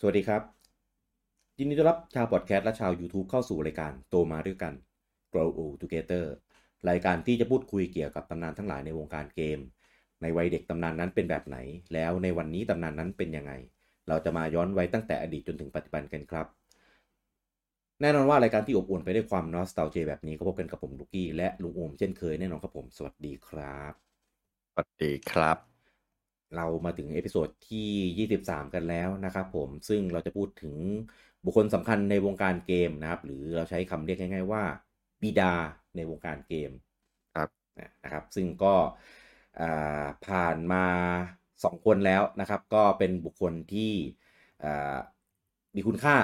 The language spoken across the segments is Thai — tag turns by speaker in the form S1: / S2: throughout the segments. S1: สวัสดีครับ ยินดีต้อนรับชาวพอดแคสต์และชาว YouTube เข้าสู่รายการโตมาด้วยกัน Grow Old Together รายการที่จะพูดคุยเกี่ยวกับตำนานทั้งหลายในวงการเกม ในวัยเด็กตำนานนั้นเป็นแบบไหน แล้วในวันนี้ตำนานนั้นเป็นยังไง เราจะมาย้อนไว้ตั้งแต่อดีตจนถึงปัจจุบันกันครับ แน่นอนว่ารายการที่อบอวลไปด้วยความนอสตาเจแบบนี้ก็พบกันกับผมลูกี้และลุงโอมเช่นเคยแน่นอนครับผมสวัสดีครับ
S2: สวัสดีครับ
S1: เรามาถึงเอพิโซดที่ 23 กันแล้วนะครับผมซึ่งเราจะพูดถึงบุคคลสำคัญในวงการเกมนะครับ หรือเราใช้คำเรียกง่ายๆว่าบิดาในวงการเกม
S2: ครับ
S1: นะครับ ซึ่งก็อ่าผ่านมา 2 คนแล้วนะครับ ก็เป็นบุคคลที่อ่ามีคุณค่า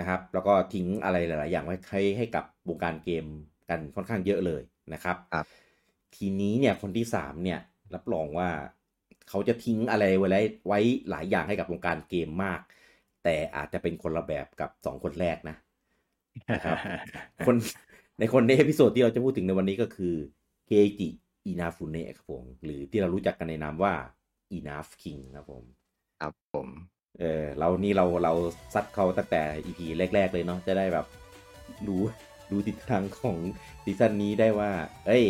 S1: นะครับ แล้วก็ทิ้งอะไรหลาย ๆ อย่างไว้ให้ให้กับวงการเกมกันค่อนข้างเยอะเลยนะครับ
S2: ครับ
S1: ทีนี้เนี่ยคนที่สามเนี่ยรับรองว่าเขาจะทิ้งอะไรไว้หลายไว้หลายอย่างให้กับวงการเกมมาก แต่อาจจะเป็นคนละแบบกับสองคนแรกนะ ครับ คนในคนในเอพิโซดที่เราจะพูดถึงในวันนี้ก็คือเคจิอินาฟุเนะครับผมหรือที่เรารู้จักกันในนามว่าอินาฟคิงครับผม
S2: ครับผม
S1: เออเรานี่เราเราซัดเขาตั้งแต่ EP แรก ๆ เลยเนาะจะได้แบบรู้รู้ทิศทางของซีซั่นนี้ได้ว่า เอ้ย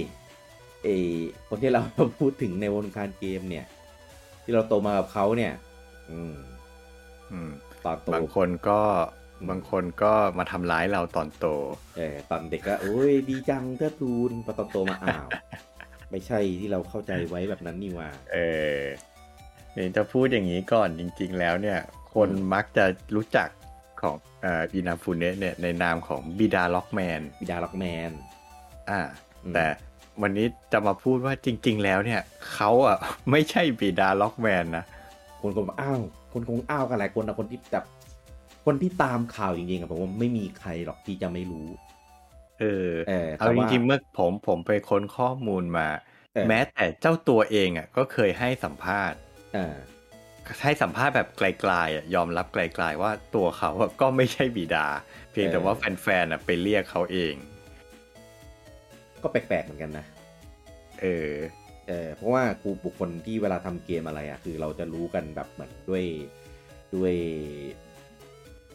S1: เออคนที่เรา พูดถึงในวงการเกมเนี่ย ที่เราโตมากับเขาเนี่ย อืม
S2: อืม
S1: ตอนโต
S2: บางคนก็บางคนก็มาทำร้ายเราตอนโต
S1: เออตอนเด็กก็โอ้ยดีจังเทิดทูนพอตอนโตมาอ้าว ไม่ใช่ที่เราเข้าใจไว้แบบนั้นนี่หว่า
S2: เออเดี๋ยวจะพูดอย่างนี้ก่อนจริง ๆ แล้วเนี่ย คน
S1: อืม
S2: มักจะรู้จักของเอ่ออินาฟูเนะเนี่ยในนามของบิดาล็อกแมน
S1: บิดาล็อกแมน
S2: อ่า
S1: อืม
S2: แต่วันนี้จะมาพูดว่าจริง ๆ แล้วเนี่ยเขาอ่ะ ไม่ใช่บิดาล็อกแมนนะ
S1: คนคงบอกอ้าวคนคงอ้าวกันหลายคนนะคนที่แบบคนที่ตามข่าวจริงๆอะผมว่าไม่มีใครหรอกที่จะไม่รู้
S2: เออ
S1: เออ
S2: เอาจริงๆเมื่อผมผมไปค้นข้อมูลมา
S1: แม้
S2: แม้แต่เจ้าตัวเองอ่ะก็เคยให้สัมภาษณ์
S1: เออ
S2: ให้สัมภาษณ์แบบไกลๆอะยอมรับไกลๆว่าตัวเขาอะก็ไม่ใช่บิดา เพียงแต่ว่าแฟนๆอะไปเรียกเขาเอง
S1: ก็แปลกๆเหมือนกันนะ
S2: เออ
S1: เออเพราะว่าครูบุคคลที่เวลาทำเกมอะไรอ่ะคือเราจะรู้กันแบบเหมือนด้วยด้วย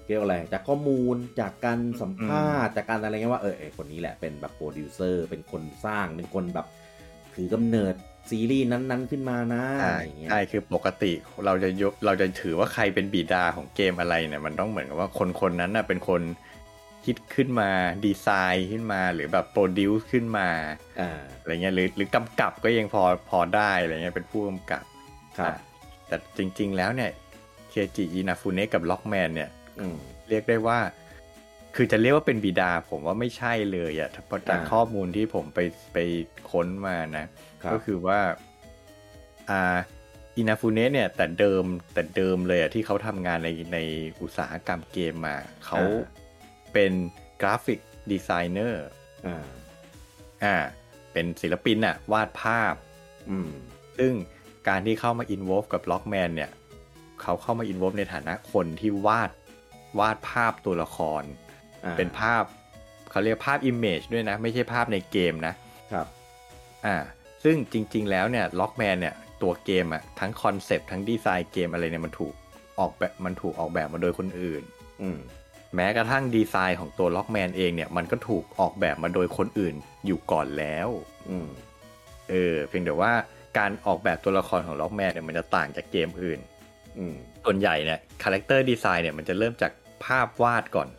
S1: เรียกว่าอะไร จากข้อมูลจากการสัมภาษณ์จากการอะไรเงี้ยว่าเออไอคนนี้แหละเป็นแบบโปรดิวเซอร์เป็นคนสร้างเป็นคนแบบถือกำเนิดซีรีส์นั้นๆขึ้นมานะอะไรอย่างเงี้ย
S2: ใช่คือปกติเราจะยกเราจะถือว่าใครเป็นบิดาของเกมอะไรเนี่ยมันต้องเหมือนกับว่าคนคนนั้นน่ะเป็นคนคิดขึ้นมาดีไซน์ขึ้นมาหรือแบบโปรดิวซ์ขึ้นมา
S1: อ่า
S2: อะไรเงี้ยหรือหรือกำกับก็ยังพอพอได้อะไรเงี้ยเป็นผู้กำกับ
S1: ครับ
S2: แต่จริงๆแล้วเนี่ยเคจิอินาฟูเนะกับล็อกแมนเนี่ย
S1: อืม
S2: เรียกได้ว่า คือจะเรียกว่าเป็นบิดา ผมว่าไม่ใช่เลยอะถ้าจาก
S1: อ่า
S2: ข้อมูลที่ผมไปไปค้นมานะ
S1: ครับ
S2: ก็คือว่าอ่าอินาฟูเนะเนี่ย แต่เดิมแต่เดิมเลยอะที่เขาทำงานในในอุตสาหกรรมเกมมา เขาเป็นกราฟิกดีไซเนอร์
S1: อ่า
S2: อ่าเป็นศิลปินอะวาดภาพ
S1: อืม
S2: ซึ่งการที่เข้ามาอินวอ e กับล็อกแมนเนี่ย เขาเข้ามาอินวอ e ในฐานะคนที่วาดวาดภาพตัวละคร
S1: อ่า
S2: เป็นภาพเขาเรียกภาพ Image ด้วยนะ ไม่ใช่ภาพในเกมนะครับอ่าซึ่งจริงๆแล้วเนี่ยล็อกแมนเนี่ย ตัวเกมอะทั้งคอนเซปต์ทั้งดีไซน์เกมอะไรเนี่ยมันถูกออกแบบมันถูกออกแบบมาโดยคนอื่น
S1: อืม
S2: แม้กระทั่งดีไซน์ของตัวล็อกแมนเองเนี่ยมันก็ถูกออกแบบมาโดยคนอื่นอยู่ก่อนแล้ว
S1: อืม
S2: เออเพียงแต่ว่าการออกแบบตัวละครของล็อกแมนเนี่ยมันจะต่างจากเกมอื่น
S1: อืม
S2: ส่วนใหญ่เนี่ยคาแรคเตอร์ดีไซน์เนี่ยมันจะเริ่มจากภาพวาดก่อน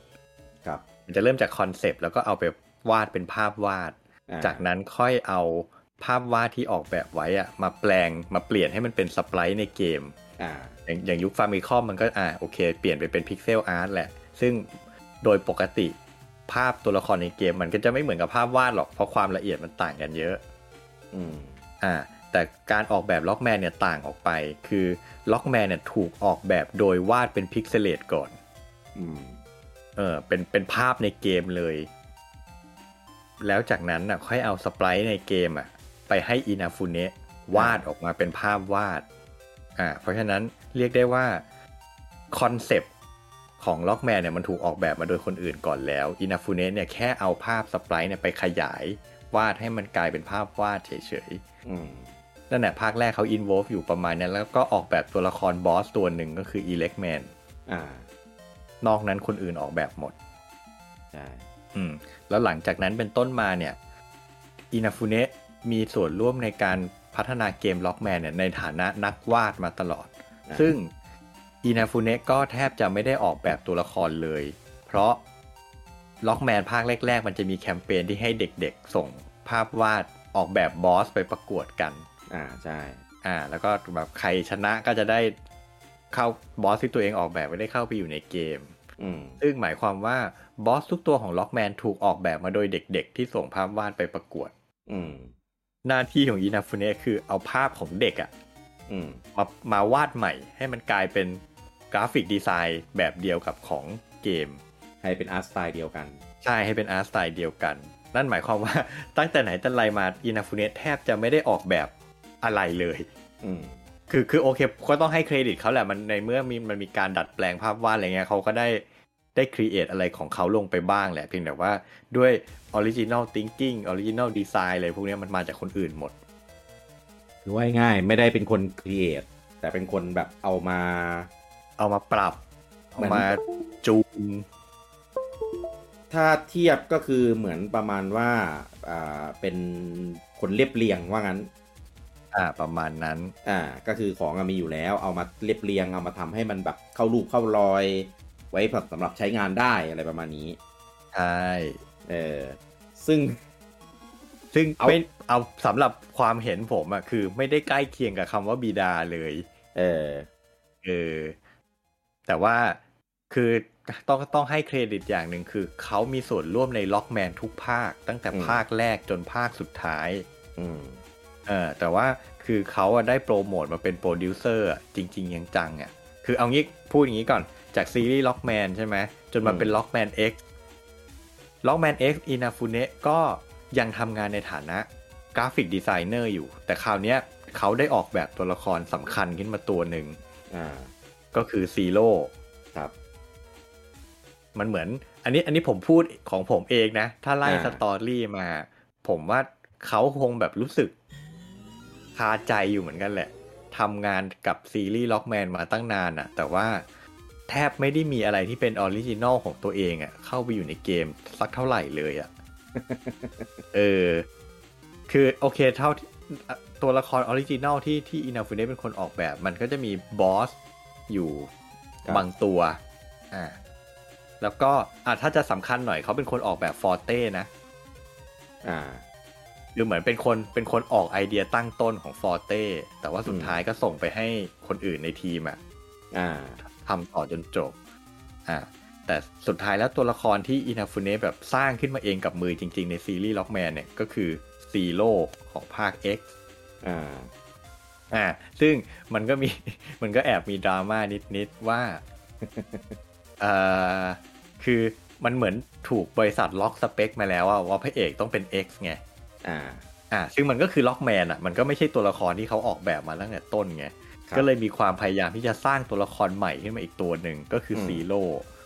S1: ครับ
S2: มันจะเริ่มจากคอนเซปต์แล้วก็เอาไปวาดเป็นภาพวาด
S1: อ่
S2: จากนั้นค่อยเอาภาพวาดที่ออกแบบไว้อะมาแปลงมาเปลี่ยนให้มันเป็นสไปร์ในเกม
S1: อ่า
S2: อย่างอย่างยุคฟาร์มิคอมมันก็อ่าโอเค เปลี่ยนไปเป็นพิกเซลอาร์ตแหละ ซึ่งโดยปกติภาพตัวละครในเกมมันก็จะไม่เหมือนกับภาพวาดหรอกเพราะความละเอียดมันต่างกันเยอะ
S1: อืม
S2: อ่าแต่การออกแบบล็อกแมนเนี่ยต่างออกไป คือล็อกแมนเนี่ยถูกออกแบบโดยวาดเป็นพิกเซเลตก่อน
S1: อืม
S2: เออเป็นเป็นภาพในเกมเลย แล้วจากนั้นน่ะค่อยเอาสไปร์ในเกมอ่ะไปให้อินาฟุเนะวาดออกมาเป็นภาพวาดอ่าเพราะฉะนั้นเรียกได้ว่าคอนเซปต์ของล็อกแมนเนี่ยมันถูกออกแบบมาโดยคนอื่นก่อนแล้วอินาฟุเนะเนี่ยแค่เอาภาพสไปร์เนี่ยไปขยายวาดให้มันกลายเป็นภาพวาดเฉยๆ
S1: อืม
S2: นั่นแหละภาคแรกเขาอินวอ e อยู่ประมาณนั้นแล้วก็ออกแบบตัวละครบอสตัวหนึ่งก็คืออีเล็กแมน
S1: อ่าน
S2: อกนั้นคนอื่นออกแบบหมด
S1: ใช่
S2: อืมแล้วหลังจากนั้นเป็นต้นมาเนี่ยอินาฟุเนะมีส่วนร่วมในการพัฒนาเกมล็อกแมนเนี่ยในฐานะนักวาดมาตลอด
S1: อ่า
S2: ซึ่งอินาฟุเนะก็แทบจะไม่ได้ออกแบบตัวละครเลย เพราะล็อกแมนภาคแรก ๆ มันจะมีแคมเปญที่ให้เด็กๆ ส่งภาพวาดออกแบบบอสไปประกวดกัน
S1: อ่าใช่
S2: อ่า แล้วก็แบบใครชนะก็จะได้เข้าบอสที่ตัวเองออกแบบไว้ได้เข้าไปอยู่ในเกม
S1: อืม
S2: ซึ่งหมายความว่าบอสทุกตัวของล็อกแมนถูกออกแบบมาโดยเด็กๆ ที่ส่งภาพวาดไปประกวด
S1: อืม
S2: หน้าที่ของอินาฟุเนะคือเอาภาพของเด็กอะ
S1: อืม
S2: มามาวาดใหม่ ให้มันกลายเป็นกราฟิกดีไซน์แบบเดียวกับของเกม
S1: ให้เป็นอาร์ตสไตล์เดียวกัน
S2: ใช่ให้เป็นอาร์ตสไตล์เดียวกัน นั่นหมายความ ว่า ตั้งแต่ไหนแต่ไรมาอินาฟุเนะแทบจะไม่ได้ออกแบบอะไรเลย
S1: อืม
S2: คือคือโอเคก็ต้องให้เครดิตเขาแหละมันในเมื่อมีมันมีการดัดแปลงภาพวาดอะไรเงี้ยเขาก็ได้ได้ครีเอทอะไรของเขาลงไปบ้างแหละ เพียงแต่ว่าด้วยออริจิน l ล h ิงกิ้งออริจิน l ลดีไซน์อะไรพวกเนี้ยมันมาจากคนอื่นหมด
S1: คือว่าง่ายๆไม่ได้เป็นคนครีเอทแต่เป็นคนแบบเอามา
S2: เอามาปรับ เอา
S1: เหมือน
S2: มาจูน
S1: ถ้าเทียบก็คือเหมือนประมาณว่าอ่าเป็นคนเรียบเรียงว่างั้น
S2: อ่าประมาณนั้น
S1: อ่าก็คือของอะมีอยู่แล้วเอามาเรียบเรียงเอามาทำให้มันแบบเข้ารูปเข้ารอย ไว้สำหรับใช้งานได้อะไรประมาณนี้
S2: ใช่
S1: เออซึ่ง
S2: ซึ่ง
S1: เอา
S2: ไม่เอาสำหรับความเห็นผมอะคือไม่ได้ใกล้เคียงกับคำว่าบิดาเลย
S1: เออ
S2: เออแต่ว่าคือต้องต้องให้เครดิตอย่างหนึ่งคือ เขามีส่วนร่วมในล็อกแมนทุกภาค ตั้งแต่ภาคแรกจนภาคสุดท้าย
S1: อืม
S2: เออแต่ว่าคือเขาอะได้โปรโมทมาเป็นโปรดิวเซอร์อะจริงๆยังจังๆอ่ะคือเอางี้พูดอย่างนี้ก่อนจากซีรีส์ล็อกแมนใช่ไหมจนมาเป็นล็อกแมน X ล็อกแมน X อินาฟุเนะก็ยังทำงานในฐานะกราฟิกดีไซเนอร์อยู่ แต่คราวเนี้ยเขาได้ออกแบบตัวละครสำคัญขึ้นมาตัวหนึ่ง
S1: อ่า
S2: ก็คือซีโร่
S1: ครับ
S2: มันเหมือน อันนี้อันนี้ผมพูดของผมเองนะ ถ้าไล่
S1: อ่า
S2: สตอรี่มา ผมว่าเขาคงแบบรู้สึกคาใจอยู่เหมือนกันแหละทำงานกับซีรีส์ล็อกแมนมาตั้งนานอะแต่ว่าแทบไม่ได้มีอะไรที่เป็นออริจินอลของตัวเองอะเข้าไปอยู่ในเกมสักเท่าไหร่เลย อะ เออ คือโอเคเท่าที่อ่ะตัวละครออริจินอลที่ที่อินาฟูเนเป็นคนออกแบบ มันก็จะมีบอสอยู่
S1: ครับ
S2: บางตัวอ่าแล้วก็อ่ะถ้าจะสำคัญหน่อยเขาเป็นคนออกแบบฟอร์เต้นะ
S1: อ่า
S2: คือเหมือนเป็นคนเป็นคนออกไอเดียตั้งต้นของฟอร์เต้แต่ว่าสุดท้ายก็ส่งไปให้คนอื่นในทีมอ่ะ
S1: อ่า
S2: ทำต่อจนจบ อ่า แต่สุดท้ายแล้วตัวละครที่อินาฟุเนะแบบสร้างขึ้นมาเองกับมือจริงๆในซีรีส์ล็อกแมนเนี่ยก็คือซีโร่ของภาค X
S1: อ่า
S2: อ่า ซึ่ง มันก็มี มันก็แอบมีดราม่านิดๆว่า เอ่อ คือมันเหมือนถูกบริษัทล็อกสเปคมาแล้วอะว่าพระเอกต้องเป็น X ไง
S1: อ่า
S2: อ่า ซึ่งมันก็คือล็อกแมนอ่ะ มันก็ไม่ใช่ตัวละครที่เขาออกแบบมาตั้งแต่ต้นไง
S1: ครับ
S2: ก็เลยมีความพยายามที่จะสร้างตัวละครใหม่ขึ้นมาอีกตัวหนึ่งก็คือ
S1: ม
S2: ซีโร่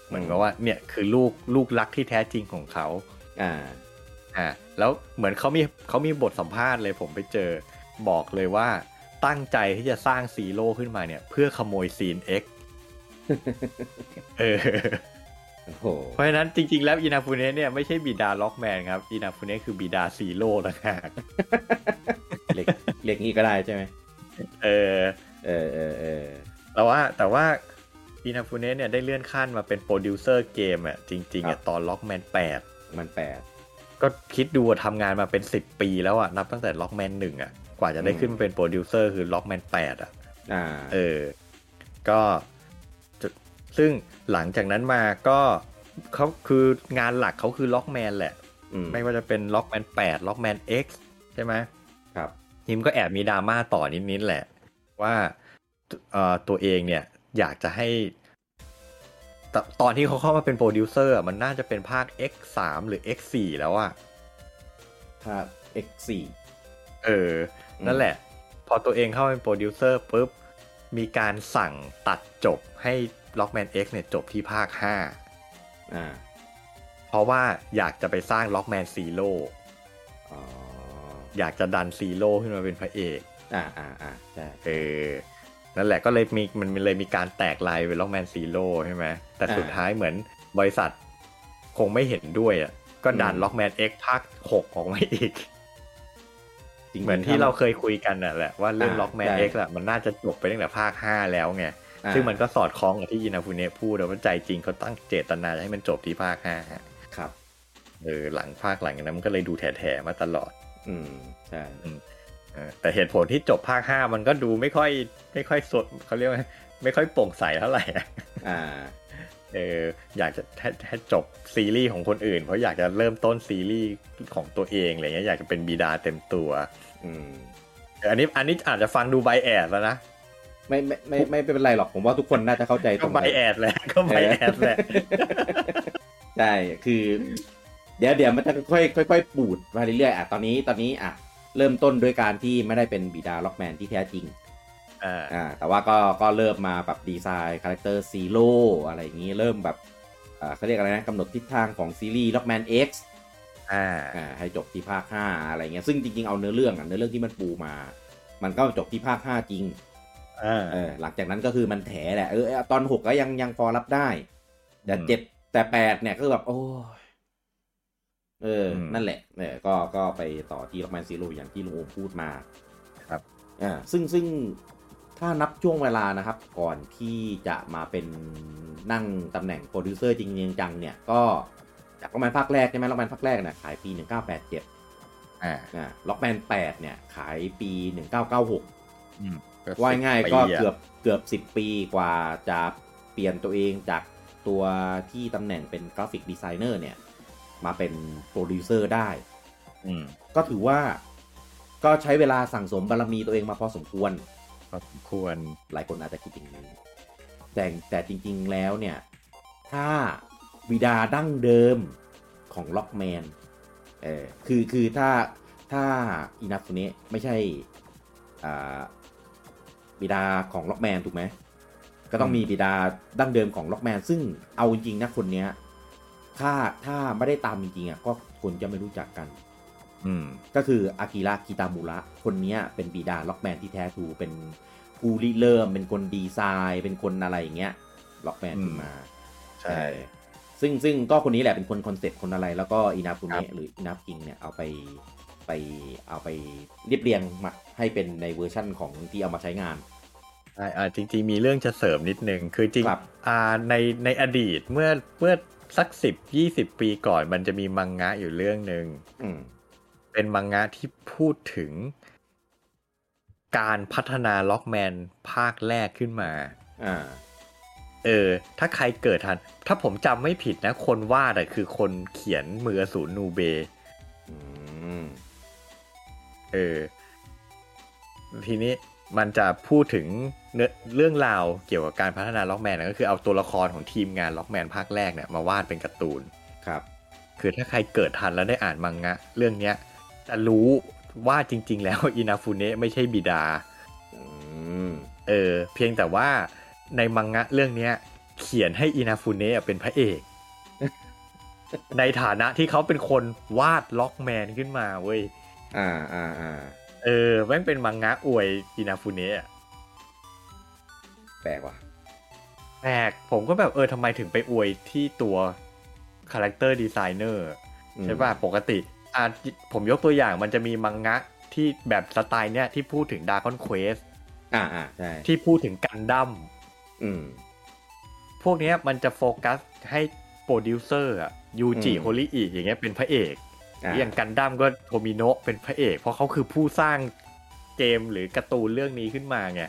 S2: เหมือนกับว่าเนี่ยคือลูกลูกรักที่แท้จริงของเขา
S1: อ่า
S2: อ่า แล้วเหมือนเขามีเขามีบทสัมภาษณ์เลยผมไปเจอ บอกเลยว่าตั้งใจที่จะสร้างซีโร่ขึ้นมาเนี่ย เพื่อขโมยซีน X เออ
S1: โอ้โห
S2: เพราะฉะนั้นจริงๆแล้วอินาฟูเนะเนี่ยไม่ใช่บิดาล็อกแมนครับอินาฟูเนะคือบิดาซีโร่ต่างหาก
S1: เล็กเล็กนี้ก็ได้ใช่ไหม
S2: เออ
S1: เออเออเออ
S2: แต่ว่าแต่ว่าอินาฟูเนะเนี่ยได้เลื่อนขั้นมาเป็นโปรดิวเซอร์เกมอ่ะจริงๆอ่ะตอนล็อกแมน
S1: มันแปด
S2: 8ก็คิดดูว่าทำงานมาเป็น 10 ปีแล้วอ่ะ นับตั้งแต่ล็อกแมน1อ่ะ กว่าจะได้
S1: อืม
S2: ขึ้นมาเป็นโปรดิวเซอร์คือล็อกแมน8อ่ะ
S1: อ่า
S2: เออ ก็จะซึ่งหลังจากนั้นมาก็เขาคืองานหลักเขาคือล็อกแมนแหละ
S1: ม
S2: ไม่ว่าจะเป็นล็อกแมน8ล็อกแมน X ใช่ไหม
S1: ครับ
S2: นิมก็แอบมีดราม่าต่อนิดๆแหละ ว่าเอ่อตัวเองเนี่ยอยากจะให้ตตอนที่เขาเข้ามาเป็นโปรดิวเซอร์อะมันน่าจะเป็นภาค X3 หรือ X4 แล้วอะ
S1: ถ้า x สี่
S2: เออ นั่นแหละ พอตัวเองเข้ามาเป็นโปรดิวเซอร์ปุ๊บ มีการสั่งตัดจบให้ Lockman X เนี่ยจบที่ภาค
S1: อ่า
S2: 5 เพราะว่าอยากจะไปสร้าง Lockman Zero
S1: อ๋อ
S2: อยากจะดัน Zero ขึ้นมาเป็นพระเอก
S1: อ่าอ่าอ่าใช่
S2: เออ นั่นแหละก็เลยมีมันมันเลยมีการแตกลายเป็นล็อกแมนซีโร่ใช่ไหมแต่สุด
S1: อ่า
S2: ท้ายเหมือนบริษัทคงไม่เห็นด้วยอ่ะก็ดัน
S1: อืม
S2: ล็อกแมนเอ็กภาคหกออกมาอีก
S1: จริงๆ
S2: เหมือนที่เราเคยคุยกันน่ะแหละว่าเรื่อง
S1: อ่า
S2: ล็อกแมน
S1: ใช่
S2: เอ็กอะมันน่าจะจบไปตั้งแต่ภาคห้าแล้วไง
S1: อ่า
S2: ซึ่งมันก็สอดคล้องกับที่ยินาฟูเนะพูดอะว่าใจจริงเขาตั้งเจตนาจะให้มันจบที่ภาคห้า
S1: ครับ
S2: เออหลังภาคหลังจากนั้นมันก็เลยดูแถๆมาตลอด
S1: อืมใช่
S2: เออแต่เหตุผลที่จบภาคห้ามันก็ดูไม่ค่อยไม่ค่อยสดเขาเรียกว่าไม่ค่อยโปร่งใสเท่าไหร่อะ
S1: อ่า
S2: เอออยากจะให้ให้จบซีรีส์ของคนอื่น เพราะอยากจะเริ่มต้นซีรีส์ของตัวเองอะไรเงี้ยอยากจะเป็นบิดาเต็มตัว
S1: อืม
S2: เอออันนี้อันนี้อาจจะฟังดูไบแอดแล้วนะ
S1: ไม่ไม่ไม่ไม่ไม่เป็นไรหรอกผมว่าทุกคนน่าจะเข้าใจต
S2: ก็
S1: รง
S2: ไบ
S1: กัน
S2: แอดแหละก็ไบแอดแหละ
S1: ใช่คือ เดี๋ยวเดี๋ยวมันจะค่อยค่อยค่อยปูดมาเรื่อยๆอ่ะตอนนี้ตอนนี้อ่ะเริ่มต้นด้วยการที่ไม่ได้เป็นบิดาล็อกแมนที่แท้จริง
S2: อ่า
S1: อ่าแต่ว่าก็ก็เริ่มมาแบบดีไซน์คาแรคเตอร์ซีโร่อะไรอย่างนี้เริ่มแบบอ่าเขาเรียกอะไรนะกำหนดทิศทางของซีรีส์ Lockman X
S2: อ่า
S1: อ่าให้จบที่ภาค 5 อะไรเงี้ยซึ่งจริง ๆ เอาเนื้อเรื่องอ่ะเนื้อเรื่องที่มันปูมา มันก็จบที่ภาค 5 จริง
S2: อ่า
S1: เออหลังจากนั้นก็คือมันแถแหละเออตอน 6 ก็ยังยังพอรับได้ แต่
S2: อืม
S1: เจ็ดแต่ 8 เนี่ยก็แบบ โอ้ยเอออ
S2: ม
S1: นั่นแหละเออก็ก็ไปต่อที่ Lockman Zero อย่างที่ลุงโอมพูดมา
S2: ครับ
S1: อ่าซึ่งซึ่งถ้านับช่วงเวลานะครับ ก่อนที่จะมาเป็นนั่งตำแหน่งโปรดิวเซอร์จริงๆจังๆเนี่ยก็จากล็อกแมนภาคแรกใช่ไหมล็อกแมนภาคแรกเนี่ยขายปี 1987
S2: อ่า
S1: อ่าล็อกแมน8เนี่ย ขายปี 1996
S2: อืม
S1: ว่าง่ายๆก็
S2: สิบปีะ
S1: เกือบเกือบ 10 ปีกว่าจะเปลี่ยนตัวเองจากตัวที่ตำแหน่งเป็นกราฟิกดีไซเนอร์เนี่ย มาเป็นโปรดิวเซอร์ได้
S2: อืม
S1: ก็ถือว่าก็ใช้เวลาสั่งสมบารมีตัวเองมาพอสมควร
S2: พอสมควร
S1: หลายคนอาจจะคิดอย่างนี้แต่แต่จริงๆแล้วเนี่ย ถ้าบิดาดั้งเดิมของล็อกแมนเออคือคือถ้าถ้าอินาฟุเนะไม่ใช่อ่าบิดาของล็อกแมนถูกไหม ก็ต้องมีบิดาดั้งเดิมของล็อกแมนซึ่งเอาจริงๆนะคนเนี้ยถ้าถ้าไม่ได้ตามจริงๆอ่ะก็คนจะไม่รู้จักกัน
S2: อืม
S1: ก็คืออากิระกิตามุระคนเนี้ยเป็นบิดาล็อกแมนที่แท้ทรูเป็นผู้ริเริ่ม เป็นคนดีไซน์ เป็นคนอะไรอย่างเงี้ยล็อกแมน
S2: อืม
S1: ขึ้นมา
S2: ใช่
S1: เออซึ่งซึ่งก็คนนี้แหละเป็นคนคอนเซ็ปต์คนอะไร แล้วก็อินาฟุ
S2: ครั
S1: เนะ
S2: บ
S1: หรืออินาฟกิงเนี่ยเอาไปไปเอาไปเรียบเรียงมาให้เป็นในเวอร์ชั่นของที่เอามาใช้งาน
S2: ใช่อ่าจริงๆมีเรื่องจะเสริมนิดนึง คือจริง
S1: ครับ
S2: อ่าในในอดีตเมื่อเมื่อสักสิบยี่สิบปีก่อนมันจะมีมังงะอยู่เรื่องหนึ่ง
S1: อืม
S2: เป็นมังงะที่พูดถึง การพัฒนาล็อกแมนภาคแรกขึ้นมา
S1: อ่า
S2: เออ ถ้าใครเกิดทัน ถ้าผมจำไม่ผิดนะ คนวาดอะคือคนเขียนมืออสูรนูเบ
S1: อืม
S2: เออทีนี้มันจะพูดถึงเนื้อเรื่องราวเกี่ยวกับการพัฒนาล็อกแมนนะก็คือเอาตัวละครของทีมงานล็อกแมนภาคแรกเนี่ยมาวาดเป็นการ์ตูน
S1: ครับ
S2: คือถ้าใครเกิดทันแล้วได้อ่านมังงะ เรื่องเนี้ยจะรู้ว่าจริง ๆ แล้ว อินาฟูเนะไม่ใช่บิดา
S1: อืม
S2: เออเพียงแต่ว่าในมังงะเรื่องเนี้ยเขียนให้อินาฟูเนะเป็นพระเอก ในฐานะที่เขาเป็นคนวาดล็อกแมนขึ้นมาเว้ย
S1: อ่าอ่าอ่า
S2: เออแม่งเป็นมังงะอวยอินาฟูเนะอะ
S1: แปลกว่ะ
S2: แปลกผมก็แบบเออทำไมถึงไปอวยที่ตัวคาแรคเตอร์ดีไซเนอร์
S1: อืม
S2: ใช่ป่ะปกติอ่ะผมยกตัวอย่างมันจะมีมังงะที่แบบสไตล์เนี้ยที่พูดถึงดา o อนเควส
S1: อ่าอ่าใช่
S2: ที่พูดถึงกันดั้ม
S1: อืม
S2: พวกเนี้ยมันจะโฟกัสให้โปรดิวเซอร์อะยูจิ
S1: อืม
S2: โฮลิอิอย่างเงี้ยเป็นพระเอกห
S1: อ่า
S2: รืออย่างกันดั้มก็โทมิโนะเป็นพระเอก เพราะเขาคือผู้สร้างเกมหรือการ์ตูนเรื่องนี้ขึ้นมาไง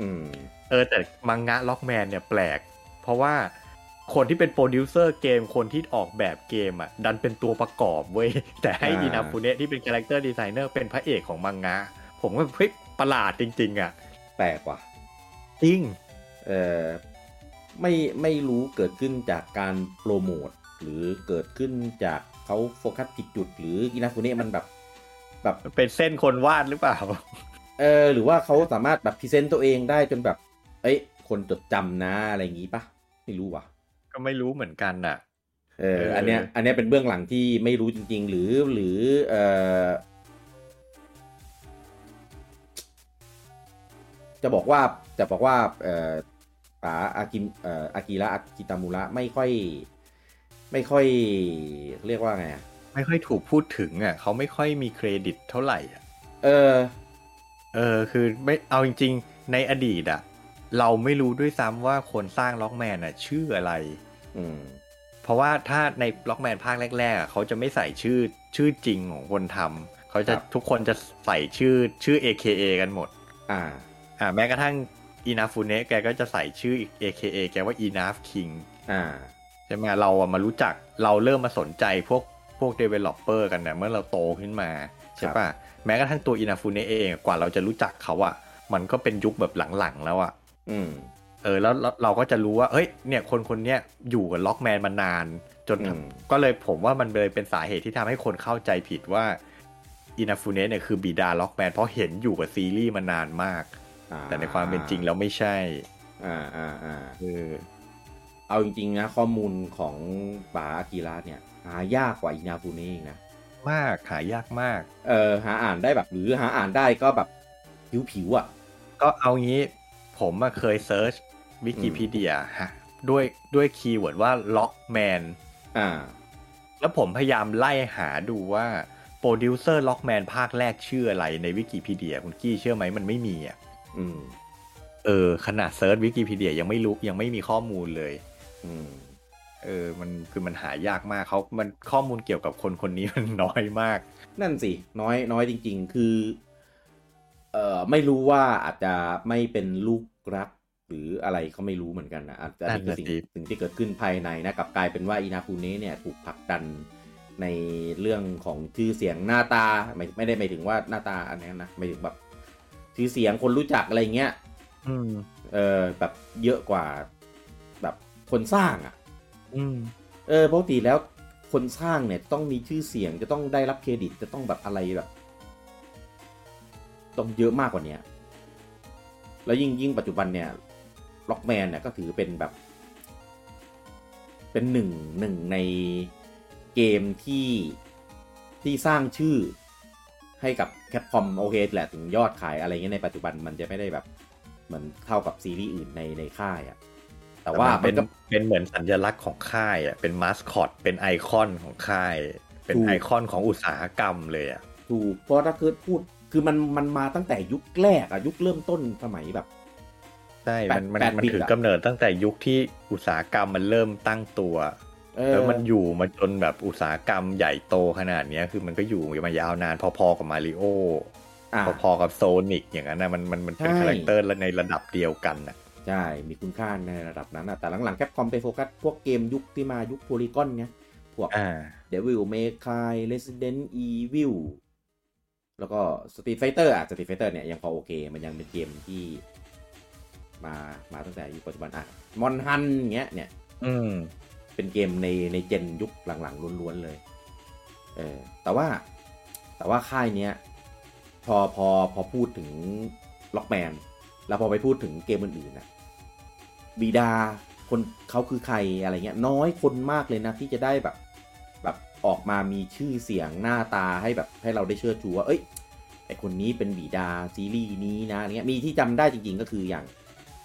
S1: อืม
S2: เออแต่มังงะล็อกแมนเนี่ยแปลก เพราะว่าคนที่เป็นโปรดิวเซอร์เกมคนที่ออกแบบเกมอ่ะ ดันเป็นตัวประกอบเว้ย แต่ให้
S1: อ่า
S2: อินาฟูเนะที่เป็นคาแรคเตอร์ดีไซเนอร์เป็นพระเอกของมังงะ ผมก็เฮ้ยประหลาดจริง ๆ อ่ะ
S1: แปลกว่ะ
S2: จริง
S1: เอ่อไม่ไม่รู้เกิดขึ้นจากการโปรโมทหรือเกิดขึ้นจากเขาโฟกัสผิดจุด หรืออินาฟูเน่มันแบบแบบ
S2: เป็นเส้นคนวาดหรือเปล่า
S1: เออหรือว่าเขาสามารถแบบพรีเซนต์ตัวเองได้จนแบบ เอ้ยคนจดจำนะอะไรอย่างงี้ปะไม่รู้ว่ะ
S2: ก็ไม่รู้เหมือนกันน่ะ
S1: เออ
S2: เอออั
S1: อันเนี้ยอันเนี้ยเป็นเบื้องหลังที่ไม่รู้จริง ๆ หรือหรือเออ จะบอกว่าจะบอกว่าเอ่อป๋าอากิมเอ่ออากิระอากิตามุระไม่ค่อย ไม่ค่อยเรียกว่าไงอะ
S2: ไม่ค่อยถูกพูดถึงอ่ะเขาไม่ค่อยมีเครดิตเท่าไหร่อ่ะ
S1: เออ
S2: เออคือไม่เอาจริงๆในอดีตอ่ะเราไม่รู้ด้วยซ้ำว่าคนสร้างล็อกแมนอ่ะชื่ออะไร
S1: อืม
S2: เพราะว่าถ้าในล็อกแมนภาคแรกๆอ่ะเขาจะไม่ใส่ชื่อชื่อจริงของคนทำเขาจะ
S1: ครับ
S2: ทุกคนจะใส่ชื่อชื่อ AKA กันหมด
S1: อ่า
S2: อ่าแม้กระทั่งอินาฟูเนะแกก็จะใส่ชื่อ AKA แกว่าอีนาฟคิง
S1: อ่า
S2: ใช่ไหมเราอะมารู้จักเราเริ่มมาสนใจพวกพวก developer กันเนี่ยเมื่อเราโตขึ้นมา ใช่ปะแม้กระทั่งตัวอินาฟูเนะเองกว่าเราจะรู้จักเขาอะมันก็เป็นยุคแบบหลังๆแล้วอะ
S1: อืม
S2: เออแล้วแล้วเราก็จะรู้ว่าเฮ้ยเนี่ยคนคนเนี้ยอยู่กับล็อกแมนมานาน จน
S1: อืม
S2: ก็เลยผมว่ามันเลยเป็นสาเหตุที่ทำให้คนเข้าใจผิดว่าอินาฟูเนะเนี่ยคือบิดาล็อกแมนเพราะเห็นอยู่กับซีรีส์มานานมาก
S1: อ่
S2: แต่ในความเป็นจริงแล้วไม่ใช่
S1: อ่าอ่าอ่า
S2: เออ
S1: เอาจริงๆนะข้อมูลของป๋าอากิระเนี่ย หายากกว่าอินาฟูเน่อีกนะ
S2: มากหายากมาก
S1: เออหาอ่านได้แบบหรือหาอ่านได้ก็แบบผิวผิวๆอ่ะ
S2: ก็เอางี้ผมอะเคยเซิร์ชวิกิพีเดียฮะด้วยด้วยคีย์เวิร์ดว่าล็อกแมน
S1: อ่า
S2: แล้วผมพยายามไล่หาดูว่า โปรดิวเซอร์ล็อกแมนภาคแรกชื่ออะไรในวิกิพีเดียคุณกี้เชื่อไหมมันไม่มีอ่ะ
S1: อืม
S2: เออขนาดเซิร์ชวิกิพีเดียยังไม่รู้ยังไม่มีข้อมูลเลย
S1: อืม
S2: เออมันคือมันหายากมากเขามันข้อมูลเกี่ยวกับคนคนนี้มันน้อยมาก
S1: นั่นสิ น้อยน้อยจริง ๆ คือ เอ่อไม่รู้ว่าอาจจะไม่เป็นลูกรัก หรืออะไรก็ไม่รู้เหมือนกันนะอาจจะ
S2: นั่
S1: นี่
S2: น
S1: คือ
S2: น่ะ
S1: สิ่ง
S2: สิ
S1: สิ่งที่เกิดขึ้นภายในนะกลับกลายเป็นว่าอินาฟูเนะเนี่ยถูกผลักดันในเรื่องของชื่อเสียงหน้าตาไม่ไม่ได้หมายถึงว่าหน้าตาอันนั้นนะหมายถึงแบบชื่อเสียงคนรู้จักอะไรเงี้ย
S2: อืม
S1: เออแบบเยอะกว่าแบบคนสร้างอ่ะ
S2: อืม
S1: เออปกติแล้วคนสร้างเนี่ยต้องมีชื่อเสียงจะต้องได้รับเครดิตจะต้องแบบอะไรแบบต้องเยอะมากกว่าเนี้ยแล้วยิ่งยิ่งปัจจุบันเนี่ยล็อกแมนเนี่ยก็ถือเป็นแบบ เป็นหนึ่งหนึ่งในเกมที่ที่สร้างชื่อให้กับแคปคอมโอเคแหละถึงยอดขายอะไรเงี้ยในปัจจุบันมันจะไม่ได้แบบเหมือนเท่ากับซีรีส์อื่นในในค่ายอะแต่ว่ามั
S2: เป็
S1: นนก็
S2: เป็นเหมือนสัญลักษณ์ของค่ายอ่ะเป็นมาสคอตเป็นไอคอนของค่าย เป็น
S1: ถูก
S2: ไอคอนของอุตสาหกรรมเลยอ่ะ
S1: ถูกเพราะถ้าเกิดพูดคือมันมันมาตั้งแต่ยุคแรกอะยุคเริ่มต้นสมัยแบบ
S2: ใช่ มันมัน
S1: แปด
S2: มัน
S1: ปี
S2: ถือ
S1: อะ
S2: กำเนิดตั้งแต่ยุคที่อุตสาหกรรมมันเริ่มตั้งตัว
S1: เออ
S2: แล้วมันอยู่มาจนแบบอุตสาหกรรมใหญ่โตขนาดเนี้ยคือมันก็อยู่มายาวนานพอๆกับมาริโอ
S1: อ่ะ
S2: พอๆกับโซนิกอย่างนั้นนะมันมันมันเป็น
S1: ใช่
S2: คาแรคเตอร์ในระดับเดียวกันอ่ะ
S1: ใช่ มีคุณค่าในระดับนั้นอะแต่หลังๆแคปคอมไปโฟกัสพวกเกมยุคที่มายุคโพลีกอนเนี่ยพวก
S2: อ่า
S1: Devil May Cry Resident Evil แล้วก็ Street Fighter อ่ะ Street Fighter เนี่ยยังพอโอเค มันยังเป็นเกมที่มามาตั้งแต่ยุคปัจจุบันอ่ะมอนฮันเงี้ยเนี่ย
S2: อืม
S1: เป็นเกมในในเจนยุคหลังๆล้วนๆเลย เออ แต่ว่าแต่ว่าค่ายเนี้ยพอพอพอพูดถึงล็อกแมนแล้วพอไปพูดถึงเกมอื่นๆนะบีดาคนเขาคือใครอะไรเงี้ย น้อยคนมากเลยนะ ที่จะได้แบบ แบบออกมามีชื่อเสียงหน้าตาให้แบบให้เราได้เชื่อชูว่า เอ้ยไอคนนี้เป็นบีดาซีรีส์นี้นะอะไรเงี้ยมีที่จำได้จริงๆก็คืออย่าง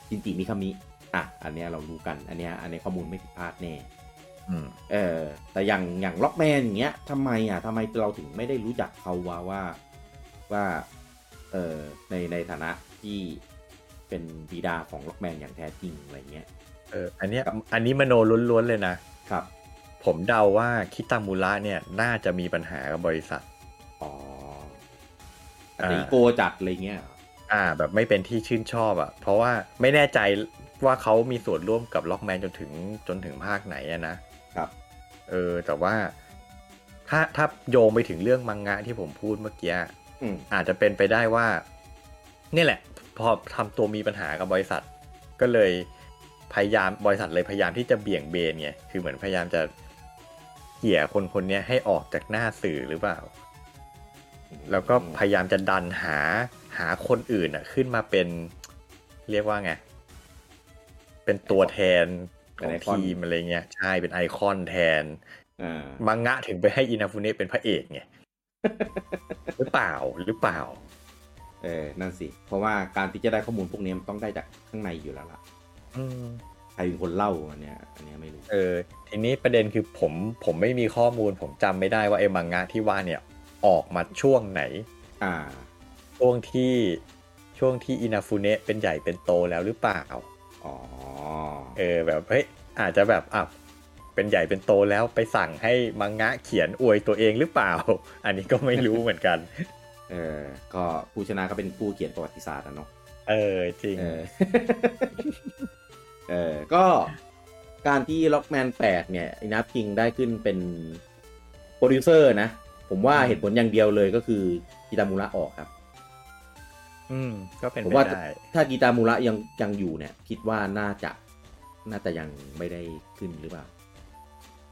S1: จินจิมิคามิอ่ะอันเนี้ยเรารู้กันอันเนี้ยอันเนี้ยข้อมูลไม่ผิดพลาดแน่
S2: อืม
S1: เออแต่อย่างอย่างล็อกแมนอย่างเงี้ยทำไมอ่ะทำไมเราถึงไม่ได้รู้จักเขาว่าว่าว่าเออในในฐานะที่เป็นบิดาของล็อกแมนอย่างแท้จริงอะไรเงี้ย
S2: เออ อันเนี้ยอันนี้มโนล้วนๆเลยนะ
S1: ครับ
S2: ผมเดาว่าคิตามูระเนี่ยน่าจะมีปัญหากับบริษัท
S1: อ๋อ
S2: อ่า
S1: ตีโกจัดอะไรเงี้ยเหรอ
S2: อ่า แบบไม่เป็นที่ชื่นชอบอะ่ะ เพราะว่าไม่แน่ใจว่าเขามีส่วนร่วมกับล็อกแมนจนถึงจนถึงภาคไหนอะนะ
S1: ครับ
S2: เออ แต่ว่าถ้าถ้าโยงไปถึงเรื่องมังงะที่ผมพูดเมื่อกี้
S1: อืม
S2: อาจจะเป็นไปได้ว่า เนี่ยแหละ พอทำตัวมีปัญหากับบริษัท ก็เลยพยายามบริษัทเลยพยายามที่จะเบี่ยงเบนไงคือเหมือนพยายามจะเขี่ยคนคนเนี้ยให้ออกจากหน้าสื่อหรือเปล่า แล้วก็พยายามจะดันหาหาคนอื่นอ่ะ ขึ้นมาเป็น เรียกว่าไง เป็นตัวแทนของทีมอะไรเงี้ยใช่เป็นไอคอนแทน
S1: อ่า
S2: มังงะถึ งไปให้อินาฟุเนะเป็นพระเอกไง หรือเปล่าหรือเปล่า
S1: เ เออนั่นสิ เพราะว่าการที่จะได้ข้อมูลพวกนี้มันต้องได้จากข้างในอยู่แล้วล่ะ
S2: อืม
S1: ใครเป็นคนเล่าอันเนี้ยอันเนี้ยไม่รู้
S2: เออทีนี้ประเด็นคือผมผมไม่มีข้อมูล ผมจำไม่ได้ว่าไอ้มังงะที่ว่าเนี่ยออกมาช่วงไหน
S1: อ่า
S2: ช่วงที่ช่วงที่อินาฟูเนะเป็นใหญ่เป็นโตแล้วหรือเปล่า
S1: อ๋อ
S2: เออแบบเฮ้ยอาจจะแบบอ่ะเป็นใหญ่เป็นโตแล้วไปสั่งให้มังงะเขียนอวยตัวเองหรือเปล่า อันนี้ก็ไม่รู้เหมือนกัน
S1: เออ ก็ผู้ชนะก็เป็นผู้เขียนประวัติศาสตร์นะเนาะ
S2: เออจริง
S1: เออ เออ ก็การที่ล็อกแมน8เนี่ยอินับกิงได้ขึ้นเป็นโปรดิวเซอร์นะ ผมว่าเหตุผลอย่างเดียวเลยก็คือกีตามูระออกครับ
S2: อืมก็เป็น
S1: ผม
S2: ไป
S1: ว่า
S2: ได้
S1: ถ้ากีตามูระยังยังอยู่เนี่ย คิดว่าน่าจะน่าจะยังไม่ได้ขึ้นหรือเปล่า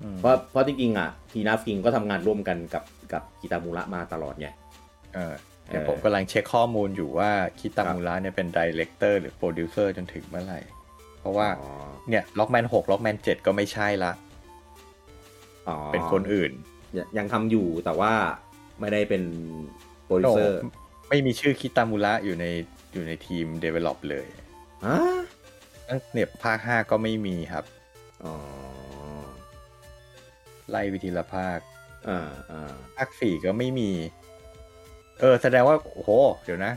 S2: อืม
S1: เพราะเพราะจริงๆอ่ะทีนับกิงก็ทำงานร่วมกันกับกับกีตามูระมาตลอดไง
S2: เออเดี๋ยวผมกำลังเช็คข้อมูลอยู่ว่าคิตามูระเนี่ยเป็นไดีเลกเตอร์หรือโปรดิวเซอร์จนถึงเมื่อไหร่ เพราะว่า
S1: อ๋อ
S2: เนี่ยล็อกแมนหกล็อกแมนเจ็ดก็ไม่ใช่ละ
S1: อ๋อ
S2: เป็นคนอื่น
S1: ยังยังทำอยู่แต่ว่าไม่ได้เป็นโปรดิวเซอร์
S2: โไม่มีชื่อคิตามูระอยู่ในอยู่ในทีม Develop เลย
S1: ฮะ
S2: ตั้งเนี่ยภาคห้าก็ไม่มีครับ
S1: อ๋อ
S2: ไล่วิธีละภาค
S1: อ่าอ่า
S2: ภาคสี่ก็ไม่มี เออ แสดงว่า โอ้โห เดี๋ยวนะ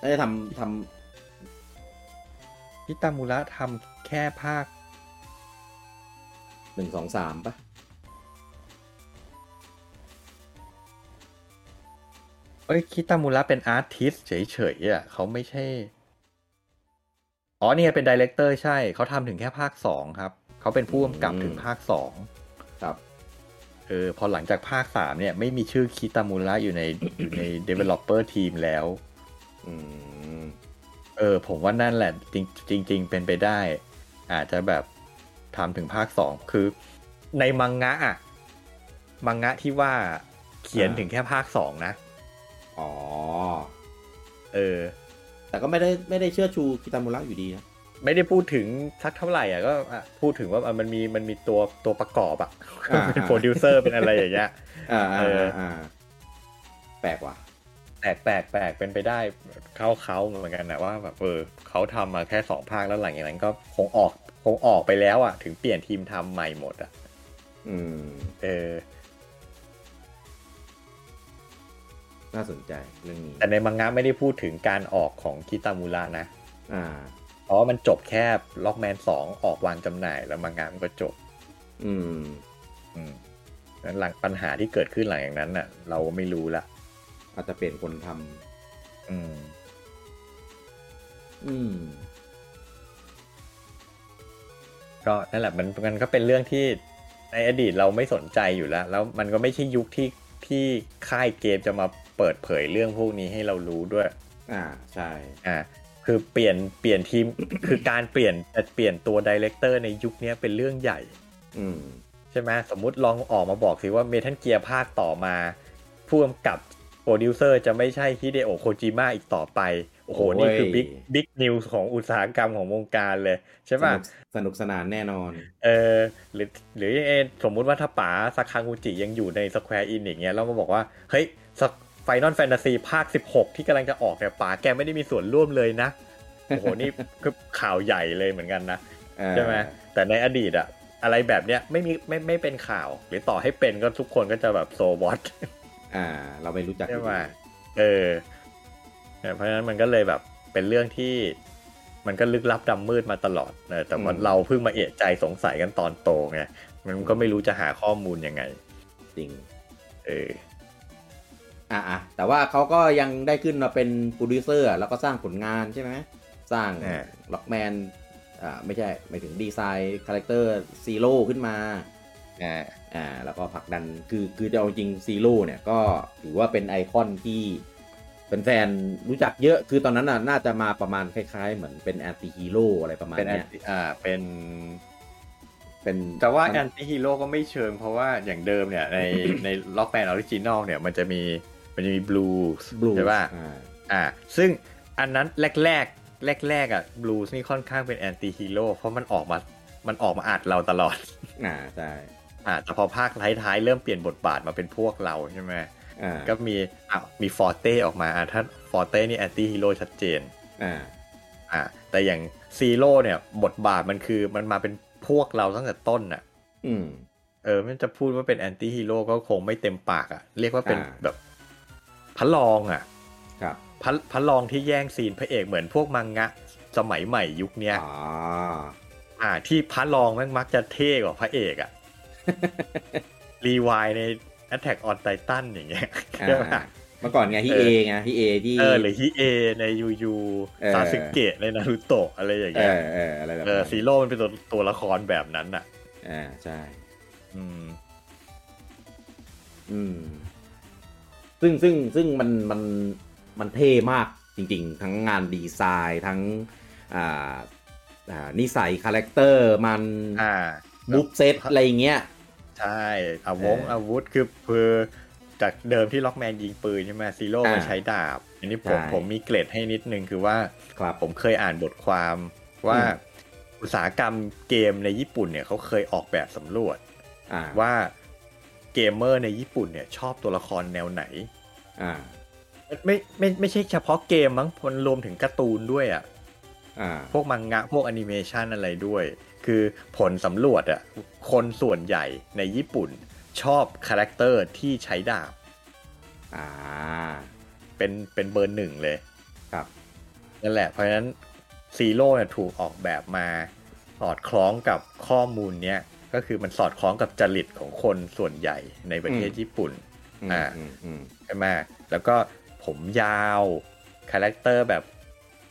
S1: ได้ยทำท
S2: คิตามูระทำแค่ภาค
S1: ำหนึ่งสองสามปะ
S2: เอ้ยคิตามูระเป็นอาร์ติสเฉยๆอ่ะเขาไม่ใช่ อ๋อเนี่ยเป็นดีเลกเตอร์ใช่ เขาทำถึงแค่ภาคสองครับ เขาเป็นผู้กำกับถึงภาคสอง
S1: ครับ
S2: เออพอหลังจากภาคสามเนี่ยไม่มีชื่อคิตามูระอยู่ใน อยู่ใน developer team แล้ว
S1: อืม
S2: เออผมว่านั่นแหละจริงจริง ๆ เป็นไปได้ อาจจะแบบทำถึงภาคสองคือ ในมังงะอะมังงะที่ว่าเขียนถึงแค่ภาคสองนะ
S1: อ๋อ
S2: เออ
S1: แต่ก็ไม่ได้ไม่ได้เชื่อชูกีตามูระอยู่ดีนะ
S2: ไม่ได้พูดถึงสักเท่าไหร่อ่ะก็อ่ะพูดถึงว่าอ่ะมันมีมันมีตัวตัวประกอบอ่ะ เป็นโปรดิวเซอร์เป็นอะไรอย่างเงี้ย
S1: อ่าอ่า
S2: เออ
S1: อ่าแปลกว่ะ
S2: แปลกแปลกแปลกเป็นไปได้เข้าเขาเหมือนกันนะว่าแบบเออเขาทำมาแค่สองภาคแล้วหลังจากนั้นก็คงออกคงออกไปแล้วอ่ะ ถึงเปลี่ยนทีมทำใหม่หมดอ่ะ
S1: อืม
S2: เออ
S1: น่าสนใจเรื่องนี้
S2: แต่ในมังงะไม่ได้พูดถึงการออกของคิตามูระนะ
S1: อ่า
S2: เพราะว่ามันจบแค่ล็อกแมนสองออกวางจำหน่ายแล้วมังงะมันก็จบ
S1: อืม
S2: อืมงั้นหลังปัญหาที่เกิดขึ้นหลังจากนั้นน่ะ เราไม่รู้ละ
S1: อาจจะเปลี่ยนคนทำ
S2: อืม
S1: อืม
S2: ก็นั่นแหละมันมันก็เป็นเรื่องที่ในอดีตเราไม่สนใจอยู่แล้ว แล้วมันก็ไม่ใช่ยุคที่ที่ค่ายเกมจะมาเปิดเผยเรื่องพวกนี้ให้เรารู้ด้วย
S1: อ่า ใช่
S2: อ่าคือเปลี่ยนเปลี่ยนทีม คือการเปลี่ยนจะเปลี่ยนตัวดีเลกเตอร์ในยุคนี้เป็นเรื่องใหญ่
S1: อืม
S2: ใช่ไหมสมมติลองออกมาบอกสิว่าเมทัลเกียร์ภาคต่อมาผู้กำกับโปรดิวเซอร์จะไม่ใช่ฮิเดโอะโคจิมะอีกต่อไป โอ้โห นี่คือ
S1: โอ้ย
S2: บิ๊กบิ๊กนิวส์ของอุตสาหกรรมของวงการเลยใช่
S1: ส
S2: ป่ะ
S1: นุกสนุกสนานแน่นอน
S2: เออหรือหรือเออสมมุติว่าถ้าป๋าซาคางูจิยังอยู่ในสแควร์อินอย่างเงี้ยแล้วมาบอกว่า เฮ้ยไฟนอลแฟนตาซีภาค 16 ที่กำลังจะออกเนี่ยป๋าแกไม่ได้มีส่วนร่วมเลยนะ โอ้โห นี่คือข่าวใหญ่เลยเหมือนกันนะ
S1: เออ
S2: ใช่ไหมแต่ในอดีตอะอะไรแบบเนี้ยไม่มีไม่ไม่เป็นข่าว หรือต่อให้เป็นก็ทุกคนก็จะแบบโซวอต
S1: อ่า เราไม่รู้จัก
S2: ใช่
S1: อยู่
S2: ไหม
S1: ดี
S2: เออเนี่ยเพราะฉะนั้นมันก็เลยแบบเป็นเรื่องที่มันก็ลึกลับดำมืดมาตลอดเออแต่ว่าเราเพิ่งมาเอะใจสงสัยกันตอนโตไง มันก็ไม่รู้จะหาข้อมูลยังไง
S1: จริง
S2: เออ
S1: อ่าอ่ะแต่ว่าเขาก็ยังได้ขึ้นมาเป็นโปรดิวเซอร์ แล้วก็สร้างผลงานใช่ไหม สร้าง
S2: อ่า
S1: ล็อกแมน อ่า ไม่ใช่หมายถึงดีไซน์คาแรคเตอร์ซีโร่ขึ้นมา
S2: อ่า
S1: อ่า แล้วก็ผลักดัน คือ คือเอาจริงซีโร่เนี่ยก็ถือว่าเป็นไอคอนที่เป็นแฟนๆรู้จักเยอะ คือตอนนั้นน่ะ น่าจะมาประมาณคล้ายๆ เหมือนเป็นแอนตี้ฮีโร่อะไรประมาณ
S2: เป็นแอ
S1: เนี้
S2: น
S1: ย
S2: อ่าเป็น
S1: เป็น
S2: แต่ว่าแอนตี้ฮีโร่ก็ไม่เชิงเพราะว่าอย่างเดิมเนี่ย ในในล็อกแมนออริจินอลเนี่ย มันจะมีมันจะมีบลูส์
S1: บลู
S2: ใช่ป่ะ
S1: อ่า
S2: อ่าซึ่งอันนั้นแรกแรกแรกแรกๆอ่ะบลูส์นี่ค่อนข้างเป็นแอนตี้ฮีโร่เพราะมันออกมา มันออกมาอัดเราตลอด
S1: อ่าใช่
S2: อ่าแต่พอภาคท้ายๆเริ่มเปลี่ยนบทบาทมาเป็นพวกเราใช่ไหม
S1: อ่า
S2: ก็มีอ่ะมีฟอร์เต้ออกมาอ่ะถ้าฟอร์เต้นี่แอนตี้ฮีโร่ชัดเจน
S1: อ่า
S2: อ่ะแต่อย่างซีโร่เนี่ย บทบาทมันคือมันมาเป็นพวกเราตั้งแต่ต้นน่ะ
S1: อืม
S2: เออมันจะพูดว่าเป็นแอนตี้ฮีโร่ก็คงไม่เต็มปากอะ่ะ เรียกว่าเป็น
S1: อ่า
S2: แบบพระรองอะ่ะ
S1: ครับ
S2: พระพระรองที่แย่งซีนพระเอกเหมือนพวกมังงะ สมัยใหม่ยุคเนี้ย
S1: อ่า
S2: อ่า ที่พระรองแม่งมักจะเท่กว่าพระเอก อะ่ะ รีวายใน Attack on Titan อย่างเงี้ย
S1: อ่า
S2: ใช่ไหม
S1: เมื่อก่อนไงที่
S2: เอ
S1: เอ
S2: อ
S1: ไงที่เอที่
S2: เออหรือฮิเอในยูยู
S1: เออ
S2: ซาสึเกะในนารูโตะอะไรอย่าง
S1: เอ
S2: เงี้ย
S1: อเอออะไรแบบ
S2: เออ
S1: นั้น
S2: ซีโร่มันเป็นตัวตัวละครแบบนั้นอ่ะ
S1: อ่าใช่
S2: อืม
S1: อืม ซึ่งซึ่งซึ่งมันมันมันเท่มากจริง ๆ ทั้งงานดีไซน์ทั้ง อ่า อ่านิสัยคาแรคเตอร์ มัน
S2: อ่า
S1: บุ๊เซตอะไรอย่างเงี้ย
S2: ใช่อาวง
S1: เอออ
S2: อาวุธคือคือ จากเดิมที่ล็อกแมนยิงปืนใช่ไหมซีโร่
S1: อ่า
S2: มาใช้ดาบ อันนี้ผม
S1: ใช่
S2: ผมมีเกรดให้นิดนึงคือว่า
S1: ครับ
S2: ผมเคยอ่านบทความว่า
S1: อืม
S2: อุตสาหกรรมเกมในญี่ปุ่นเนี่ยเขาเคยออกแบบสำรวจ
S1: อ่า
S2: ว่าเกมเมอร์ในญี่ปุ่นเนี่ยชอบตัวละครแนวไหน
S1: อ่า
S2: ไม่ไม่ไม่ใช่เฉพาะเกมมั้งมันรวมถึงการ์ตูนด้วยอ่ะ
S1: อ่า
S2: พวกมังงะพวกแอนิเมชันอะไรด้วย คือผลสำรวจอะคนส่วนใหญ่ในญี่ปุ่นชอบคาแรคเตอร์ที่ใช้ดาบ
S1: อ่า
S2: เป็นเป็นเบอร์หนึ่งเลย
S1: ครับ
S2: นั่นแหละเพราะฉะนั้นซีโร่เนี่ยถูกออกแบบมาสอดคล้องกับข้อมูลเนี้ยก็คือมันสอดคล้องกับจริตของคนส่วนใหญ่ในประเทศ
S1: อืม
S2: ญี่ปุ่น
S1: ม
S2: อ่า
S1: มอืม
S2: ใช่ไหมแล้วก็ผมยาวคาแรคเตอร์แบบ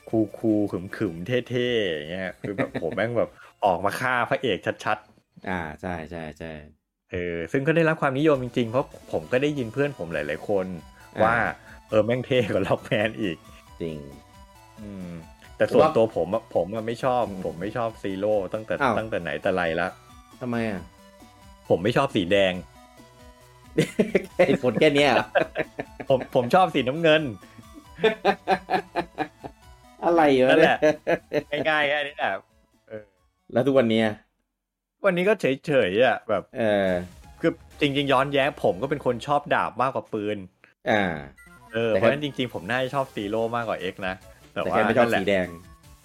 S2: คูคูลๆขึมขึมๆเท่ๆอย่างเงี้ยคือแบบ ผมแม่งแบบออกมาฆ่าพระเอกชัด
S1: อ่าใช่ใช่ใช่
S2: ๆเออซึ่งก็ได้รับความนิยมจริงๆ เพราะผมก็ได้ยินเพื่อนผมหลายๆคน
S1: อ่า
S2: ว่า เออแม่งเท่กว่าล็อกแมนอีก
S1: จริง
S2: อืม แต่ส่วน
S1: ว่า
S2: ตัวผมอะผมอะไม่ชอบ
S1: อืม
S2: ผมไม่ชอบซีโร่ตั้งแต่
S1: อ้าว
S2: ตั้งแต่ไหนแต่ไรละ
S1: ทำไมอ่ะ
S2: ผมไม่ชอบสีแดง
S1: เหตุผลแค่เนี้ยเหรอ
S2: ผมผมชอบสีน้ำเงิน
S1: อะไรวะ
S2: นั่นแห
S1: เนี่ย
S2: ละ ง่ายๆแค่นี้แหละเออ
S1: แล้วทุกวันเนี้ย
S2: วันนี้ก็เฉยๆอ่ะแบบ
S1: เออ
S2: คือจริงๆย้อนแย้งผมก็เป็นคนชอบดาบมากกว่าปืน
S1: อ่า
S2: เออ
S1: แต่ค
S2: เพ
S1: รับ
S2: ราะฉะนั้นจริงๆ ผมน่าจะชอบซีโร่มากกว่าเอ็กนะ แต่
S1: แต่
S2: ว่า
S1: แค่ไม่ชอบ
S2: นั่นแหละ
S1: สีแดง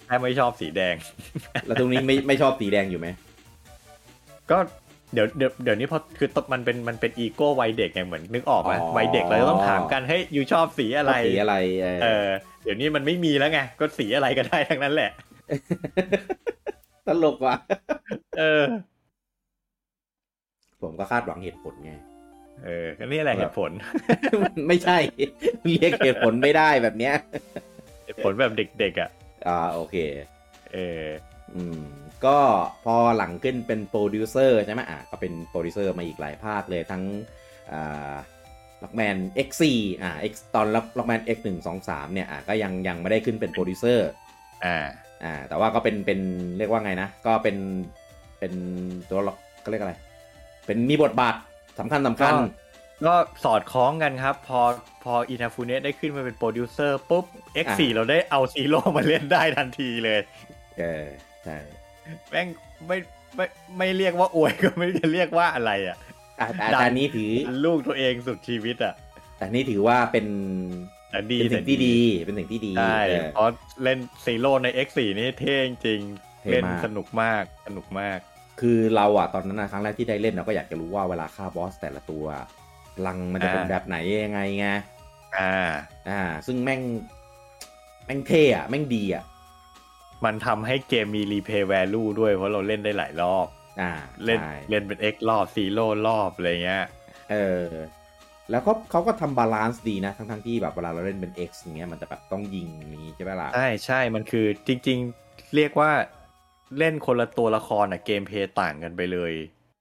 S2: แค่ไม่ชอบสีแดง
S1: แล้วตรงนี้ไม่ ไม่ชอบสีแดงอยู่ไหม
S2: ก็เดี๋ยวเดี๋ยวเดี๋ยวนี้พอคือตมันเป็นมันเป็นอีโก้วัยเด็กไงเหมือนนึกออกไหม
S1: อ๋อ
S2: วัยเด็กเราจะต้องถามกันเฮ้ยอยู่ชอบสีอะไร
S1: ชอบสีอะไรเออ
S2: เออ เดี๋ยวนี้มันไม่มีแล้วไง ก็สีอะไรก็ได้ทั้งนั้นแหละ
S1: ตลกว่ะ
S2: เออ
S1: ผมก็คาดหวังเหตุผลไง
S2: เออก็นี่แหละเหตุผล
S1: มันไม่ใช่ เรียกเหตุผลไม่ได้แบบเนี้ย
S2: เหตุผลแบบเด็กๆอ่ะ
S1: อ่าโอเค
S2: เออ
S1: อืม ก็พอหลังขึ้นเป็นโปรดิวเซอร์ใช่ไหมอ่ะก็เป็นโปรดิวเซอร์มาอีกหลายภาคเลยทั้งอ่าล็อกแมน X4 อ่า X ตอนล็อกแมน X123 เนี่ยอ่ะก็ยังยังไม่ได้ขึ้นเป็นโปรดิวเซอร์
S2: อ่า
S1: อ่าแต่ว่าก็เป็นเป็นเรียกว่าไงนะ ก็เป็นเป็นตัวล็อกก็เรียกอะไร เป็นมีบทบาทสำคัญสำคัญ
S2: ก็ ก็สอดคล้องกันครับ พอพออินาฟูเนะได้ขึ้นมาเป็นโปรดิวเซอร์ปุ๊บ X4
S1: อ่า
S2: เราได้เอาซีโร่มาเล่นได้ทันทีเลย
S1: เออใช่
S2: แม่งไม่ไม่ไม่เรียกว่าอวยก็ไม่รู้จะเรียกว่าอะไรอ่ะ
S1: อ่ะแต่
S2: ดัน
S1: แต่นี้ถือ
S2: ลูกตัวเองสุดชีวิตอ่ะ
S1: แต่นี้ถือว่าเป็น
S2: แต่ดี
S1: เป็นสิ่งที่ดีเป็นสิ่งที่ดี
S2: ใช่
S1: เออ
S2: เพราะเล่นซีโร่ใน X4 นี่เท่จริง
S1: เท่มาก
S2: เล่นสนุกมากสนุกมาก
S1: คือเราอ่ะตอนนั้นนะครั้งแรกที่ได้เล่นเราก็อยากจะรู้ว่าเวลาฆ่าบอสแต่ละตัวพลังมันจะเป็น
S2: อ่า
S1: แบบไหนยังไงไง
S2: อ่า
S1: อ่า ซึ่งแม่งแม่งเท่อะแม่งดีอะ
S2: มันทำให้เกมมีรีเพย์แวลูด้วยเพราะเราเล่นได้หลายรอบ
S1: อ่า
S2: เล่น
S1: ใช่
S2: เล่นเป็น X รอบซีโร่รอบอะไรเงี้ย
S1: เออแล้วเขาเขาก็ทำบาลานซ์ดีนะทั้งทั้งที่แบบเวลาเราเล่นเป็น X อย่างเงี้ยมันจะแบบต้องยิงอย่างนี้ใช่ไหมล่ะ
S2: ใช่ใช่มันคือจริงๆ เรียกว่าเล่นคนละตัวละครอ่ะเกมเพลย์ต่างกันไปเลย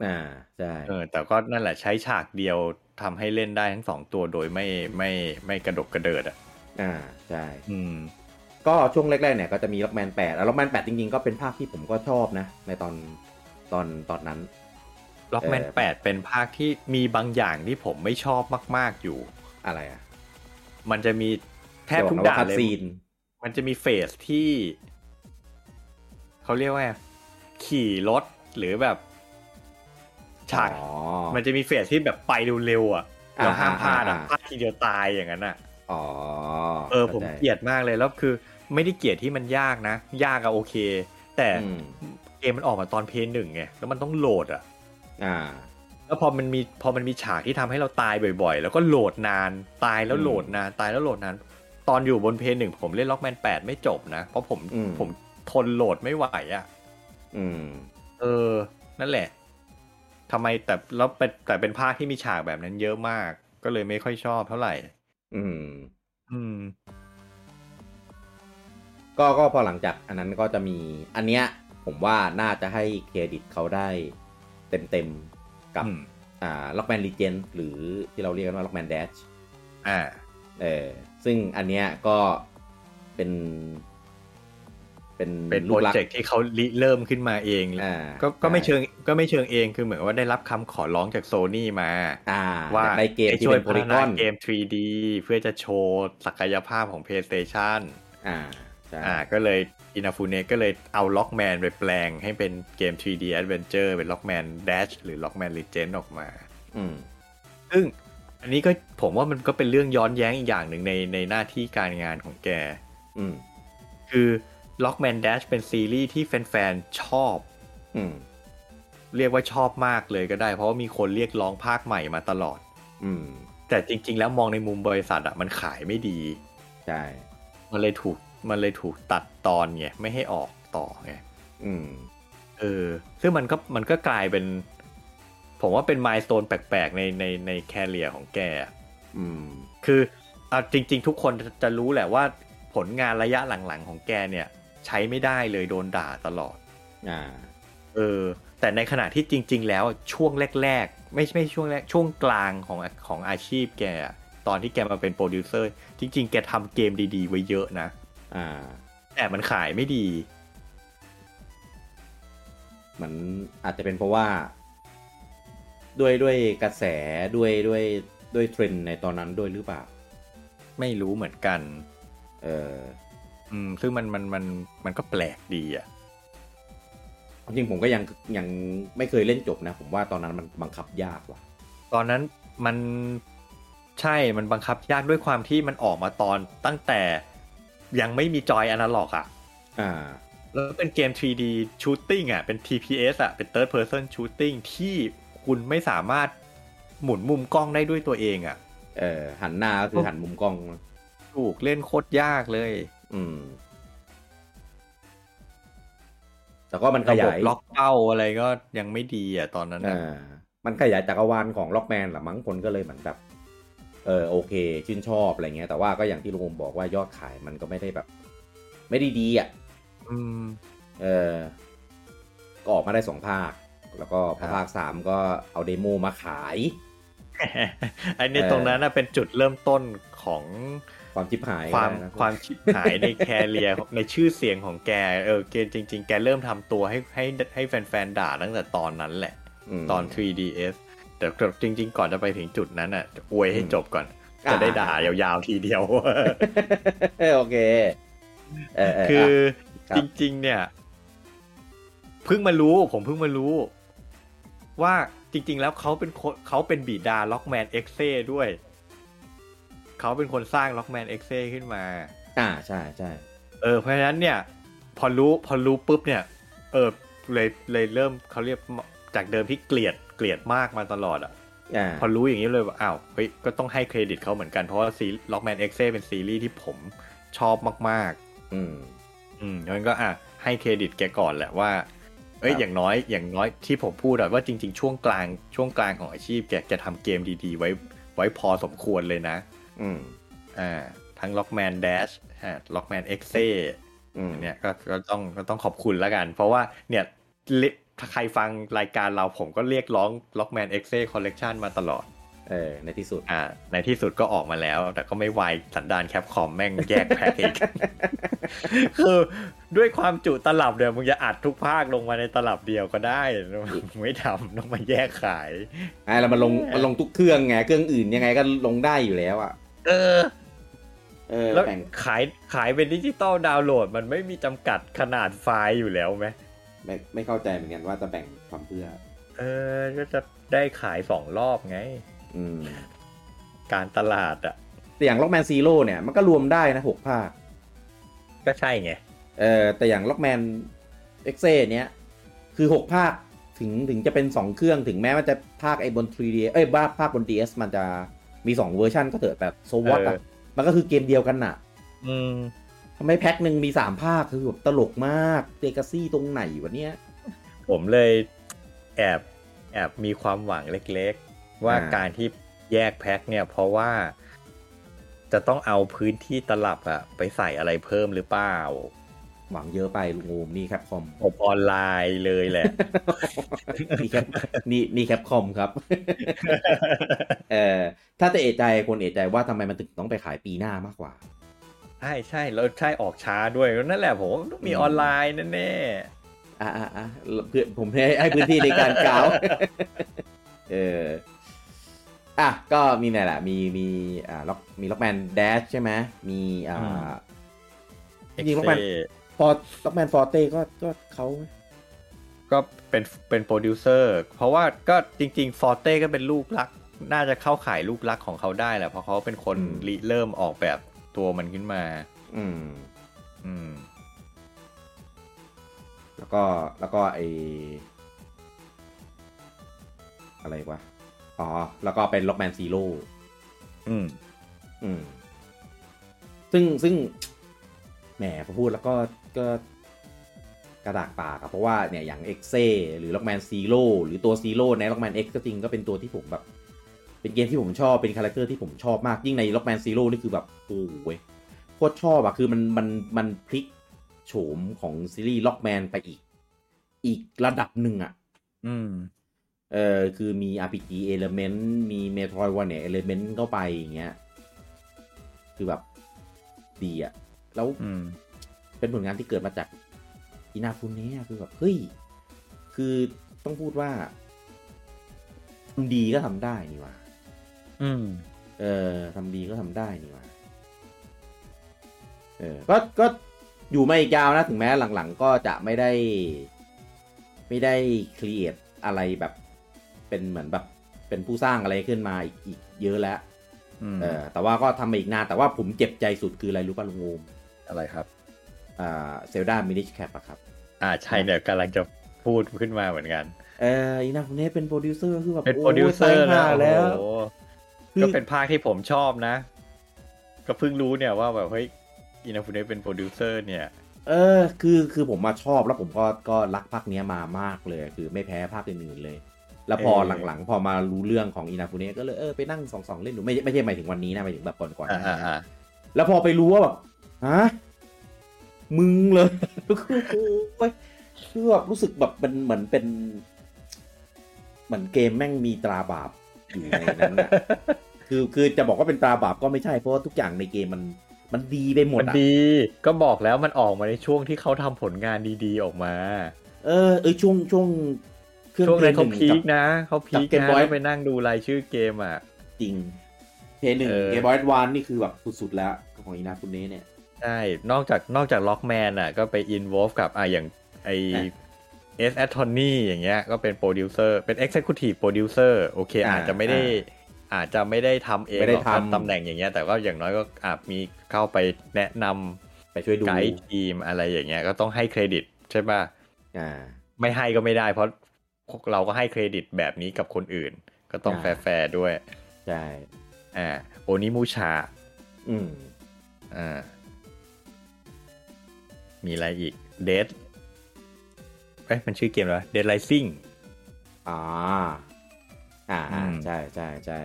S1: อ่าใช่
S2: เออแต่ก็นั่นแหละใช้ฉากเดียวทำให้เล่นได้ทั้งสองตัวโดยไม่ไม่ไม่กระดกกระเดิดอ่ะ
S1: อ่าใช่
S2: อืม
S1: ก็ช่วงแรกๆเนี่ยก็จะมีล็อกแมนแปดแล้วล็อกแมนแปดจริงๆ ก็เป็นภาคที่ผมก็ชอบนะ ในตอนตอนตอนนั้น
S2: ล็อกแมน
S1: เออ
S2: แปดเป็นภาคที่มีบางอย่างที่ผมไม่ชอบมากๆอยู่
S1: อะไรอะ
S2: มันจะมีแทบทุก
S1: เยว
S2: ด่า
S1: นะ
S2: น
S1: คัด
S2: เลย
S1: ซีน
S2: มันจะมีเฟสที่ เขาเรียกว่าไงขี่รถหรือแบบฉาก
S1: อ๋อ
S2: มันจะมีเฟสที่แบบไปเร็วๆอ่ะ เราห้ามพลาดอะ
S1: อ่า
S2: พลาดทีเดียวตายอย่างนั้นอะ
S1: อ๋อ
S2: เออผม
S1: ข้าใจ
S2: เกลียดมากเลยแล้วคือ ไม่ได้เกลียดที่มันยากนะ ยากอะโอเค แต่
S1: อืม
S2: เกมมันออกมาตอนเพย์หนึ่งไงแล้วมันต้องโหลดอะ
S1: อ่า
S2: แล้วพอมันมีพอมันมีฉากที่ทำให้เราตายบ่อย ๆ แล้วก็โหลดนานตายแล้วโหลดนานตายแล้วโหลดนาน ตอนอยู่บนเพย์หนึ่งผมเล่นล็อกแมนแปดไม่จบนะเพราะผม
S1: อืม
S2: ผมทนโหลดไม่ไหวอะ
S1: อืม
S2: เออ นั่นแหละ ทำไมแต่แล้วเป็นแต่เป็นภาคที่มีฉากแบบนั้นเยอะมาก ก็เลยไม่ค่อยชอบเท่าไหร่
S1: อืม
S2: อืม
S1: ก็ก็พอหลังจากอันนั้นก็จะมีอันเนี้ยผมว่าน่าจะให้เครดิตเขาได้เต็มเต็มๆกับ
S2: อืม
S1: อ่าล็อกแมนลีเจนหรือที่เราเรียกกันว่าล็อกแมนเดช
S2: อ่า
S1: เออซึ่งอันเนี้ยก็เป็น เป็น
S2: เป็นโป
S1: ลู
S2: ร
S1: กรัก
S2: เจกต์ที่เขาริเริ่มขึ้นมาเอง
S1: อ่า
S2: ก็ก็ไม่
S1: ใ
S2: เชิง ก็ไม่เชิงเอง คือเหมือนว่าได้รับคำขอร้องจากโซนี่มา
S1: อ่า
S2: ว่า
S1: ในเกม
S2: ให้
S1: ที่
S2: ช่วย
S1: เป็นโพ
S2: พัฒ
S1: ลีก
S2: นา
S1: อน
S2: เกม 3D เพื่อจะโชว์ศักยภาพของ PlayStation
S1: อ่าใช่
S2: อ่า ก็เลยอินาฟูเนก็เลยเอาล็อกแมนไปแปลงให้เป็นเกม 3D Adventure เป็นล็อกแมน Dash หรือล็อกแมน Legend ออกมา
S1: อืม
S2: ซึ่งอันนี้ก็ผมว่ามันก็เป็นเรื่องย้อนแย้งอีกอย่างหนึ่งในในหน้าที่การงานของแก
S1: อืม
S2: คือ Lockman Dash เป็นซีรีส์ที่แฟนๆ ชอบ
S1: อืม
S2: เรียกว่าชอบมากเลยก็ได้ เพราะว่ามีคนเรียกร้องภาคใหม่มาตลอด
S1: อืม
S2: แต่จริงๆ แล้วมองในมุมบริษัทอะมันขายไม่ดี
S1: ใช่
S2: มันเลยถูกมันเลยถูกตัดตอนไงไม่ให้ออกต่อไง
S1: อืม
S2: เออ ซึ่งมันก็มันก็กลายเป็น ผมว่าเป็นมายสเตนแปลกๆ ในในในแคเรียของแกอะ
S1: อืม
S2: คือเอาจริง ๆ ทุกคนจะรู้แหละว่าผลงานระยะหลัง ๆ ของแกเนี่ย ใช้ไม่ได้เลยโดนด่าตลอด
S1: อ่า
S2: เออ แต่ในขณะที่จริง ๆ แล้วช่วงแรก ๆ ไม่ไม่ช่วงแรกช่วงกลางของของอาชีพแกอะตอนที่แกมาเป็นโปรดิวเซอร์ จริง ๆ แกทำเกมดี ๆ ไว้เยอะนะ
S1: อ่า
S2: แต่มันขายไม่ดี
S1: เหมือนอาจจะเป็นเพราะว่า ด้วยด้วยกระแสด้วยด้วยด้วยเทรนด์ในตอนนั้นด้วยหรือเปล่า
S2: ไม่รู้เหมือนกัน
S1: เออ
S2: อืม ซึ่งมันมันมันมันก็แปลกดีอ่ะ
S1: จริงผมก็ยังยังไม่เคยเล่นจบนะ ผมว่าตอนนั้นมันบังคับยากว่ะ
S2: ตอนนั้นมันใช่ มันบังคับยากด้วยความที่มันออกมาตอนตั้งแต่ยังไม่มีจอยอนาล็อกอะ
S1: อ่า
S2: แล้วเป็นเกม 3D shooting อะเป็น TPS อะเป็น third person shooting ที่คุณไม่สามารถหมุนมุมกล้องได้ด้วยตัวเองอะ
S1: เออหันหน้าก็คือหันมุมกล้อง
S2: ถูกเล่นโคตรยากเลย
S1: อืม แต่ก็มันข
S2: ระบ
S1: ยา
S2: บ
S1: ย
S2: ล็อกเป้าอะไรก็ยังไม่ดีอะตอนนั้นอะ
S1: อ่ามันขยายจักรวาลของล็อกแมนหละมั้งคนก็เลยเหมือนแบบ เออโอเค ชื่นชอบอะไรเงี้ย แต่ว่าก็อย่างที่ลุงอมบอกว่ายอดขายมันก็ไม่ได้แบบ ไม่ได้ดีอ่ะ
S2: อืม
S1: เออก็ออกมาได้สองภาค แล้วก็พอ
S2: ครับ
S1: ภาคสามก็เอาเดโมมาขาย
S2: อันนี้
S1: เออ
S2: ตรงนั้นนะเป็นจุดเริ่มต้นของ
S1: ความชิบหาย
S2: ความ
S1: ก็ได้นะ
S2: ความชิบหายในแคเรีย ในชื่อเสียง ของแก เออแกจริง ๆ แกเริ่มทำตัวให้ให้ให้แฟนๆด่าตั้งแต่ตอนนั้นแหละ
S1: ม
S2: ตอน 3ds แต่จริง ๆ ก่อนจะไปถึงจุดนั้นอ่ะอวยให้
S1: อืม
S2: จบก่อน
S1: อ่า
S2: จะได้ด่ายาวๆทีเดียว
S1: โอเค เออเ
S2: คือะ
S1: ครับ
S2: จริง ๆ เนี่ย เพิ่งมารู้ผมเพิ่งมารู้ ว่าจริง ๆ แล้วเขาเป็นคนเขาเป็นบิดาล็อกแมนเอ็กเซด้วย เขาเป็นคนสร้างล็อกแมนเอ็กเซขึ้นมา
S1: อ่าใช่ใช่
S2: เออเพราะฉะนั้นเนี่ย พอรู้พอรู้ปุ๊บเนี่ยเออเลยเลยเริ่มเขาเรียกจากเดิมที่เกลียดเกลียดมากมาตลอดอะ่ะ
S1: อ่า
S2: พอรู้อย่างนี้เลยว่าอ้าวเฮ้ยก็ต้องให้เครดิตเขาเหมือนกันเพราะว่าซีล็อกแมนเอ็กเซเป็นซีรีส์ที่ผมชอบมาก
S1: อืม
S2: ๆ อืมเพราะฉะนั้นก็อ่ะให้เครดิตแกก่อนแหละว่า เอ้ย
S1: ครับ
S2: อย่างน้อยอย่างน้อยที่ผมพูดอะว่าจริง ๆ ช่วงกลางช่วงกลางของอาชีพแกแกทำเกมดีๆ ไว้ไว้พอสมควรเลยนะ
S1: อืม
S2: อ่าทั้งล็อกแมนเดชล็อกแมนเอ็กเซ
S1: อืม
S2: เนี่ยก็ก็ต้องก็ต้องขอบคุณแล้วกัน เพราะว่าเนี่ยเลถ้าใครฟังรายการเราผมก็เรียกร้อง Lockman x a Collection มาตลอด
S1: เออ ในที่สุด
S2: อ่า ในที่สุดก็ออกมาแล้ว แต่ก็ไม่ไวสันดานแคปคอมแม่งแยกแพ็กอีก คือด้วยความจุตลับเนี่ยมึงจะอัดทุกภาคลงมาในตลับเดียวก็ได้มึงไม่ทำต้องมาแยกขาย
S1: ไอ้แล้วมันลง
S2: เออ
S1: มันลงทุกเครื่องไง เครื่องอื่นยังไงก็ลงได้อยู่แล้วอ่ะ
S2: เออ
S1: เออ
S2: แล้ว
S1: แบ่ง
S2: ขายขายเป็นดิจิตอลดาวน์โหลด มันไม่มีจำกัดขนาดไฟล์อยู่แล้วไหม
S1: ไม่ไม่เข้าใจเหมือนกันว่าจะแบ่งความเพื่อ
S2: เออ ก็จะได้ขายสองรอบไง
S1: อืม
S2: การตลาดอ่ะ
S1: แต่อย่างล็อกแมนซีโร่เนี่ยมันก็รวมได้นะหกภาค
S2: ก็ใช่ไง
S1: เออแต่อย่างล็อกแมนเอ็กเซเนี้ยคือ 6 ภาคถึงถึงจะเป็น 2 เครื่องถึงแม้มันจะภาคไอ้บน 3D เอ้ยบ้าภาคบน DS มันจะมี 2 เวอร์ชันก็เถอะแต่โซวอต
S2: เอออ่
S1: อะมันก็คือเกมเดียวกันน่ะ
S2: อืม
S1: ทำไมแพ็คหนึ่งมี 3 ภาคคือแบบตลกมากเลกาซี่ตรงไหนวะเนี้ย
S2: ผมเลยแอบแอบมีความหวังเล็กๆ ว่า
S1: อ่า
S2: การที่แยกแพ็คเนี่ยเพราะว่า จะต้องเอาพื้นที่ตลับอะไปใส่อะไรเพิ่มหรือเปล่า
S1: หวังเยอะไปลุงโอมนี่แคปคอม
S2: ผมออนไลน์เลยแหละ
S1: นี่แคปนี่นี่แคปคอมครับ เออถ้าจะเอะใจคนเอะใจว่าทำไมมันถึงต้องไปขายปีหน้ามากกว่า
S2: ใช่ใช่แล้วใช่ออกช้าด้วยนั่นแหละผมว่าต้องมีออนไลน์แน่
S1: อ่าอ่าอ่าเพื่อผมให้ให้พื้นที่ในการกล่าว เอออ่ะก็มีไหนล่ะ มีมีอ่าล็อกมีล็อกแมนเดชใช่ไหมมีอ่าจ
S2: ๆเอ็ก
S1: ริงๆแล้วมัน
S2: เซ่
S1: ฟอล็อกแมนฟอเต้ก็ก็เขาไหม
S2: ก็เป็นเป็นโปรดิวเซอร์ เพราะว่าก็จริงๆฟอร์เต้ก็เป็นลูกรัก น่าจะเข้าข่ายลูกรักของเขาได้แหละเพราะเขาเป็นคนริเริ่มออกแบบตัวมันขึ้นมา
S1: อืม
S2: อืม
S1: แล้วก็แล้วก็ไออะไรวะอ๋อ แล้วก็เป็นล็อกแมนซีโร่
S2: อืม
S1: อืม ซึ่งซึ่งแหมพอพูดแล้วก็ก็กระดากปากอะเพราะว่าเนี่ยอย่างเอ็กเซหรือล็อกแมนซีโร่หรือตัวซีโร่ในล็อกแมนเอ็กก็จริงก็เป็นตัวที่ผมแบบ เป็นเกมที่ผมชอบเป็นคาแรคเตอร์ที่ผมชอบมาก ยิ่งในล็อกแมนซีโร่นี่คือแบบโอ้โหโคตรชอบอะคือมันมันมันพลิกโฉมของซีรีส์ล็อกแมนไปอีก อีกระดับหนึ่งอะ
S2: อืม
S1: เออคือมี RPG Element มี Metroidvania Element เข้าไปอย่างเงี้ย คือแบบดีอะแล้ว
S2: อืม
S1: เป็นผลงานที่เกิดมาจากอินาฟุเนะคือแบบ เฮ้ย คือต้องพูดว่าทำดีก็ทำได้นี่หว่า
S2: อืม
S1: เออทำดีก็ทำได้นี่หว่าเออก็ก็อยู่มาอีกยาวนะ ถึงแม้หลังๆ ก็จะไม่ได้ ไม่ได้ครีเอทอะไรแบบ เป็นเหมือนแบบ เป็นผู้สร้างอะไรขึ้นมาอีกอีกเยอะแล้ว
S2: อืม
S1: เออ แต่ว่าก็ทำมาอีกนาน แต่ว่าผมเจ็บใจสุดคืออะไรรู้ป่ะลุงโอม
S2: อะไรครับ
S1: อ่าเซลดามินิชแคปอะครับ
S2: อ่าใช่เนี่ยกำลังจะพูดขึ้นมาเหมือนกัน
S1: เอออีนาคุเน่เป็นโปรดิวเซอร์คือแบบ
S2: เป็น
S1: โอ้
S2: โปรดิวเซอร์
S1: ตายห่า
S2: แล้
S1: แล้ว ว
S2: โอ้โห
S1: คือ
S2: ก็เป็นภาคที่ผมชอบนะ ก็เพิ่งรู้เนี่ยว่าแบบเฮ้ยอินาฟุเนะเป็นโปรดิวเซอร์เนี่ย
S1: เออ คือ คือผมมาชอบแล้วผมก็ ก็รักภาคเนี้ยมามากเลย คือไม่แพ้ภาคอื่นๆเลย แล้วพอ
S2: เออ
S1: หลังๆ พอมารู้เรื่องของอินาคุเนะก็เลยเออไปนั่งสองสองเล่นดูไม่ไม่ใช่หมายถึงวันนี้นะหมายถึงแบบก่อนๆ
S2: อ่า
S1: นะ
S2: อ่าอ่า
S1: แล้วพอไปรู้ว่าแบบฮะมึงเลย แล้วก็โอ้ยคือแบบรู้สึกแบบมันเหมือนเป็น เหมือนเกมแม่งมีตราบาปอยู่ในนั้นนะ คือ คือจะบอกว่าเป็นตราบาปก็ไม่ใช่เพราะว่าทุกอย่างในเกมมันมันดีไปหมด
S2: มัน
S1: อะ
S2: ดี ก็บอกแล้วมันออกมาในช่วงที่เขาทำผลงานดีๆออกมา
S1: เออเออช่วงช่วงเครื่อง
S2: ช่วงนั้นเขา
S1: พลห
S2: พี
S1: นึ่
S2: ค
S1: กับ
S2: นะเขาพีค
S1: กับ Game
S2: นะ
S1: Boy
S2: แล้วไปนั่งดูรายชื่อเกมอ่ะ
S1: จริงเพย์หนึ่ง
S2: เออ
S1: เกมบอยวันนี่คือแบบสุดๆแล้วของอินาคุเนะเนี่ย
S2: ใช่ นอกจากนอกจากล็อกแมนอ่ะ ก็ไปอินวอลฟกับอ่ะอย่างไอ
S1: อ่ะ
S2: เอสแอตทอนี่อย่างเงี้ยก็เป็นโปรดิวเซอร์เป็น Executive Producer โอเค
S1: อ่า
S2: อาจจะไม่ได้อาจจะไม่ได้ทำเอง
S1: ไม่ได้
S2: หรอกครับ
S1: ทำ
S2: ตำแหน่งอย่างเงี้ย แต่ก็อย่างน้อยก็อาจมีเข้าไปแนะน
S1: ไปช่วยดู
S2: ำไกด์ทีมอะไรอย่างเงี้ยก็ต้องให้เครดิตใช่ป่ะ
S1: อ่า
S2: ไม่ให้ก็ไม่ได้เพราะเราก็ให้เครดิตแบบนี้กับคนอื่น ก็ต้อง
S1: อ่า
S2: แฟร์ๆด้วย
S1: ใช่
S2: อ่าโอนิมูชา
S1: อืม
S2: อ่ามีอะไรอีกเดทเอ้ยมันชื่อเกมแล้วเดทไลซิ่ง
S1: อ่าอ่า
S2: อืม
S1: ใช่ใช่ใช่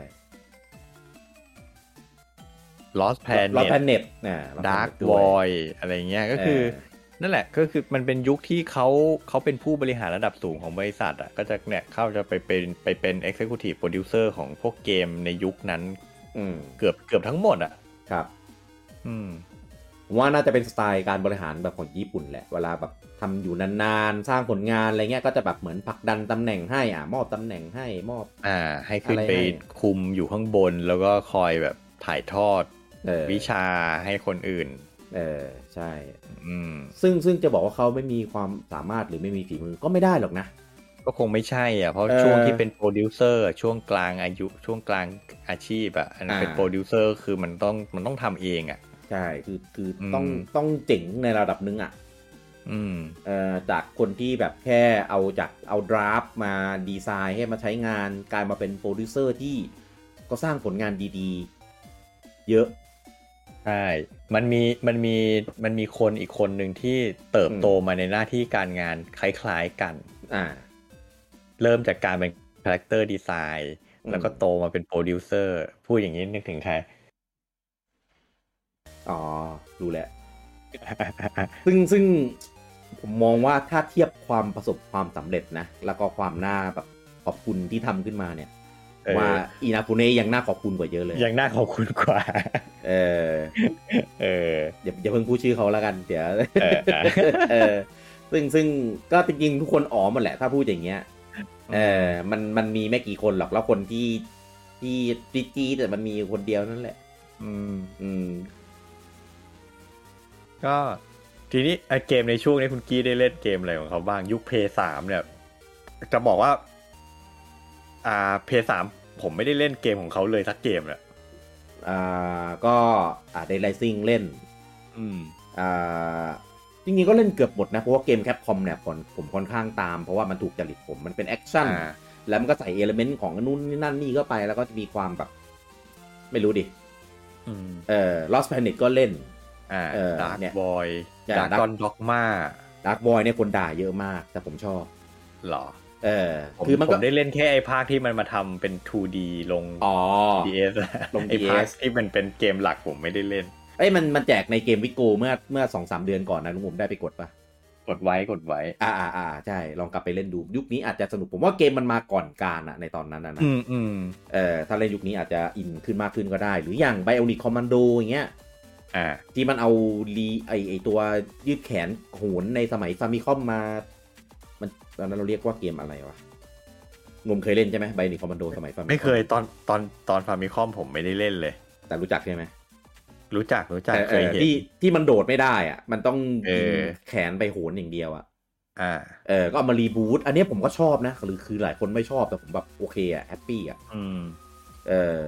S2: Lost
S1: เรา
S2: Planet
S1: แพนเน็ตอ่า Lost
S2: Dark
S1: Planet ด้ย
S2: Void อะไรเงี้ยก็คือ
S1: เออ
S2: นั่นแหละก็คือมันเป็นยุคที่เขาเขาเป็นผู้บริหารระดับสูงของบริษัทอ่ะก็จะเนี่ยเข้าจะไปเป็นไปเป็น Executive Producer ของพวกเกมในยุคนั้น
S1: อืม
S2: เกือบเกือบทั้งหมดอ่ะ
S1: ครับ
S2: อืม
S1: ผมว่าน่าจะเป็นสไตล์การบริหารแบบของญี่ปุ่นแหละ เวลาแบบทำอยู่นานๆ สร้างผลงานอะไรเงี้ยก็จะแบบเหมือนผลักดันตำแหน่งให้อ่ะมอบตำแหน่งให้มอบ
S2: อ่าให้ขึ้น
S1: อะไร
S2: ไป
S1: ให้
S2: คุมอยู่ข้างบนแล้วก็คอยแบบถ่ายทอด
S1: เออ
S2: วิชาให้คนอื่น
S1: เออใช่
S2: อืม
S1: ซึ่งซึ่งจะบอกว่าเขาไม่มีความสามารถหรือไม่มีฝีมือก็ไม่ได้หรอกนะ
S2: ก็คงไม่ใช่อ่ะเพราะ
S1: เออ
S2: ช่วงที่เป็นโปรดิวเซอร์ช่วงกลางอายุช่วงกลางอาชีพอ่ะอันนั้นเป็น
S1: อ่า
S2: โปรดิวเซอร์คือมันต้องมันต้องทำเองอ่ะ
S1: ใช่คือคืออ
S2: ม
S1: ต้องต้องเจ๋งในระดับหนึงอ่ะ
S2: อืม
S1: เอ่อจากคนที่แบบแค่เอาจากเอาดราฟมาดีไซน์ให้มาใช้งานกลายมาเป็นโปรดิวเซอร์ที่ก็สร้างผลงานดีๆ เยอะ
S2: ใช่ มันมี มันมี มันมีคนอีกคนหนึ่งที่เติบโตมาในหน้าที่การงานคล้ายๆกัน
S1: อ่า
S2: เริ่มจากการเป็นคาแรคเตอร์ดีไซน์
S1: อืม
S2: แล้วก็โตมาเป็นโปรดิวเซอร์พูดอย่างนี้นึกถึงใคร
S1: อ๋อรู้แหละ ซึ่งซึ่งผมมองว่าถ้าเทียบความประสบความสำเร็จนะ แล้วก็ความน่าแบบขอบคุณที่ทำขึ้นมาเนี่ย
S2: เออ
S1: ว่าอินาคุเน่ยังน่าขอบคุณกว่าเยอะเลย
S2: ยังน่าขอบคุณกว่า
S1: เออ
S2: เออ
S1: อย่าอย่าเพิ่งพูดชื่อเขาแล้วกัน เดี๋ยว
S2: เอออ่ะ
S1: เออซึ่งซึ่งก็จริงๆทุกคนอ๋อหมดแหละ ถ้าพูดอย่างเงี้ยเออมันมันมีไม่กี่คนหรอกแล้วคนที่ที่จีจีแต่มันมีคนเดียวนั่นแหละ
S2: อืม
S1: อืม
S2: ก็ทีนี้ไอ้เกมในช่วงนี้คุณกี้ได้เล่นเกมอะไรของเขาบ้างยุคเพย์สามเนี่ย จะบอกว่า อ่าเพย์สามผมไม่ได้เล่นเกมของเขาเลยสักเกมเลย
S1: อ่าก็อ่าเดลไลซิ่งเล่น
S2: อืม
S1: อ่าจริงๆก็เล่นเกือบหมดนะ เพราะว่าเกมแคปคอมเนี่ยผมผมค่อนข้างตาม เพราะว่ามันถูกจริตผมมันเป็นแอคชั่น
S2: อ่า
S1: แล้วมันก็ใส่เอลเมนต์ของนู่นนี่นั่นนี่เข้าไปแล้วก็จะมีความแบบ ไม่รู้ดิ
S2: อืม
S1: เอ่อ Lost Planet ก็เล่น
S2: อ่า
S1: เออ
S2: ดาร์ก
S1: เนี่ย
S2: บอย
S1: เนี่ย
S2: ดาร์กอนด็อกมา
S1: ดาร์กบอยเนี่ยคนด่าเยอะมาก แต่ผมชอบ
S2: หรอ
S1: เออ
S2: ผม
S1: คือมัน
S2: ผ
S1: ก็
S2: มได้เล่นแค่ไอ้ภาคที่มันมาทำเป็น 2D ลง
S1: อ๋อ
S2: DS
S1: ลง
S2: ไอ้ภาค
S1: DS
S2: ที่มันเป็นเกมหลักผมไม่ได้เล่น
S1: เอ้ยมันมันแจกในเกมวิกโกเมื่อเมื่อสองสามเดือนก่อนนะลุงผมได้ไปกดปะ
S2: กดไว้กดไว้
S1: อ่าอ่าอ่าใช่ ลองกลับไปเล่นดูยุคนี้อาจจะสนุกผมว่าเกมมันมาก่อนการอะในตอนนั้นอะนะ
S2: อืมอืม
S1: เอ่อถ้าเล่นยุคนี้อาจจะอินขึ้นมากขึ้นก็ได้ หรืออย่างไบโอนิคอมมานโดอย่างเงี้ย
S2: อ่า
S1: ที่มันเอาลีไอไอตัวยืดแขนโหนในสมัยฟามิคอมมา มันตอนนั้นเราเรียกว่าเกมอะไรวะงมเคยเล่นใช่ไหมไบโอนิคอมมานโดสมัยฟามิ
S2: ไม่เคยตอนตอนตอนฟาร์มิคอมผมไม่ได้เล่นเลย
S1: แต่รู้จักใช่ไหม
S2: รู้จักรู้จัก
S1: แต่
S2: เคยเห็น
S1: ที่ที่มันโดดไม่ได้อะมันต้อง
S2: เออ
S1: ยิงแขนไปโหนอย่างเดียวอะ
S2: อ่า
S1: เออก็เอามารีบูตอันเนี้ยผมก็ชอบนะหรือคือหลายคนไม่ชอบแต่ผมแบบโอเคอะแฮปปี้อะ
S2: อืม
S1: เออ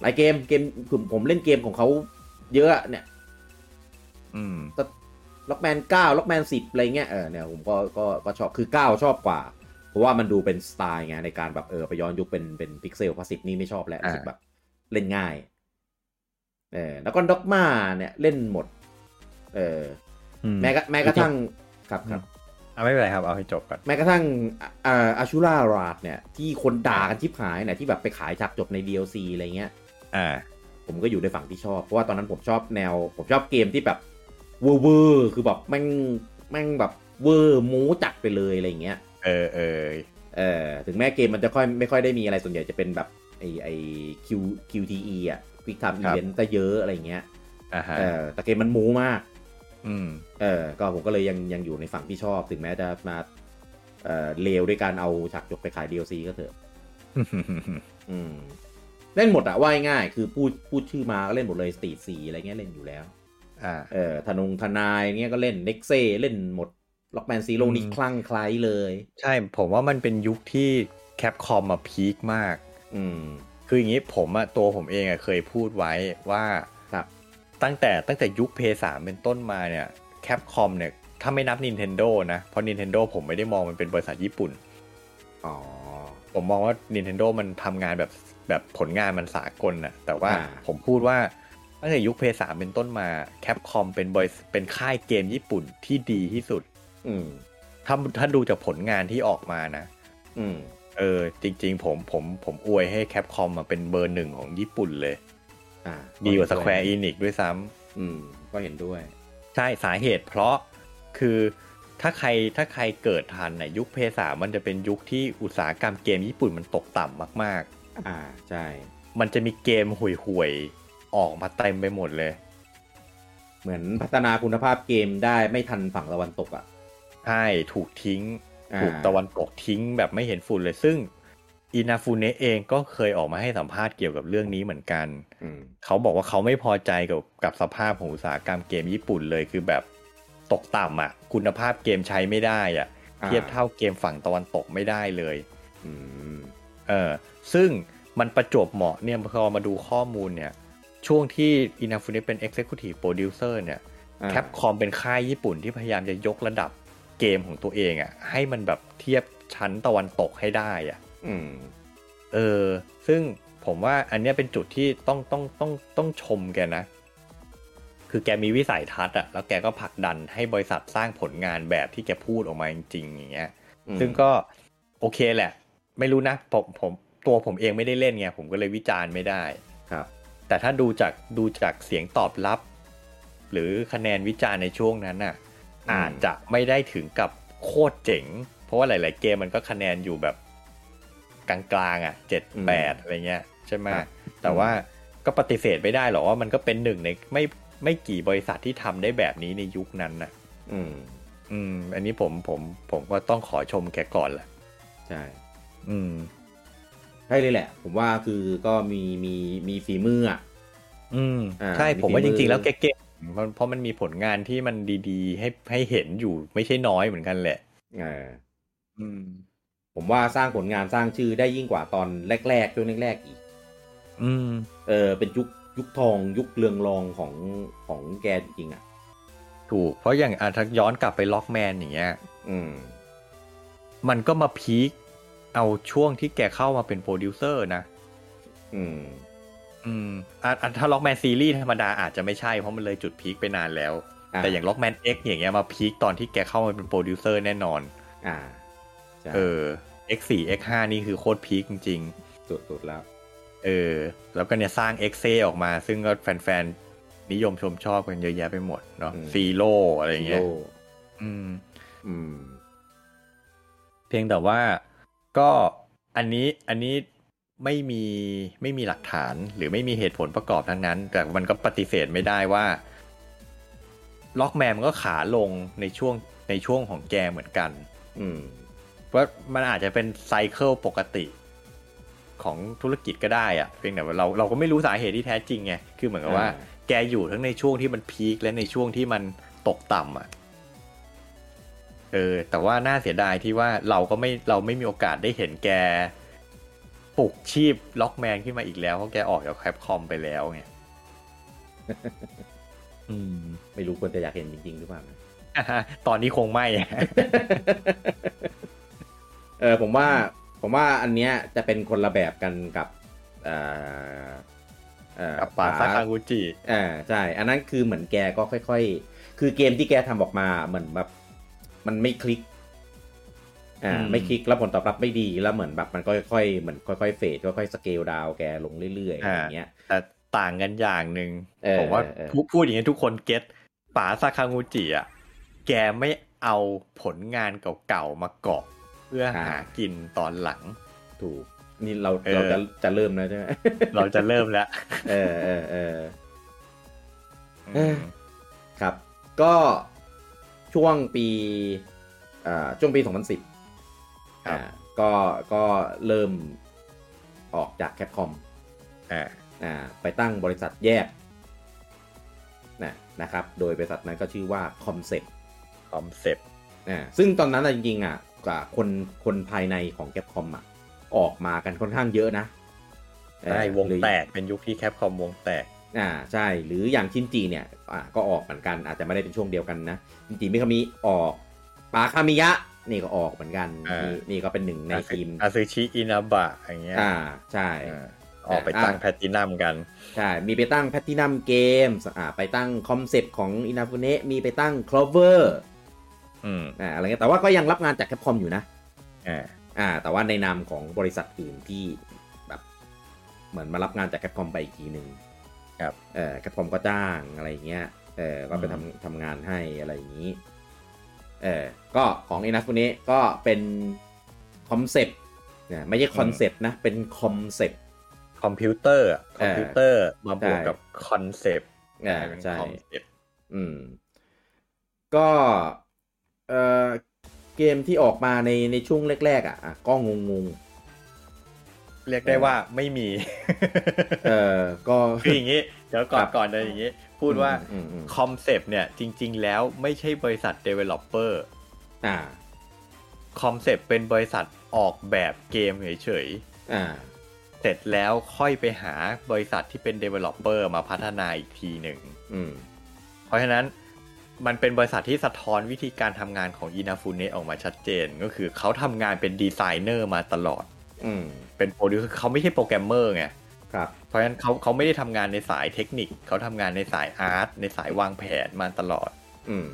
S1: หลายเกมเกมผมผมเล่นเกมของเขาเยอะอะเนี่ย
S2: อืม
S1: ล็อกแมนเก้าล็อกแมนสิบอะไรเงี้ยเออเนี่ยผมก็ก็ก็ชอบคือเก้าชอบกว่า เพราะว่ามันดูเป็นสไตล์ไงในการแบบเออไปย้อนยุคเป็นเป็นพิกเซลพาสิบนี่ไม่ชอบแล้ว
S2: อ่า
S1: รู้สึกแบบเล่นง่ายเออแล้วก็ด็อกมาเนี่ยเล่นหมด เออ
S2: อื
S1: แม้กระแม้กระทั่งครับครับ
S2: เอาไม่เป็นไรครับเอาให้จบก่อน
S1: แม้กระทั่งอ่าอาชูราราดเนี่ยที่คนด่ากันชิบหายเนี่ยที่แบบไปขายฉากจบใน DLC อะไรเงี้ย
S2: อ่า
S1: ผมก็อยู่ในฝั่งที่ชอบ เพราะว่าตอนนั้นผมชอบแนว ผมชอบเกมที่แบบเวอร์เวอร์คือแบบแม่งแม่งแบบเวอร์มูจัดไปเลยอะไรอย่างเงี้ย
S2: เออเออ
S1: เออถึงแม้เกมมันจะค่อยไม่ค่อยได้มีอะไรส่วนใหญ่จะเป็นแบบไอไอ Q QTE อ่ะ Quick Time Event ซะเยอะอะไรอย่างเงี้ย
S2: อ่าฮะ
S1: เออแต่เกมมันมูมาก
S2: อืม
S1: เออก็ผมก็เลยยังยังอยู่ในฝั่งที่ชอบ ถึงแม้จะมาเออเลวด้วยการเอาฉากจบไปขาย DLC ก็เถอะ อืมเล่นหมดอะว่าง่ายๆคือพูดพูดชื่อมาก็เล่นหมดเลยสตีสีอะไรเงี้ยเล่นอยู่แล้ว
S2: อ่า
S1: เอ่อธนงทนายเงี้ยก็เล่นเน็กเซ่เล่นหมดล็อกแมนซีโร่
S2: อืม
S1: นี่คลั่งไคล้เลย
S2: ใช่ผมว่ามันเป็นยุคที่แคปคอมมาพีคมาก
S1: อืม
S2: คืออย่างนี้ผมอะตัวผมเองอะเคยพูดไว้ว่า
S1: ครับ
S2: ตั้งแต่ตั้งแต่ยุคเพย์สามเป็นต้นมาเนี่ยแคปคอมเนี่ยถ้าไม่นับ Nintendo นะ เพราะ Nintendo ผมไม่ได้มองมันเป็นบริษัทญี่ปุ่น
S1: อ๋อ
S2: ผมมองว่า Nintendo มันทำงานแบบแบบผลงานมันสากลน่ะแต่ว่า
S1: อ่า
S2: ผมพูดว่าตั้งแต่ยุคเพย์สามเป็นต้นมาแคปคอมเป็นบริษัทเป็นค่ายเกมญี่ปุ่นที่ดีที่สุด
S1: อืม
S2: ถ้าถ้าดูจากผลงานที่ออกมานะ
S1: อืม
S2: เออจริงๆ ผมผมผมอวยให้แคปคอมมาเป็นเบอร์หนึ่งของญี่ปุ่นเลย
S1: อ่า
S2: ดีกว่าสแควร์อินิกด้วยซ้ำ
S1: อืม ก็เห็นด้วย
S2: ใช่สาเหตุเพราะคือถ้าใครถ้าใครเกิดทันน่ะยุคเพสามันจะเป็นยุคที่อุตสาหกรรมเกมญี่ปุ่นมันตกต่ำมาก
S1: อ่า ใช่
S2: ๆ มันจะมีเกมห่วยๆ ออกมาเต็มไปหมดเลย
S1: เหมือนพัฒนาคุณภาพเกมได้ไม่ทันฝั่งตะวันตกอ่ะ
S2: ใช่ ถูกทิ้ง
S1: อ่า
S2: ถูกตะวันตกทิ้งแบบไม่เห็นฝุ่นเลย ซึ่งอินาฟูเนะเองก็เคยออกมาให้สัมภาษณ์เกี่ยวกับเรื่องนี้เหมือนกัน
S1: อืม
S2: เขาบอกว่าเขาไม่พอใจกับกับสภาพของอุตสาหกรรมเกมญี่ปุ่นเลยคือแบบตกต่ำอะ่ะ คุณภาพเกมใช้ไม่ได้อะ่ะ
S1: อ่า
S2: เทียบเท่าเกมฝั่งตะวันตกไม่ได้เลย
S1: อืม
S2: เออซึ่งมันประจวบเหมาะเนี่ยพอมาดูข้อมูลเนี่ย ช่วงที่อินาฟุเนเป็น Executive Producer เนี่ย แคปคอมเป็นค่ายญี่ปุ่นที่พยายามจะยกระดับเกมของตัวเองอะ่ะ ให้มันแบบเทียบชั้นตะวันตกให้ได้อะ่ะ
S1: อืม
S2: เออ ซึ่งผมว่าอันเนี้ยเป็นจุดที่ต้องต้องต้องต้องชมแกนะ คือแกมีวิสัยทัศน์อะแล้วแกก็ผลักดันให้บริษัทสร้างผลงานแบบที่แกพูดออกมาจริงๆอย่างเงี้ย ซึ่งก็โอเคแหละ ไม่รู้นะผมผมตัวผมเองไม่ได้เล่นไงผมก็เลยวิจารณ์ไม่ได้
S1: ครับ
S2: แต่ถ้าดูจากดูจากเสียงตอบรับ หรือคะแนนวิจารณ์ในช่วงนั้นน่ะ
S1: อืม
S2: อาจจะไม่ได้ถึงกับโคตรเจ๋ง เพราะว่าหลาย ๆ เกมมันก็คะแนนอยู่แบบกลางๆอ่ะเจ็ดแปดอะไรเงี้ยใช่ไหม
S1: ครับ
S2: แต่ว่าก็ปฏิเสธไม่ได้หรอกว่ามันก็เป็นหนึ่งในไม่ไม่กี่บริษัทที่ทำได้แบบนี้ในยุคนั้นน่ะ
S1: อืม
S2: อืม อันนี้ผมผมผมก็ต้องขอชมแกก่อนแหละ
S1: ใช่
S2: อืม
S1: ใช่เลยแหละ ผมว่าคือก็มีมีมีฝีมืออ่ะ
S2: อืม
S1: อ่า
S2: ใช่
S1: มี
S2: ผมว่า
S1: ฝี
S2: จ
S1: มือ
S2: ริงๆ แล้วแกเก่งเพราะเพราะมันมีผลงานที่มันดีๆ ให้ให้เห็นอยู่ไม่ใช่น้อยเหมือนกันแหละ
S1: เออ
S2: อืม
S1: ผมว่าสร้างผลงานสร้างชื่อได้ยิ่งกว่าตอนแรกๆช่วงแรกๆอีก
S2: อืม
S1: เออ เป็นยุคยุคทองยุคเรืองรองของของแกจริงๆอ่ะ
S2: ถูก เพราะอย่างอาถ้าย้อนกลับไปล็อกแมนอย่างเงี้ย
S1: อืม
S2: มันก็มาพีคเอาช่วงที่แกเข้ามาเป็นโปรดิวเซอร์นะ
S1: อืม
S2: อืมอ่ะอ่ะถ้าล็อกแมนซีรีส์ธรรมดาอาจจะไม่ใช่เพราะมันเลยจุดพีคไปนานแล้ว
S1: อ่ะ
S2: แต่อย่างล็อกแมนเอ็กอย่างเงี้ยมาพีคตอนที่แกเข้ามาเป็นโปรดิวเซอร์แน่นอน
S1: อ่าใช่
S2: เออ X4 X5 นี่คือโคตรพีคจริง ๆ
S1: สุดๆแล้ว
S2: เออ แล้วก็เนี่ยสร้าง x อออกมา ซึ่งก็แฟนๆ นิยมชมชอบกันเยอะแยะไปหมดเนาะ
S1: อืม
S2: ซีโร่อะไร
S1: ฮี
S2: เงี้ย
S1: โร่
S2: อืม
S1: อืม
S2: เพียงแต่ว่าก็อันนี้อันนี้ไม่มีไม่มีหลักฐานหรือไม่มีเหตุผลประกอบทั้งนั้น แต่มันก็ปฏิเสธไม่ได้ว่าล็อกแมนมันก็ขาลงในช่วงในช่วงของแกเหมือนกัน
S1: อืม
S2: เพราะมันอาจจะเป็นไซเคิลปกติของธุรกิจก็ได้อะเพียงแต่ว่าเราเราก็ไม่รู้สาเหตุที่แท้จริงไง คือเหมือนกับว่า
S1: อ่า
S2: แกอยู่ทั้งในช่วงที่มันพีคและในช่วงที่มันตกต่ำอ่ะ เออ แต่ว่าน่าเสียดายที่ว่าเราก็ไม่เราไม่มีโอกาสได้เห็นแกปลุกชีพล็อกแมนขึ้นมาอีกแล้วเพราะแกออกจากแคปคอมไปแล้วไง อืม
S1: ไม่รู้ควรจะอยากเห็นจริงๆหรือเปล่านะ
S2: อ่าฮะตอนนี้คงไม่อะ
S1: เออผมว่าผมว่าอันเนี้ยจะเป็นคนละแบบกันกับเอ่อเอ่อ
S2: กับป่าซาคา
S1: ป๋
S2: งุจิ
S1: เออใช่ อันนั้นคือเหมือนแกก็ค่อย ๆ คือเกมที่แกทำออกมาเหมือนแบบมันไม่คลิกอ่า
S2: อืม
S1: ไม่คลิกแล้วผลตอบรับไม่ดีแล้วเหมือนแบบมันก็ค่อยๆเหมือนค่อยๆเฟดค่อยๆสเกลดาวแกลงเรื่อยๆอะไรอย่างเงี้ย
S2: แต่ต่างกันอย่างหนึ่ง
S1: เออ
S2: ผมว่า
S1: เออเออ
S2: พูดพูดอย่างนี้ทุกคนเก็ตป๋าซาคางูจิอ่ะแกไม่เอาผลงานเก่าๆมาเกาะ เพื่อหากินตอนหลัง
S1: ถูก นี่เรา
S2: เออ
S1: เราจะจะเริ่มแล้วใช่ไหม
S2: เราจะเริ่มแล้ว
S1: เออเออเออ เอ
S2: อื
S1: อ
S2: ม
S1: ครับ ก็ช่วงปีอ่าช่วงปี 2010
S2: ค
S1: อ่า
S2: รับ
S1: ก็ก็เริ่มออกจากแคปคอม
S2: อ่า
S1: อ่าไปตั้งบริษัทแยกนะนะครับ โดยบริษัทนั้นก็ชื่อว่า Concept
S2: คอนเซปต์
S1: อ่าซึ่งตอนนั้นน่ะจริงๆอ่ะกับคนคนภายในของแคปคอมอ่ะออกมากันค่อนข้างเยอะนะเอ่อ
S2: ใช่วง
S1: หรือ
S2: แตกเป็นยุคที่แคปคอมวงแตก
S1: อ่าใช่ หรืออย่างชินจีเนี่ยอ่าก็ออกเหมือนกัน อาจจะไม่ได้เป็นช่วงเดียวกันนะชินจีมิคามิออกปาคามิยะ นี่ก็ออกเหมือนกัน
S2: อ่านี่
S1: นี่นี่ก็เป็นหนึ่งในทีม
S2: อาซึชิอินาบะอย่างเงี้ย
S1: อ่าใช่
S2: อ่าออกไปตั้งแพลตตินัมกัน
S1: ใช่ มีไปตั้งแพ t ินัมเกมอ่าไปตั้งคอนเซปต์ของอินาฟุเนะมีไปตั้งคลอเวอร์
S2: อืม
S1: อ่าอะไรเงี้ย แต่ว่าก็ยังรับงานจากแคปคอมอยู่นะ
S2: อ่า
S1: อ่า แต่ว่าในนามของบริษัทอื่นที่แบบเหมือนมารับงานจากแคปคอมไปอีกทีหนึ่ง
S2: ครับ
S1: เออแคปคอมก็จ้างอะไรเงี้ย เออก็ไป
S2: อืม
S1: ทำทำงานให้อะไรอย่างนี้ เออก็ของอินาฟุเนะก็เป็นคอนเซปต์เนี่ยไม่ใช่คอนเซปต์นะ เป็นคอนเซปต์
S2: คอมพิวเตอร์อะคอมพิวเตอร์มาบวกกับคอนเซปต์
S1: อ่าก
S2: ลายเป็น
S1: ใช่
S2: คอนเซปต์
S1: อืม ก็เออเกมที่ออกมาในในช่วงแรกๆอ่ะอ่ะก็งงง
S2: เรียกได้ว่าไม่มี
S1: ๆเออก็
S2: คืออย่างนี้เดี๋ยวก่อ
S1: ครั
S2: น
S1: บ
S2: ก่อนเลยอย่างนี้ พูดว่า
S1: อืมอืม
S2: คอนเซปต์เนี่ยจริง ๆ แล้วไม่ใช่บริษัท Developer
S1: อ่า
S2: คอนเซปต์เป็นบริษัทออกแบบเกมเฉย
S1: อ่า
S2: ๆ เสร็จแล้วค่อยไปหาบริษัทที่เป็น Developer มาพัฒนาอีกทีหนึ่ง
S1: อืม
S2: เพราะฉะนั้นมันเป็นบริษัทที่สะท้อนวิธีการทำงานของอินาฟูเนะออกมาชัดเจน ก็คือเขาทำงานเป็นดีไซเนอร์มาตลอด
S1: อืม
S2: เป็นโปรดิวเซอร์เขาไม่ใช่โปรแกรมเมอร์ไง
S1: ครับ
S2: เพราะฉะนั้นเขาเขาไม่ได้ทำงานในสายเทคนิค เขาทำงานในสายอาร์ตในสายวางแผนมาตลอด
S1: อืม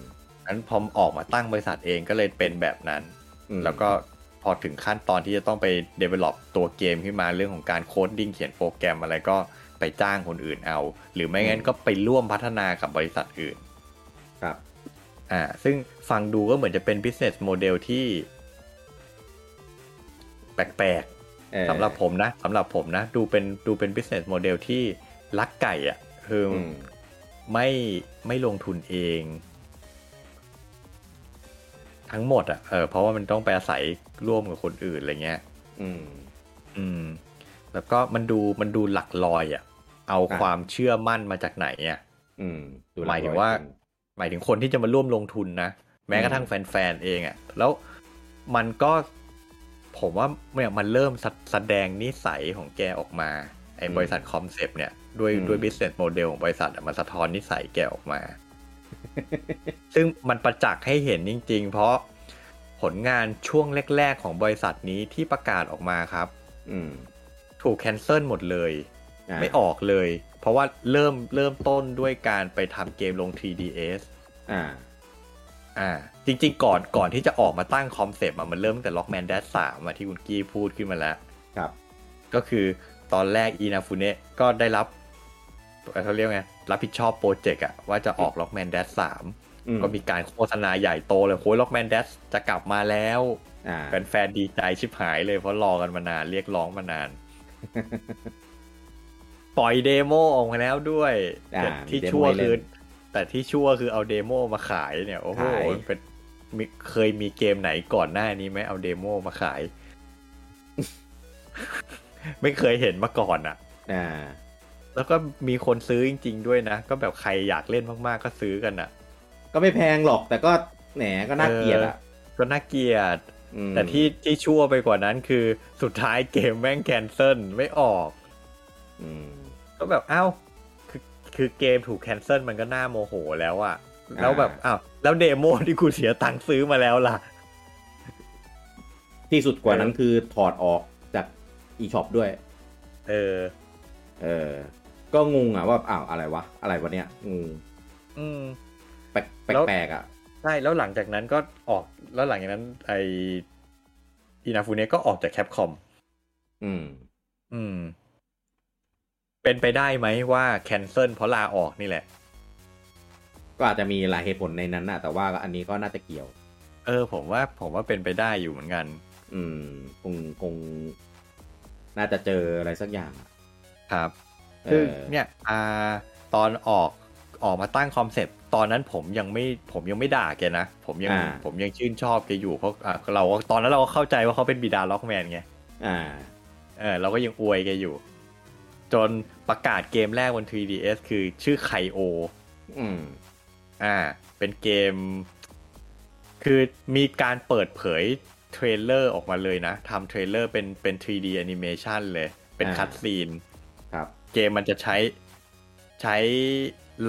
S2: นั้นพอออกมาตั้งบริษัทเองก็เลยเป็นแบบนั้น
S1: อืม
S2: แล้วก็พอถึงขั้นตอนที่จะต้องไป develop ตัวเกมขึ้นมาเรื่องของการโคดดิ้งเขียนโปรแกรมอะไรก็ไปจ้างคนอื่นเอา หรือไม่งั้นก็ไปร่วมพัฒนากับบริษัทอื่น
S1: ครับ
S2: อ่า ซึ่งฟังดูก็เหมือนจะเป็น business model ที่ แปลก
S1: เอ่อ
S2: ๆสำหรับผมนะสำหรับผมนะ ดูเป็นดูเป็น business model ที่ลักไก่อ่ะ คืออ
S1: ม
S2: ไม่ไม่ลงทุนเอง ทั้งหมดอ่ะเออเพราะว่ามันต้องไปอาศัยร่วมกับคนอื่นอะไรเงี้ย
S1: อืม
S2: อืม แล้วก็มันดูมันดูหลักลอยอ่ะ เอา
S1: ครับ
S2: ความเชื่อมั่นมาจากไหนอ่ะ
S1: อืมดูแล
S2: หมายถึงว่า
S1: ร้อยเปอร์เซ็นต์
S2: หมายถึงคนที่จะมาร่วมลงทุนนะ แม้กระทั่งแฟนๆเองอะ่ะแล้วมันก็ผมว่าเนี่ยมันเริ่มสแสดงนิสัยของแกออกมาไอ้
S1: อืม
S2: บริษัทคอนเซปต์เนี่ยด้วย
S1: อืม
S2: ด้วย business model ของบริษัทอะมันสะท้อนนิสัยแกออกมา ซึ่งมันประจักษ์ให้เห็นจริง ๆ เพราะผลงานช่วงแรก ๆ ของบริษัทนี้ที่ประกาศออกมาครับ
S1: อืม
S2: ถูกแคนเซิลหมดเลย
S1: ะ
S2: ไม่ออกเลย เพราะว่าเริ่มเริ่มต้นด้วยการไปทำเกมลง 3ds
S1: อ่า
S2: อ่าจริงๆก่อนก่อนที่จะออกมาตั้งคอนเซปต์อ่ะมันเริ่มตั้งแต่ล็อกแมนแดสสามที่คุณกี้พูดขึ้นมาแล้ว
S1: ครับ
S2: ก็คือตอนแรกอินาฟูเนะก็ได้รับเอ่อเขาเรียกไง รับผิดชอบโปรเจกต์อ่ะว่าจะออกล็อกแมนแดสสาม
S1: อืม
S2: ก็มีการโฆษณาใหญ่โตเลยโอ้ยล็อกแมนแดสจะกลับมาแล้ว
S1: อ่า
S2: แฟนๆดีใจชิบหายเลยเพราะรอกันมานาน เรียกร้องมานาน ปล่อยเดโมออกมาแล้วด้วย
S1: อ่า
S2: แต่ที่
S1: มีเดโม
S2: ชั่ว
S1: ให้เล่
S2: คือน แต่ที่ชั่วคือเอาเดโมมาขายเนี่ยโอ้โห
S1: ขาย
S2: เป็นมีเคยมีเกมไหนก่อนหน้านี้ไหมเอาเดโมมาขาย ไม่เคยเห็นมาก่อนอะ่ะ
S1: อ่า
S2: แล้วก็มีคนซื้อจริง ๆ ด้วยนะ ก็แบบใครอยากเล่นมากๆก็ซื้อกันอ่ะ
S1: ก็ไม่แพงหรอกแต่ก็แหนก็น่าเกลียดอ่ะ
S2: ก็น่าเกลียด
S1: ม
S2: แต่ที่ที่ชั่วไปกว่านั้นคือสุดท้ายเกมแม่งแคนเซิลไม่ออก
S1: อืม
S2: ก็แบบอ้าวคือคือเกมถูกแคนเซิลมันก็น่าโมโหแล้วอะแล้วแบบอ้าวแล้วเดโมที่กูเสียตังค์ซื้อมาแล้วล่ะ
S1: ที่สุดกว่า
S2: เออ
S1: นั้นคือถอดออกจากอีช็อปด้วย
S2: เออ
S1: เออ ก็งงอ่ะว่าอ้าวอะไรวะ อะไรวะเนี่ยงง
S2: อืม
S1: แปลก
S2: แล้ว
S1: แปลกๆอ่ะ
S2: ใช่แล้วหลังจากนั้นก็ออกแล้วหลังจากนั้นไออินาฟูเนก็ออกจากแคปคอม
S1: อืม
S2: อืม เป็นไปได้ไหมว่าแคนเซิลเพราะลาออกนี่แหละ
S1: ก็อาจจะมีหลายเหตุผลในนั้นนะแต่ว่าอันนี้ก็น่าจะเกี่ยว
S2: เออ ผมว่าผมว่าเป็นไปได้อยู่เหมือนกัน
S1: อืม คงคง น่าจะเจออะไรสักอย่างอะ
S2: ครับ
S1: เอ
S2: คือ
S1: อ
S2: เนี่ยอาตอนออกออกมาตั้งคอนเซปต์ตอนนั้นผมยังไม่ผมยังไม่ด่าแกนะ ผมยัง
S1: อ่า
S2: ผมยังชื่นชอบแกอยู่เพราะอ่าเราก็ตอนนั้นเราก็เข้าใจว่าเขาเป็นบิดาล็อกแมนไง
S1: อ่า
S2: เออเราก็ยังอวยแกอยู่ จนประกาศเกมแรกบน 3DS คือชื่อไคโอ
S1: อืม
S2: อ่าเป็นเกม คือมีการเปิดเผยเทรลเลอร์ออกมาเลยนะทำเทรลเลอร์เป็นเป็น 3D แอนิเมชันเลยเป็น
S1: อ่า
S2: คัตซีน
S1: ครับ
S2: เกมมันจะใช้ใช้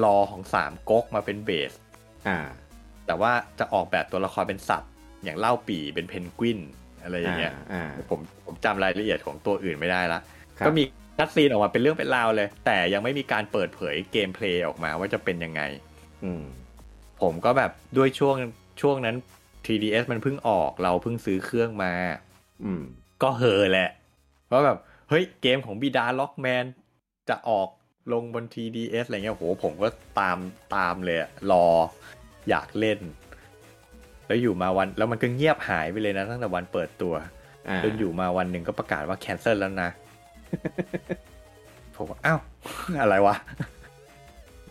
S2: รอของสามก๊กมาเป็นเบส
S1: อ่า
S2: แต่ว่าจะออกแบบตัวละครเป็นสัตว์ อย่างเล่าปีเป็นเพนกวินอะไรอย่างเงี้ย
S1: อ่า
S2: ผมผมจำรายละเอียดของตัวอื่นไม่ได้ละ
S1: ครับ
S2: ก็มีคัดซีนออกมาเป็นเรื่องเป็นราวเลย แต่ยังไม่มีการเปิดเผยเกมเพลย์ออกมาว่าจะเป็นยังไง
S1: อืม
S2: ผมก็แบบด้วยช่วงช่วงนั้น 3DS มันเพิ่งออกเราเพิ่งซื้อเครื่องมา
S1: อืม
S2: ก็เฮอแหละ เพราะแบบ เฮ้ยเกมของบิดาล็อกแมนจะออกลงบน TDS อะไรเงี้ยโหผมก็ตามตามเลยอะรออยากเล่น แล้วอยู่มาวันแล้วมันก็เงียบหายไปเลยนะตั้งแต่วันเปิดตัว
S1: อ่า
S2: จนอยู่มาวันหนึ่งก็ประกาศว่าแคนเซิลแล้ว นะ ผมว่าอ้าว อะไรวะ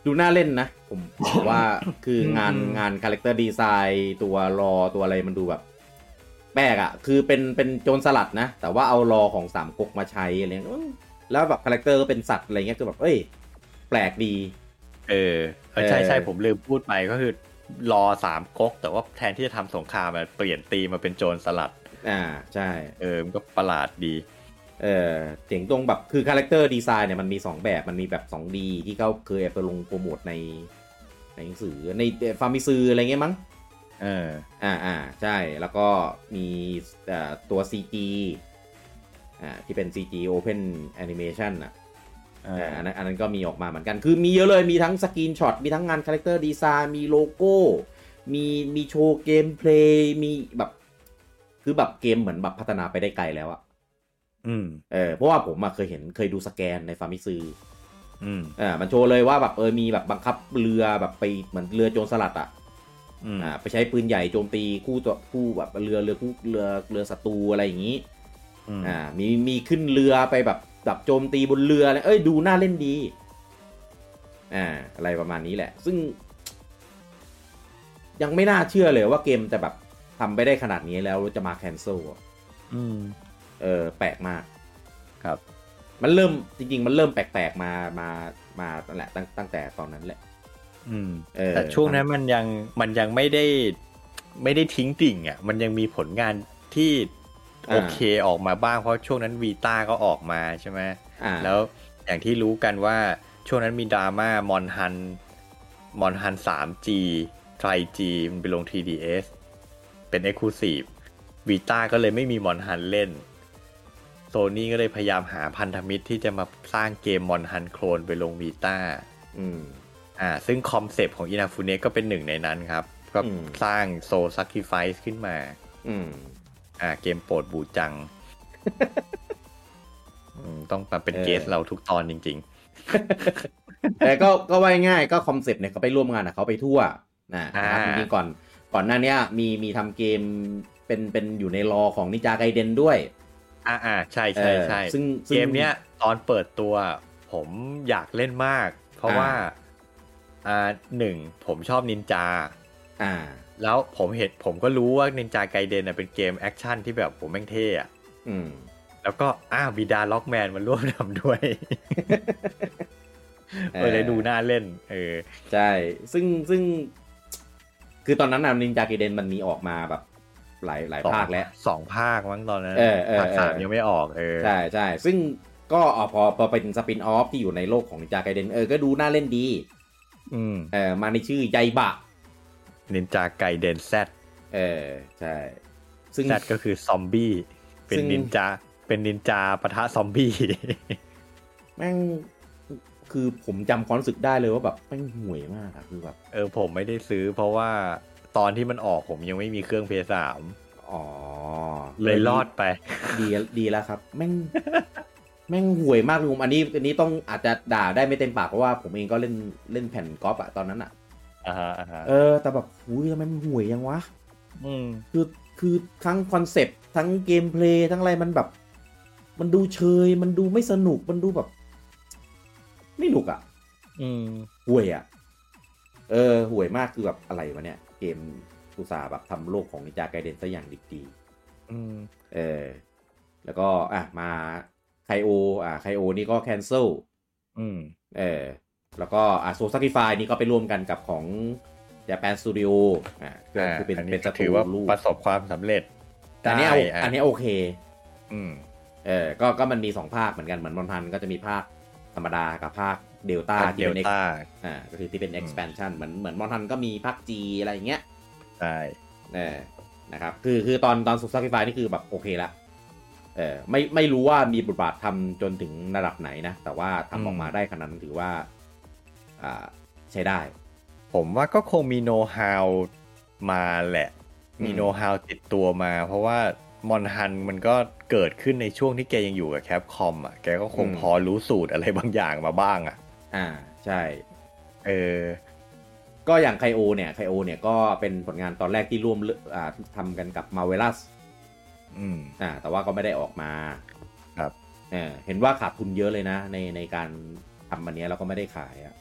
S1: ดูน่าเล่นนะ ผมผมว่า คืองาน
S2: อืม
S1: งานคาแรคเตอร์ดีไซน์ตัวรอตัวอะไรมันดูแบบ แปลกอะคือเป็นเป็นโจรสลัดนะ แต่ว่าเอารอของสามก๊กมาใช้อะไรเงี้ยเอ้ยแล้วแบบคาแรคเตอร์ก็เป็นสัตว์อะไรเงี้ยคือแบบ เอ้ย แปลกดี
S2: เออเออใช่ใช่
S1: เออ
S2: ผมลืมพูดไปก็คือ รอสามก๊ก แต่ว่าแทนที่จะทำสงครามอะเปลี่ยนตีมมาเป็นโจรสลัด
S1: อ่าใช่
S2: เออมันก็ประหลาดดี
S1: เออเสียงตรงแบบคือคาแรคเตอร์ดีไซน์เนี่ยมันมี 2 แบบมันมีแบบ 2D ที่เขาเคยเอาไปลงโปรโมทในในหนังสือในฟาร์มิซืออะไรเงี้ยมั้ง
S2: เออ
S1: อ่าอ่าใช่แล้วก็มีเอ่อตัว CG อ่าที่เป็น CG Open Animation อ่ะ
S2: เอ
S1: เอ่อ
S2: อ
S1: อันนั้นอันนั้นก็มีออกมาเหมือนกันคือมีเยอะเลยมีทั้งสกรีนช็อตมีทั้งงานคาแรคเตอร์ดีไซน์มีโลโก้ มีมีโชว์เกมเพลย์มีแบบ คือแบบเกมเหมือนแบบพัฒนาไปได้ไกลแล้วอะ
S2: อืม
S1: เออเพราะว่าผมอะเคยเห็นเคยดูสแกนในฟาร์มิซือ
S2: อืม
S1: อ่ามันโชว์เลยว่าแบบเออมีแบบบังคับเรือแบบไปเหมือนเรือโจรสลัดอ่ะ
S2: อืม
S1: อ่าไปใช้ปืนใหญ่โจมตีคู่ต่อคู่แบบเรือเรือคู่เรือเรือศัตรูอะไรอย่างนี้
S2: อืม
S1: อ่ามีมีขึ้นเรือไปแบบแบบโจมตีบนเรืออะไรเอ้ยดูน่าเล่นดีอ่าอะไรประมาณนี้แหละ ซึ่ง ยังไม่น่าเชื่อเลยว่าเกมจะแบบทำไปได้ขนาดนี้แล้วจะมาแคนเซิลอะ
S2: อืม
S1: เออแปลกมาก
S2: ครับ
S1: มันเริ่มจริง ๆ มันเริ่มแปลก ๆ มา มา มาตั้งแหละตั้งตั้งแต่ตอนนั้นแหละ
S2: อืม
S1: เออ
S2: แต่ช่วงนั้นมันยังมันยังไม่ได้ไม่ได้ทิ้งติ่งอ่ะ มันยังมีผลงานที่
S1: อ่า
S2: โอเคออกมาบ้างเพราะช่วงนั้นวีต้าก็ออกมาใช่ไหม
S1: อ่า
S2: แล้วอย่างที่รู้กันว่าช่วงนั้นมีดราม่ามอนฮันมอนฮัน 3G ไทร G มันไปลง 3DS เป็น Exclusive วีต้าก็เลยไม่มีมอนฮันเล่นโซนี่ก็เลยพยายามหาพันธมิตรที่จะมาสร้างเกมมอนฮันโคลนไปลงวีต้า
S1: อืม
S2: อ่าซึ่งคอนเซปต์ของอินาฟูเนะก็เป็นหนึ่งในนั้นครับ ก็
S1: อืม
S2: สร้างโซซัก i ิไฟ e ขึ้นมา
S1: อืม
S2: อ่าเกมโปรดบู จังอืมต้องมาเป็น
S1: เออ
S2: เกสเราทุกตอนจริง
S1: แต่ก็ก็ว่าง่ายๆก็คอนเซปต์เนี่ยเขาไปร่วมงานกับเขาไปทั่วนะ
S2: อ่า
S1: ครับจริงๆก่อนก่อนหน้าเนี้ยมีมีทำเกมเป็นเป็นอยู่ในรอของนิจาไกเดนด้วย
S2: ๆ อ่าอ่าใช่
S1: เอ
S2: ใช่
S1: อ
S2: ใช่
S1: ซึ่งซึ่ง
S2: เกมเนี้ยตอนเปิดตัวผมอยากเล่นมาก เพราะ
S1: อ่า
S2: ว่า อ่าหนึ่งผมชอบนินจา
S1: อ่า
S2: แล้วผมเห็นผมก็รู้ว่านินจาไกเดนเป็นเกมแอคชั่นที่แบบผมแม่งเท่อะ
S1: อืม
S2: แล้วก็อ้าวบิดาล็อกแมนมาร่วมทำด้วย
S1: เอ
S2: เอ
S1: อ
S2: อเลยดูน่าเล่น เออ
S1: ใช่ ซึ่งซึ่ง คือตอนนั้นนะนินจาไกเดนมันมีออกมาแบบ หลายหลายภาคแล้ว
S2: สองภาคมั้งตอนนั้น
S1: เออเออ
S2: ภาคสาม
S1: เออ
S2: ยังไม่ออกเออ
S1: ใช่ใช่ซึ่งก็อ่ะพอพอเป็นสปินออฟที่อยู่ในโลกของนินจาไกเดนเออ ก็ดูน่าเล่นดี
S2: อืม
S1: เออมาในชื่อไยบะ
S2: นินจาไกเดนแซด
S1: เออ ใช่ ซึ่ง
S2: แซดก็คือซอมบี้ เป็
S1: ซึ่
S2: น
S1: ง
S2: นินจา เป็นนินจาปะทะซอมบี้
S1: แม่งคือผมจำความรู้สึกได้เลยว่าแบบแม่งห่วยมากอะคือแบบ
S2: เออผมไม่ได้ซื้อ เพราะว่าตอนที่มันออกผมยังไม่มีเครื่องเพย์สาม
S1: อ๋อ
S2: เลยรอดไป
S1: ดีดีแล้วครับ แม่ง แม่งห่วยมากเลยผมอันนี้อันนี้ต้องอาจจะด่าได้ไม่เต็มปากเพราะว่าผมเองก็เล่นเล่นแผ่นกอล์ฟอะตอนนั้นอะ
S2: อ่าฮะอ่าฮะ
S1: เออแต่แบบอุ้ยทำไมมันห่วยยังวะ
S2: อืม
S1: คือคือทั้งคอนเซปต์ทั้งเกมเพลย์ทั้งอะไรมันแบบ มันดูเชย มันดูไม่สนุกมันดูแบบ ไม่หนุกอะ่ะ
S2: อืม
S1: ห่วยอะ่ะ เออห่วยมากคือแบบอะไรวะเนี่ย เกมอุตสาห์แบบทำโลกของนิจาไกเดนซะอย่างดิบดี
S2: อืม
S1: เออ แล้วก็อ่ะมาไคโออ่ะไคโอนี่ก็แคนเซิล
S2: อืม
S1: เออ แล้วก็อ่ะโซซักิฟายนี่ก็ไปร่วมกันกับของ Japan Studio อ่ะก็
S2: อ่า
S1: คือเป็น
S2: อันนี้
S1: เป็นส
S2: ก็
S1: ตู
S2: ถือว่า
S1: ลูก
S2: ประสบความสำเร็จ
S1: อันเนี้ยโอ
S2: ได้ะ
S1: อันเนี้ยโอเค
S2: อืม
S1: เออ ก็ ก็มันมีสองภาคเหมือนกัน เหมือนมอนพันก็จะมีภาคธรรมดากับภาคเดลต้า
S2: ภาค
S1: ที่เป็น
S2: เดลต้า
S1: ex- อ่า ก็คือที่เป็น expansion เหมือน เหมือนมอนพันก็มีภาคจีอะไรอย่างเงี้ย
S2: ใช่
S1: เออ นะครับ คือ คือตอน ตอนสุดซักไฟนี่คือแบบโอเคละ เออ ไม่ ไม่รู้ว่ามีบทบาททำจนถึงระดับไหนนะ แต่ว่าทำออกมาได้ขนาดนั้นถือว่า อ่า ใช้ได้
S2: ผมว่าก็คงมีโน้ตฮาวมาแหละ มี
S1: อืม
S2: โน้ตฮาวติดตัวมา เพราะว่ามอนฮันมันก็เกิดขึ้นในช่วงที่แกยังอยู่กับแคปคอมอ่ะ แกก็คงพอรู้สูตรอะไรบางอย่างมาบ้างอ่ะ
S1: อ่า ใช่
S2: เออ
S1: ก็อย่างไคโอเนี่ย ไคโอเนี่ย ก็เป็นผลงานตอนแรกที่ร่วมเรื่องอ่าทำกันกับมาเวลัส
S2: อืม
S1: อ่าแต่ว่าก็ไม่ได้ออกมา
S2: ครับ
S1: เออเห็นว่าขาดทุนเยอะเลยนะ ในในการทำอันเนี้ยแล้วก็ไม่ได้ขายอะ่ะ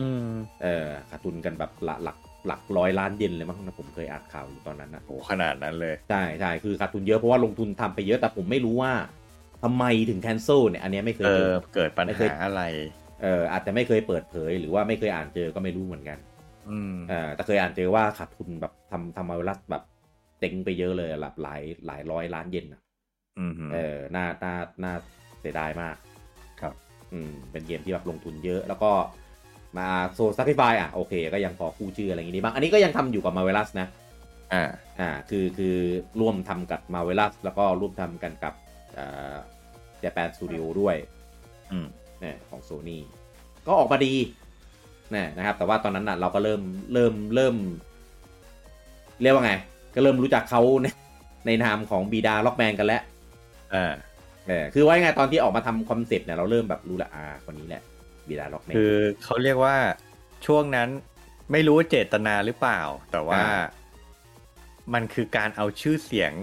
S2: อืม
S1: เออขาดทุนกันแบบหลักหลักหลักร้อยล้านเยนเลยมั้งนะผมเคยอ่านข่าวอยู่ตอนนั้นนะ
S2: โหขนาดนั้นเลย
S1: ใช่ใช่คือขาดทุนเยอะเพราะว่าลงทุนทำไปเยอะแต่ผมไม่รู้ว่าทำไมถึงแคนเซิลเนี่ยอันเนี้ยไม่เคย
S2: เอ
S1: เจ
S2: อ
S1: อ
S2: เกิดปัญ
S1: ไม่เคย
S2: หาอะไร
S1: เอออาจจะไม่เคยเปิดเผยหรือว่าไม่เคยอ่านเจอก็ไม่รู้เหมือนกัน
S2: อืม
S1: เอ่อแต่เคยอ่านเจอว่าขาดทุนแบบทำทำมาเวลัสแบบเต็งไปเยอะเลยหลับหลายหลายร้อยล้านเยนอะ
S2: อืม
S1: เออน่าน่าน่าเสียดายมาก
S2: ครับ
S1: อืมเป็นเกมที่แบบลงทุนเยอะ แล้วก็มาโซซัก i ิฟายอ่ะโอเค ก็ยังพอกู้ชื่ออะไรอย่างงี้ได้บ้าง อันนี้ก็ยังทำอยู่กับมาเวลัสนะ
S2: อ่า
S1: อ่าคือคือร่วมทำกับมาเวลัสแล้วก็ร่วมทำกันกับเจแปนสตูดิโอ Japan Studio ด้วย
S2: อืม
S1: เนี่ยของโซนี่ก็ออกมาดีเนี่ยนะครับ แต่ว่าตอนนั้นน่ะเราก็เริ่มเริ่มเริ่ม เรียกว่าไง ก็เริ่มรู้จักเขา ในในนามของบีดาล็อกแมนกันแล้ว
S2: อ่า
S1: เออคือไว้ไงตอนที่ออกมาทำคอนเซปต์เนี่ยเราเริ่มแบบรู้ละอ่าคนนี้แหละบีดาล็อกแมน
S2: คือเขาเรียกว่าช่วงนั้นไม่รู้เจตนาหรือเปล่า แต่ว่า
S1: อ่า
S2: มันคือการเอาชื่อเสียง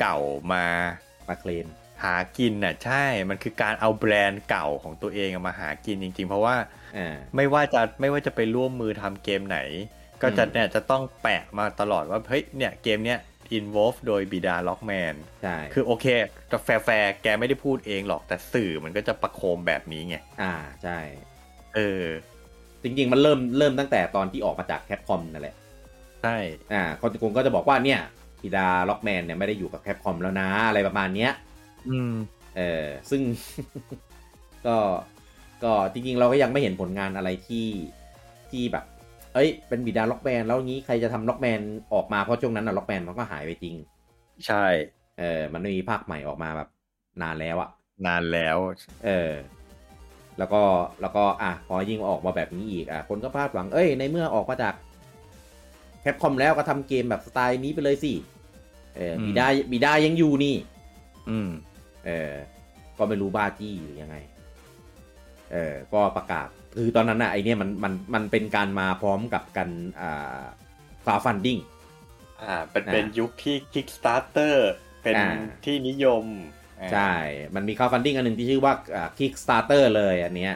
S2: เก่ามา
S1: มาเคลม
S2: หากินน่ะ ใช่ มันคือการเอาแบรนด์เก่าของตัวเองมาหากินจริง ๆ เพราะว่า
S1: อ่า
S2: ไม่ว่าจะไม่ว่าจะไปร่วมมือทำเกมไหน ก็จะ
S1: อืม
S2: เนี่ยจะต้องแปะมาตลอดว่าเฮ้ยเนี่ยเกมเนี้ย involve โดยบิดาล็อกแมน
S1: ใช่
S2: คือโอเคแต่แฟร์ๆแกไม่ได้พูดเองหรอกแต่สื่อมันก็จะประโคมแบบนี้ไง
S1: อ่าใช่
S2: เออ
S1: จริง ๆ มันเริ่มเริ่มตั้งแต่ตอนที่ออกมาจากแคปคอมนั่นแหละ
S2: ใช่
S1: อ่าคอนติคุงก็จะบอกว่าเนี่ยพีดาล็อกแมนเนี่ยไม่ได้อยู่กับแคปคอมแล้วนะ อะไรประมาณเนี้ย
S2: อืม
S1: เออซึ่ง ก็ก็จริง ๆ เราก็ยังไม่เห็นผลงานอะไรที่ที่แบบ เอ้ย เป็นบิดาล็อกแมนแล้วงี้ใครจะทำล็อกแมนออกมา เพราะช่วงนั้นน่ะล็อกแมนมันก็หายไปจริง
S2: ใช่
S1: เออมันไม่มีภาคใหม่ออกมาแบบนานแล้วอะ
S2: นานแล้ว
S1: เออ แล้วก็แล้วก็อ่ะพอยิ่งออกมาแบบนี้อีกอ่ะคนก็พลาดหวังเอ้ยในเมื่อออกมาจากแคปคอมแล้วก็ทำเกมแบบสไตล์นี้ไปเลยสิเออ
S2: อืม
S1: บิดาบิดายังอยู่นี่
S2: อืม
S1: เออ ก็ไม่รู้บ้าจี้หรือยังไง เออ ก็ประกาศ คือตอนนั้นนะไอเนี่ยมันมันมันเป็นการมาพร้อมกับกันอ่าฟาฟันดิ้ง
S2: อ่า เป็น
S1: อ่า
S2: เป็นยุคที่ Kickstarter เป็น
S1: อ่า
S2: ที่นิยมอ่า
S1: ใช่ มันมีคาฟันดิ้งอันหนึ่งที่ชื่อว่าอ่า Kickstarter เลยอันเนี้ย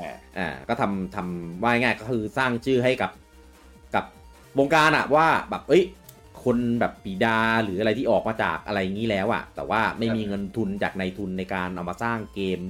S2: อ่า
S1: อ่า ก็ทำทำว่าง่ายๆก็คือสร้างชื่อให้กับกับวงการอะว่าแบบเอ้ย คนแบบปีดาหรืออะไรที่ออกมาจากอะไรอย่างนี้แล้วอะแต่ว่าไม่มีเงินทุนจากในทุนในการเอามาสร้างเกม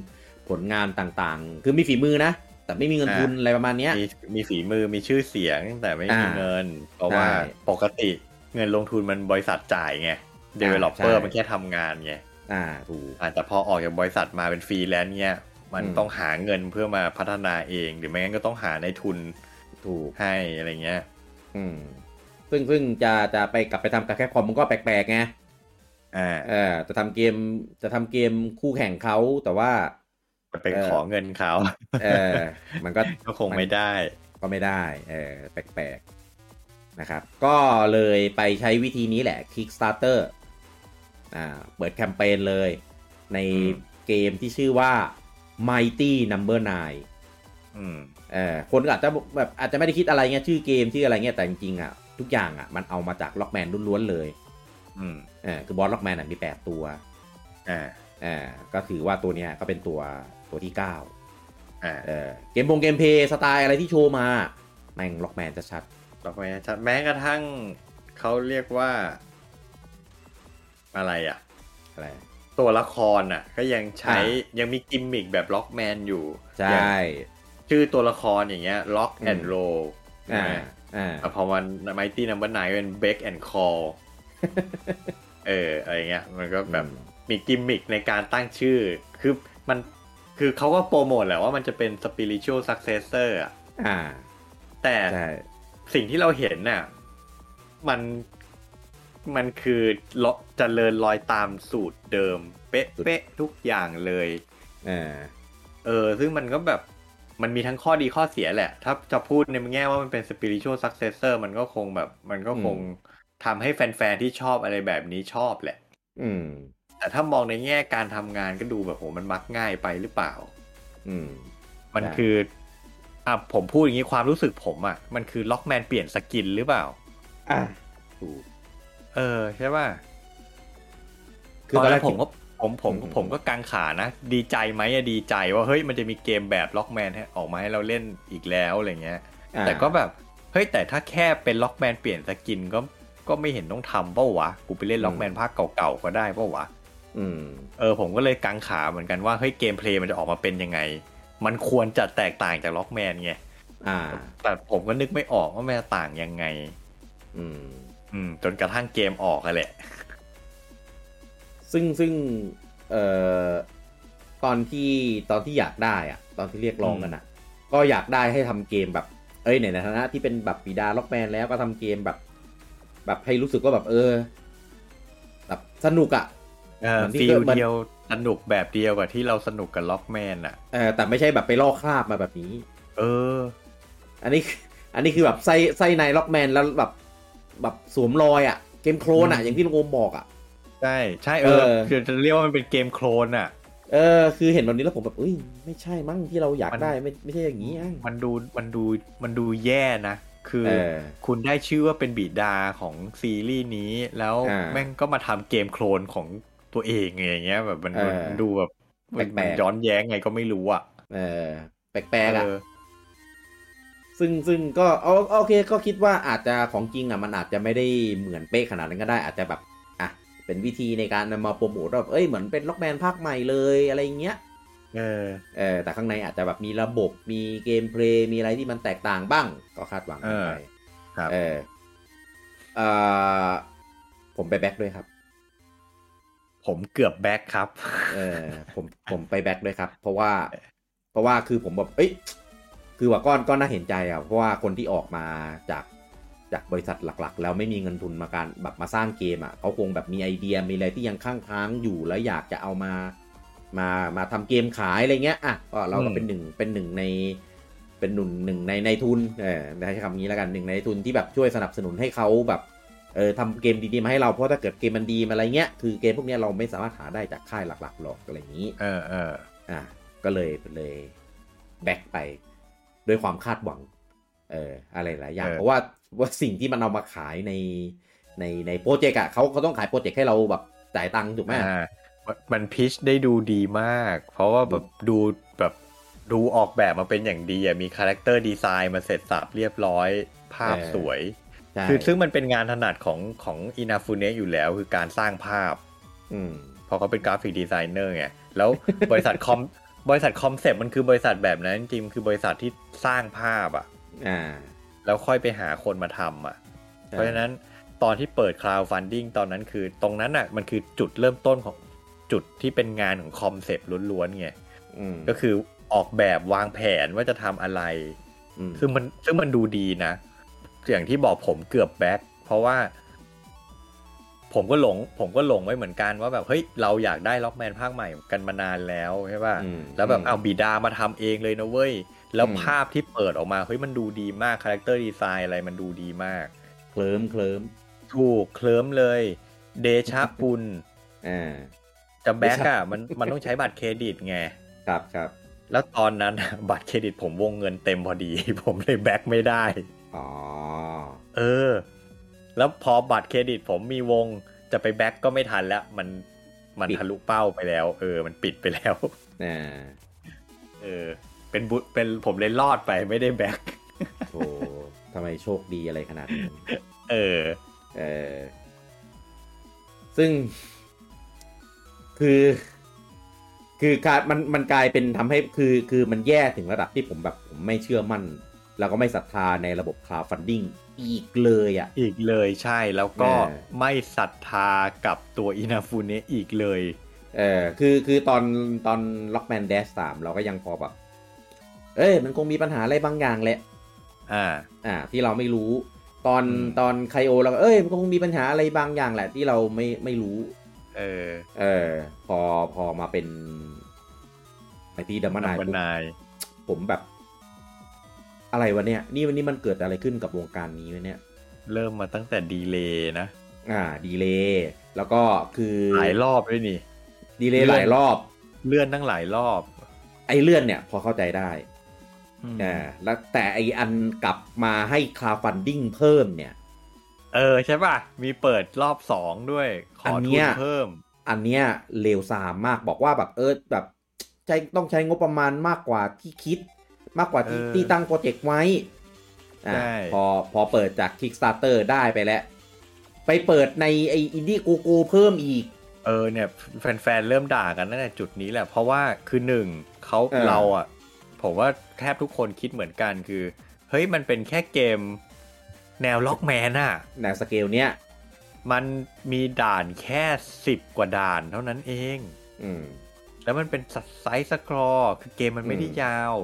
S1: ผลงานต่างๆ คือมีฝีมือนะ แต่ไม่มีเงินทุนอะไรประมาณเนี้ย
S2: มีมีฝีมือมีชื่อเสียงแต่ไม่มี
S1: อ่า
S2: เงิน เพราะว่า
S1: ใช่
S2: ปกติเงินลงทุนมันบริษัทจ่ายไง
S1: ใช่
S2: developer มันแค่ทำงานไง
S1: อ่าถูก
S2: อ่าแต่พอออกจากบริษัทมาเป็นฟรีแลนซ์เนี่ย มัน
S1: อืม
S2: ต้องหาเงินเพื่อมาพัฒนาเองหรือไม่งั้นก็ต้องหาในทุน
S1: ถูก
S2: ให้อะไรเงี้ย
S1: อืม ซึ่งซึ่งจะจะไปกลับไปทำกับแคปคอมมันก็แปลกๆไง
S2: อ่า
S1: เออจะทำเกมจะทำเกมคู่แข่งเขาแต่ว่า
S2: ไป
S1: เอ่อ
S2: ขอเงินเขา
S1: เออ มันก็
S2: ก็คงไม่ได้
S1: ก็ไม่ได้ เออแปลกๆ นะครับ ก็เลยไปใช้วิธีนี้แหละ Kickstarter อ่า เปิดแคมเปญเลย ใน
S2: อืม
S1: เกมที่ชื่อว่า Mighty Number 9
S2: อืม
S1: เออคนก็อาจจะแบบอาจจะไม่ได้คิดอะไรเงี้ยชื่อเกมชื่ออะไรเงี้ยแต่จริงๆอ่ะทุกอย่างอ่ะมันเอามาจากล็อกแมนล้วนๆเลย
S2: อืม
S1: เออคือบอสล็อกแมนอ่ะมี 8 ตัว
S2: อ่า
S1: เออก็ถือว่าตัวเนี้ยก็เป็นตัวตัวที่ 9
S2: อ่า
S1: เออเกมพงเกมเพลย์สไตล์อะไรที่โชว์มา แม่งล็อกแมนจะชัด
S2: ต่อไปชัดแม้กระทั่งเขาเรียกว่า อะไรอ่ะ
S1: อะไร
S2: ตัวละครอ่ะ ก็ยังใช้ยังมีกิมมิกแบบล็อกแมนอยู่
S1: ใช่
S2: อย่างชื่อตัวละครอย่างเงี้ยล็อก
S1: อืม
S2: แอนโร
S1: อ่าอ่า
S2: พอมันไมตี้นัมเบอร์ไนเป็นเบคแอนคอล เอออะไรเงี้ย มันก็แบบ มีกิมมิกในการตั้งชื่อ คือมัน คือเขาก็โปรโมทแหละว่ามันจะเป็น spiritual successor อะ
S1: อ่า
S2: แต่
S1: ใช่
S2: สิ่งที่เราเห็นน่ะ มัน มันคือเลาะเจริญรอยตามสูตรเดิม เป๊ะเป๊ะทุกอย่างเลย
S1: เออ
S2: เออ ซึ่งมันก็แบบ มันมีทั้งข้อดีข้อเสียแหละ ถ้าจะพูดในแง่ว่ามันเป็น spiritual successor มันก็คงแบบ มันก็คงทำให้แฟนๆ ที่ชอบอะไรแบบนี้ชอบแหละ
S1: อืม
S2: แต่ถ้ามองในแง่การทำงานก็ดูแบบโหมันมักง่ายไปหรือเปล่า
S1: อืม
S2: มัน
S1: ใช่
S2: คืออ่ะผมพูดอย่างนี้ความรู้สึกผมอ่ะ มันคือล็อกแมนเปลี่ยนสกินหรือเปล่า
S1: อ่าถูก
S2: เออ ใช่ป่ะ
S1: คือ
S2: ตอนแรก
S1: ตอนแรก
S2: ผมก็ผมผม
S1: อืม
S2: ผมก็กังขานะ ดีใจไหมอะดีใจว่าเฮ้ยมันจะมีเกมแบบล็อกแมนให้ออกมาให้เราเล่นอีกแล้วอะไรเงี้ย
S1: อ่า
S2: แต่ก็แบบเฮ้ยแต่ถ้าแค่เป็นล็อกแมนเปลี่ยนสกินก็ก็ไม่เห็นต้องทำเปล่าวะกูไปเล่นล็อกแมนภาคเก่าๆก็ได้เปล่าวะ
S1: อืม
S2: เออผมก็เลยกังขาเหมือนกันว่าเฮ้ยเกมเพลย์มันจะออกมาเป็นยังไง มันควรจะแตกต่างจากล็อกแมนไง
S1: อ่า
S2: แต่ผมก็นึกไม่ออกว่ามันจะต่างยังไง
S1: อืม
S2: อืม จนกระทั่งเกมออกกันแหละ
S1: ซึ่งซึ่งเอ่อตอนที่ตอนที่อยากได้อะตอนที่เรียกร้องกันอะก็อยากได้ให้ทำเกมแบบ เอ้ยในฐานะที่เป็นแบบปีดาล็อกแมนแล้วก็ทำเกมแบบ แบบให้รู้สึกว่าแบบเออ แบบสนุกอะ
S2: เออ
S1: เหมือนที่
S2: ฟีล
S1: เกิดมัน
S2: เดียวสนุกแบบเดียวกับที่เราสนุกกับล็อกแมนอ่ะ
S1: เออแต่ไม่ใช่แบบไปลอกคราบมาแบบนี้
S2: เออ
S1: อันนี้ อันนี้คือแบบไส้ไส้ในล็อกแมนแล้วแบบแบบสวมรอยอะเกมโคลนอะ
S2: อืม
S1: อย่างที่ลุงโอมบอกอะ
S2: ใช่ใช่เออ
S1: เออ
S2: คือจะเรียกว่ามันเป็นเกมโคลนอ่ะ
S1: เออคือเห็นแบบนี้แล้วผมแบบเอ้ยไม่ใช่มั้งที่เราอยากได้ไม่ไม่ใช่อย่างนี้อะ
S2: มันดูมันดูมันดูแย่นะ คือ
S1: เออ
S2: คุณได้ชื่อว่าเป็นบิดาของซีรีส์นี้ แล้ว
S1: อ่า
S2: แม่งก็มาทำเกมโคลนของตัวเองอย่างเงี้ย แบบมัน
S1: เออ
S2: มันดูแบบมัน
S1: แปลกๆ
S2: ย้อนแย้งไงก็ไม่รู้อ่ะ
S1: เออแปลกๆอะ
S2: เออ
S1: ซึ่งซึ่งก็เอาเอาโอเคก็คิดว่าอาจจะของจริงอ่ะมันอาจจะไม่ได้เหมือนเป๊ะขนาดนั้นก็ได้ อาจจะแบบอ่ะเป็นวิธีในการนำมาโปรโมทว่าแบบเอ้ยเหมือนเป็นล็อกแมนภาคใหม่เลยอะไรอย่างเงี้ย
S2: เออ
S1: เออแต่ข้างในอาจจะแบบมีระบบมีเกมเพลย์มีอะไรที่มันแตกต่างบ้าง ก็คาดหวังกันไป
S2: ครับ
S1: เออเออผมไปแบ็กด้วยครับ
S2: ผมเกือบแบ็คครับ
S1: เออผมผมไปแบ็กด้วยครับ เพราะว่า เพราะว่าคือผมแบบเอ้ยคือว่าก้อนก้อนน่าเห็นใจอ่ะเพราะว่าคนที่ออกมาจากจากบริษัทหลักๆ แล้วไม่มีเงินทุนมาการแบบมาสร้างเกมอ่ะเขาคงแบบมีไอเดียมีอะไรที่ยังค้างค้างๆอยู่แล้วอยากจะเอามามามาทำเกมขายอะไรเงี้ยอ่ะก็เราก็
S2: อืม
S1: เป็นหนึ่งเป็นหนึ่งในเป็นหนุนหนึ่งในในทุนเออใช้คำนี้แล้วกันหนึ่งในทุนที่แบบช่วยสนับสนุนให้เขาแบบ เออทำเกมดีๆมาให้เราเพราะถ้าเกิดเกมมันดีมาอะไรเงี้ยคือเกมพวกเนี้ยเราไม่สามารถหาได้จากค่ายหลักๆหรอกอะไรอย่างนี้
S2: เออเออ
S1: อ่ะก็เลยเลยแบกไปด้วยความคาดหวัง เอออะไรหลายอย่าง
S2: เออ
S1: เพราะว่าว่าสิ่งที่มันเอามาขายในในในโปรเจกต์อ่ะเขาเขาต้องขายโปรเจกต์ให้เราแบบจ่ายตังค์ถูกไหม
S2: อ่ามันมันพิชได้ดูดีมาก เพราะว่าแบบดูแบบดูออกแบบมาเป็นอย่างดีอ่ะมีคาแรคเตอร์ดีไซน์มาเสร็จสับเรียบร้อยภาพ
S1: เออ
S2: สวย
S1: ใช่
S2: คือซึ่งมันเป็นงานถนัดของของอินาฟูเนะอยู่แล้วคือการสร้างภาพ
S1: อืม
S2: เพราะเขาเป็นกราฟิกดีไซเนอร์ไง แล้ว บริษัทคอมบริษัทคอมเซปต์มันคือบริษัทแบบนั้นจริงๆคือบริษัทที่สร้างภาพอ่ะ
S1: อ่า
S2: แล้วค่อยไปหาคนมาทำอ่ะ
S1: ใช่
S2: เพราะฉะนั้นตอนที่เปิด Cloud Funding ตอนนั้นคือตรงนั้นอ่ะมันคือจุดเริ่มต้นของจุดที่เป็นงานของคอมเซปต์ล้วนๆไง
S1: อืม
S2: ก็คือออกแบบวางแผนว่าจะทำอะไร
S1: ม
S2: ซึ่งมันซึ่งมันดูดีนะ อย่างที่บอกผมเกือบแบ็คเพราะว่า ผมก็หลง ผมก็หลงไว้เหมือนกันว่าแบบเฮ้ยเราอยากได้ล็อกแมนภาคใหม่กันมานานแล้วใช่ป่ะ
S1: ม
S2: แล้วแบบเอาบิดามาทำเองเลยนะเว้ย แล้ว
S1: อืม
S2: ภาพที่เปิดออกมาเฮ้ยมันดูดีมากคาแรคเตอร์ดีไซน์อะไรมันดูดีมาก
S1: เคลิ้มเคลิ้ม
S2: ถูกเคลิ้มเลย เดชะปุณ
S1: อ่า
S2: จะแบ็ก
S1: เดชะ
S2: อ่ะมันมันต้องใช้บัตรเครดิตไง
S1: ครับครับ
S2: แล้วตอนนั้น บัตรเครดิตผมวงเงินเต็มพอดี ผมเลยแบ็กไม่ได้
S1: อ๋อ
S2: เออ แล้วพอบัตรเครดิตผมมีวงจะไปแบ็กก็ไม่ทันแล้ว มันมันทะลุเป้าไปแล้ว เออ มันปิดไปแล้ว
S1: อ่า
S2: เออ เป็นบุเป็นผมเลยรอดไปไม่ได้แบ็ก
S1: โหทำไมโชคดีอะไรขนาดนี้
S2: เออ
S1: เออซึ่ง คือคือการมันมันกลายเป็นทำให้คือคือมันแย่ถึงระดับที่ผมแบบผมไม่เชื่อมั่น แล้วก็ไม่ศรัทธาในระบบ Cloud Funding อีกเลยอะ่ะ
S2: อีกเลยใช่แล้วก็
S1: เออ
S2: ไม่ศรัทธากับตัวอินาฟูเนะอีกเลย
S1: เออคือคือตอนตอน Lockman Dash 3 เราก็ยังพอแบบ เอ้ย มันคงมีปัญหาอะไรบางอย่างแหละ
S2: อ่า
S1: อ่า ที่เราไม่รู้ ตอน
S2: อืม
S1: ตอนไคโอเราก็เอ้ย มันคงมีปัญหาอะไรบางอย่างแหละ ที่เราไม่ไม่รู้
S2: เออ
S1: เออ พอพอมาเป็นไอพีดัมมานาย
S2: บร
S1: ปุ๊บ
S2: นาย
S1: ผมแบบ อะไรวะเนี่ย นี่วันนี้มันเกิดอะไรขึ้นกับวงการนี้วะเนี่ย
S2: เริ่มมาตั้งแต่ดีเลย์นะ
S1: อ่า ดีเลย์แล้วก็คือ
S2: หลายรอบด้วยนี่
S1: ดีเลย์หลายรอบ
S2: เลื่อนตั้งหลายรอบ
S1: ไอ้เลื่อนเนี่ย พอเข้าใจได้
S2: อืม
S1: อ่าแล้วแต่ไออันกลับมาให้คาฟันดิ้งเพิ่มเนี่ย
S2: เออใช่ป่ะ มีเปิดรอบสองด้วย ขอ
S1: อันเนี้
S2: ทุน
S1: ย
S2: เพิ่ม
S1: อันเนี้ยเลวซามมากบอกว่าแบบเออแบบใช้ต้องใช้งบประมาณมากกว่าที่คิด มากกว่าที่
S2: เออ
S1: ที่ตั้งโปรเจกต์ไว้อ่า
S2: ใช่
S1: พอพอเปิดจาก Kickstarter ได้ไปแล้ว ไปเปิดในไออินดี้กูกูเพิ่มอีก
S2: เออเนี่ยแฟนๆ เริ่มด่ากันตั้งแต่จุดนี้แหละ เพราะว่าคือหนึ่งเขา
S1: เออ
S2: เราอ่ะ ผมว่าแทบทุกคนคิดเหมือนกันคือ เฮ้ยมันเป็นแค่เกมแนวล็อกแมนอะ
S1: หนังสเกลเนี้ย
S2: มันมีด่านแค่สิบกว่าด่านเท่านั้นเอง
S1: อืม
S2: แล้วมันเป็นสัดไซส์สครอคือเกมมันไม่ได้
S1: อืม
S2: ยาว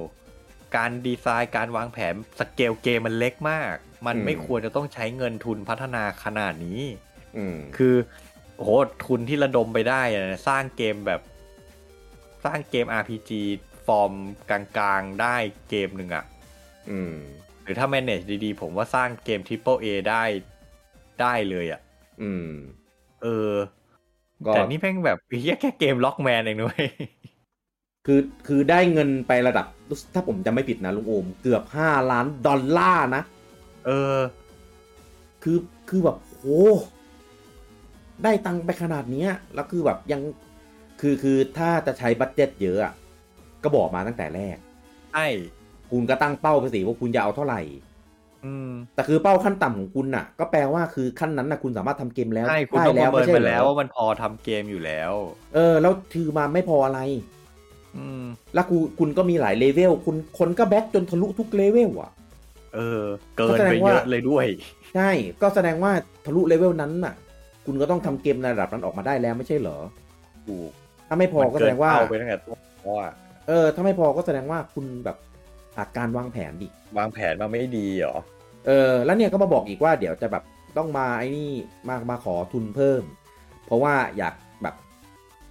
S2: การดีไซน์การวางแผนสเกลเกมมันเล็กมาก มัน
S1: อืม
S2: ไม่ควรจะต้องใช้เงินทุนพัฒนาขนาดนี้
S1: อืม
S2: คือโอ้โหทุนที่ระดมไปได้นะสร้างเกมแบบสร้างเกม RPG ฟอร์มกลางๆ ได้เกมหนึ่งอะ
S1: อืม
S2: หรือถ้า manage ดีๆ ผมว่าสร้างเกม Triple A ได้ได้เลยอะ
S1: อืม
S2: เออ
S1: ก็
S2: แต่นี่แม่งแบบเฮียแค่เกมล็อกแมนเองนุ้ย
S1: คือคือได้เงินไประดับ ถ้าผมจำไม่ผิดนะลุงโอม เกือบ 5 ล้านดอลลาร์นะ
S2: เออ
S1: คือคือแบบโหได้ตังค์ไปขนาดเนี้ยแล้วคือแบบยังคือคือถ้าจะใช้บัตเจ็ตเยอะอะก็บอกมาตั้งแต่แรก
S2: ใช่
S1: คุณก็ตั้งเป้าไปสิว่าคุณจะเอาเท่าไหร่
S2: อืม
S1: แต่คือเป้าขั้นต่ำของคุณน่ะ ก็แปลว่าคือขั้นนั้นน่ะคุณสามารถทำเกมแล้ว
S2: ใช่คุณต้องประเมิน
S1: ห
S2: ไป
S1: รอ
S2: แล้วว่ามันพอทำเกมอยู่แล้ว
S1: เออ แล้วคือมาไม่พออะไร
S2: อืม
S1: แล้วคุณคุณก็มีหลายเลเวลคุณคนก็แบ็กจนทะลุทุกเลเวลอ่ะ
S2: เออ เกิน
S1: ก็แสด
S2: ไป
S1: ง
S2: เย
S1: ว่า
S2: อะเลยด้วย
S1: ใช่ก็แสดงว่าทะลุเลเวลนั้นน่ะ คุณก็ต้องทำเกมในระดับนั้นออกมาได้แล้วไม่ใช่เหรอ
S2: ถูก
S1: ถ้าไม่พอก็แสดงว่า
S2: มันเกินเป้ไปตั้งแต่ต้นเพราะว่า
S1: เออ ถ้าไม่พอก็แสดงว่าคุณแบบอาจการวางแผนดิ
S2: วางแผนมาไม่ดีเหรอ
S1: เออ แล้วเนี่ยก็มาบอกอีกว่าเดี๋ยวจะแบบต้องมาไอ้นี่มามาขอทุนเพิ่ม เพราะว่าอยากแบบ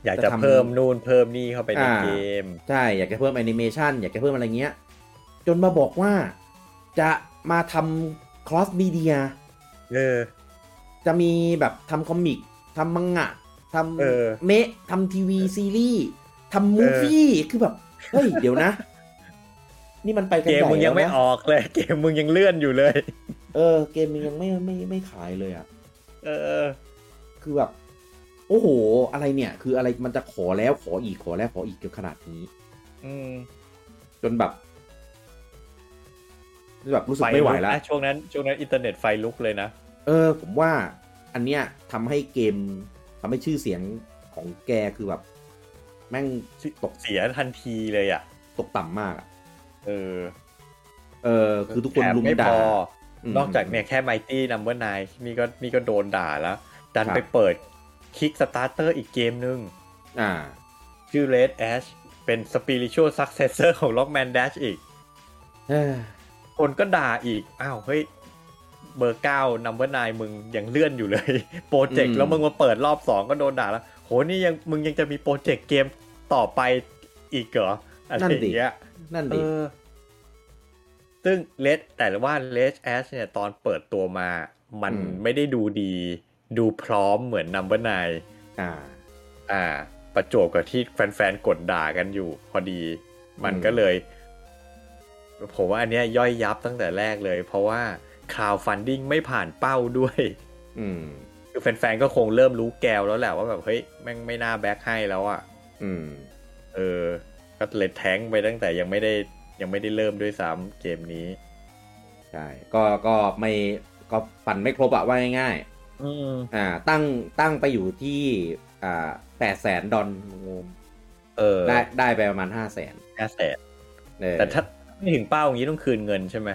S2: อยากจะ
S1: จะทำ
S2: เพิ่มนู่นเพิ่มนี่เข้าไปใน
S1: อ่า
S2: เกม
S1: ใช่ อยากจะเพิ่มแอนิเมชันอยากจะเพิ่มอะไรเงี้ย จนมาบอกว่าจะมาทำ cross media
S2: เออ
S1: จะมีแบบทำคอมิกทำมังงะทำ
S2: เออ
S1: เมะทำทีวีซีรีส์ทำมูฟวี่คือแบบ เฮ้ย เดี๋ยวนะ นี่มันไปกัน
S2: เก
S1: ใหญ่
S2: มมึงยังไม่
S1: แล้วนะ
S2: ออกเลย เกมมึงยังเลื่อนอยู่เลย
S1: เออเกมมันยังไม่ไม่ไม่ขายเลยอ่ะ
S2: เออ
S1: คือแบบ โอ้โห อะไรเนี่ย คืออะไรมันจะขอแล้วขออีกขอแล้วขออีกจนขนาดนี้
S2: อืม
S1: จนแบบแบบรู้สึกไม่ไหว
S2: ก
S1: แล้ว
S2: นะช่วงนั้นช่วงนั้นอินเทอร์เน็ตไฟลุกเลยนะ
S1: เออ ผมว่า อันเนี้ยทำให้เกมทำให้ชื่อเสียงของแกคือแบบ แม่งตก
S2: เสียทันทีเลยอ่ะ
S1: ตกต่ำมากอะ
S2: เออ
S1: เออ คือทุกคน
S2: แถ
S1: ลุม
S2: ไม่
S1: ด่า
S2: พอ
S1: ม
S2: นอกจากเนี่ยแค่ไมตี้นัมเบอร์นนี่ก็นี่ก็โดนด่าแล้ว ดัน
S1: ครับ
S2: ไปเปิดคิกสตาร์เตอร์อีกเกมหนึ่ง
S1: อ่า
S2: ชื่อ Red Ash เป็น Spiritual Successor ของ Rockman Dash อีก
S1: เออ
S2: คนก็ด่าอีก อ้าวเฮ้ย เบอร์เก้านัมเบอร์นมึงยังเลื่อนอยู่เลย โปรเจก
S1: อื
S2: ต์
S1: ม
S2: แล้วมึงมาเปิดรอบสองก็โดนด่าแล้ว โหนี่ยังมึงยังจะมีโปรเจกต์เกมต่อไปอีกเหรออะไรอย่างเงี้ย
S1: นั่น
S2: เอ
S1: ดิ
S2: อ ซึ่งเลสแต่ว่าเลสแอสเนี่ยตอนเปิดตัวมา มันไม่ได้ดูดี ดูพร้อมเหมือนนัมเบอร์น
S1: อ่า
S2: อ่า ประจวบกับที่แฟนๆ กดด่ากันอยู่ พอดี มันก็เลย ผมว่าอันเนี้ยย่อยยับตั้งแต่แรกเลย เพราะว่าค o าวฟันดิ้งไม่ผ่านเป้าด้วย
S1: อืม
S2: คือแฟนๆ ก็คงเริ่มรู้แกวแล้วแหละว่าแบบ เฮ้ย แม่งไม่น่าแบ็คให้แล้วอ่ะ
S1: อืม
S2: เออ ก็เลยแท้งไปตั้งแต่ยังไม่ได้ยังไม่ได้เริ่มด้วยซ้ำเกมนี้
S1: ใช่ ก็ก็ไม่ก็ปั่นไม่ครบอะว่าง่ายๆ
S2: อืม
S1: อ่าตั้งตั้งไปอยู่ที่อ่าแปดแสนดอลงม
S2: เออ
S1: ได้ได้ไปประมาณห้าแสน
S2: ห้าแสน
S1: เออ
S2: แต่ถ้าไม่ถึงเป้าอย่างนี้ต้องคืนเงินใช่ไหม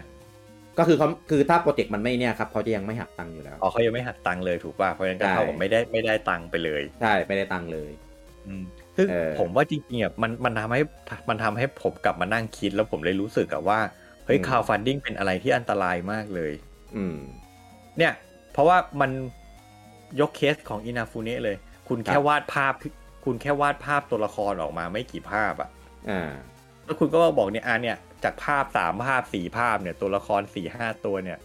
S1: ก็คือเขาคือถ้าโปรเจกต์มันไม่เนี่ยครับเขาจะยังไม่หักตังค์อยู่แล้ว
S2: อ๋อเขายังไม่หักตังค์เลยถูกป่ะเพราะฉะนั้นก็
S1: ใช่
S2: เท่ากับไม่ได้ไม่ได้ตังค์ไปเลย
S1: ใช่ ไม่ได้ตังค์เลย
S2: ซึ่ง
S1: เออ
S2: ผมว่าจริงๆอ่ะมันมันทำให้มันทำให้ผมกลับมานั่งคิดแล้วผมเลยรู้สึกอะว่าเฮ้ย
S1: อืม
S2: คาวฟันดิ้งเป็นอะไรที่อันตรายมากเลย
S1: อืม
S2: เนี่ย เพราะว่ามันยกเคสของอินาฟูเนะเลย คุณ
S1: ค
S2: แค่
S1: รับ
S2: วาดภาพคุณแค่วาดภาพตัวละครออกมาไม่กี่ภาพอะ
S1: อ่า
S2: แล้วคุณก็บอกเนี่ยอ่ะเนี่ยจากภาพสามภาพสี่ภาพเนี่ย ตัวละครสี่ห้าตัวเนี่ย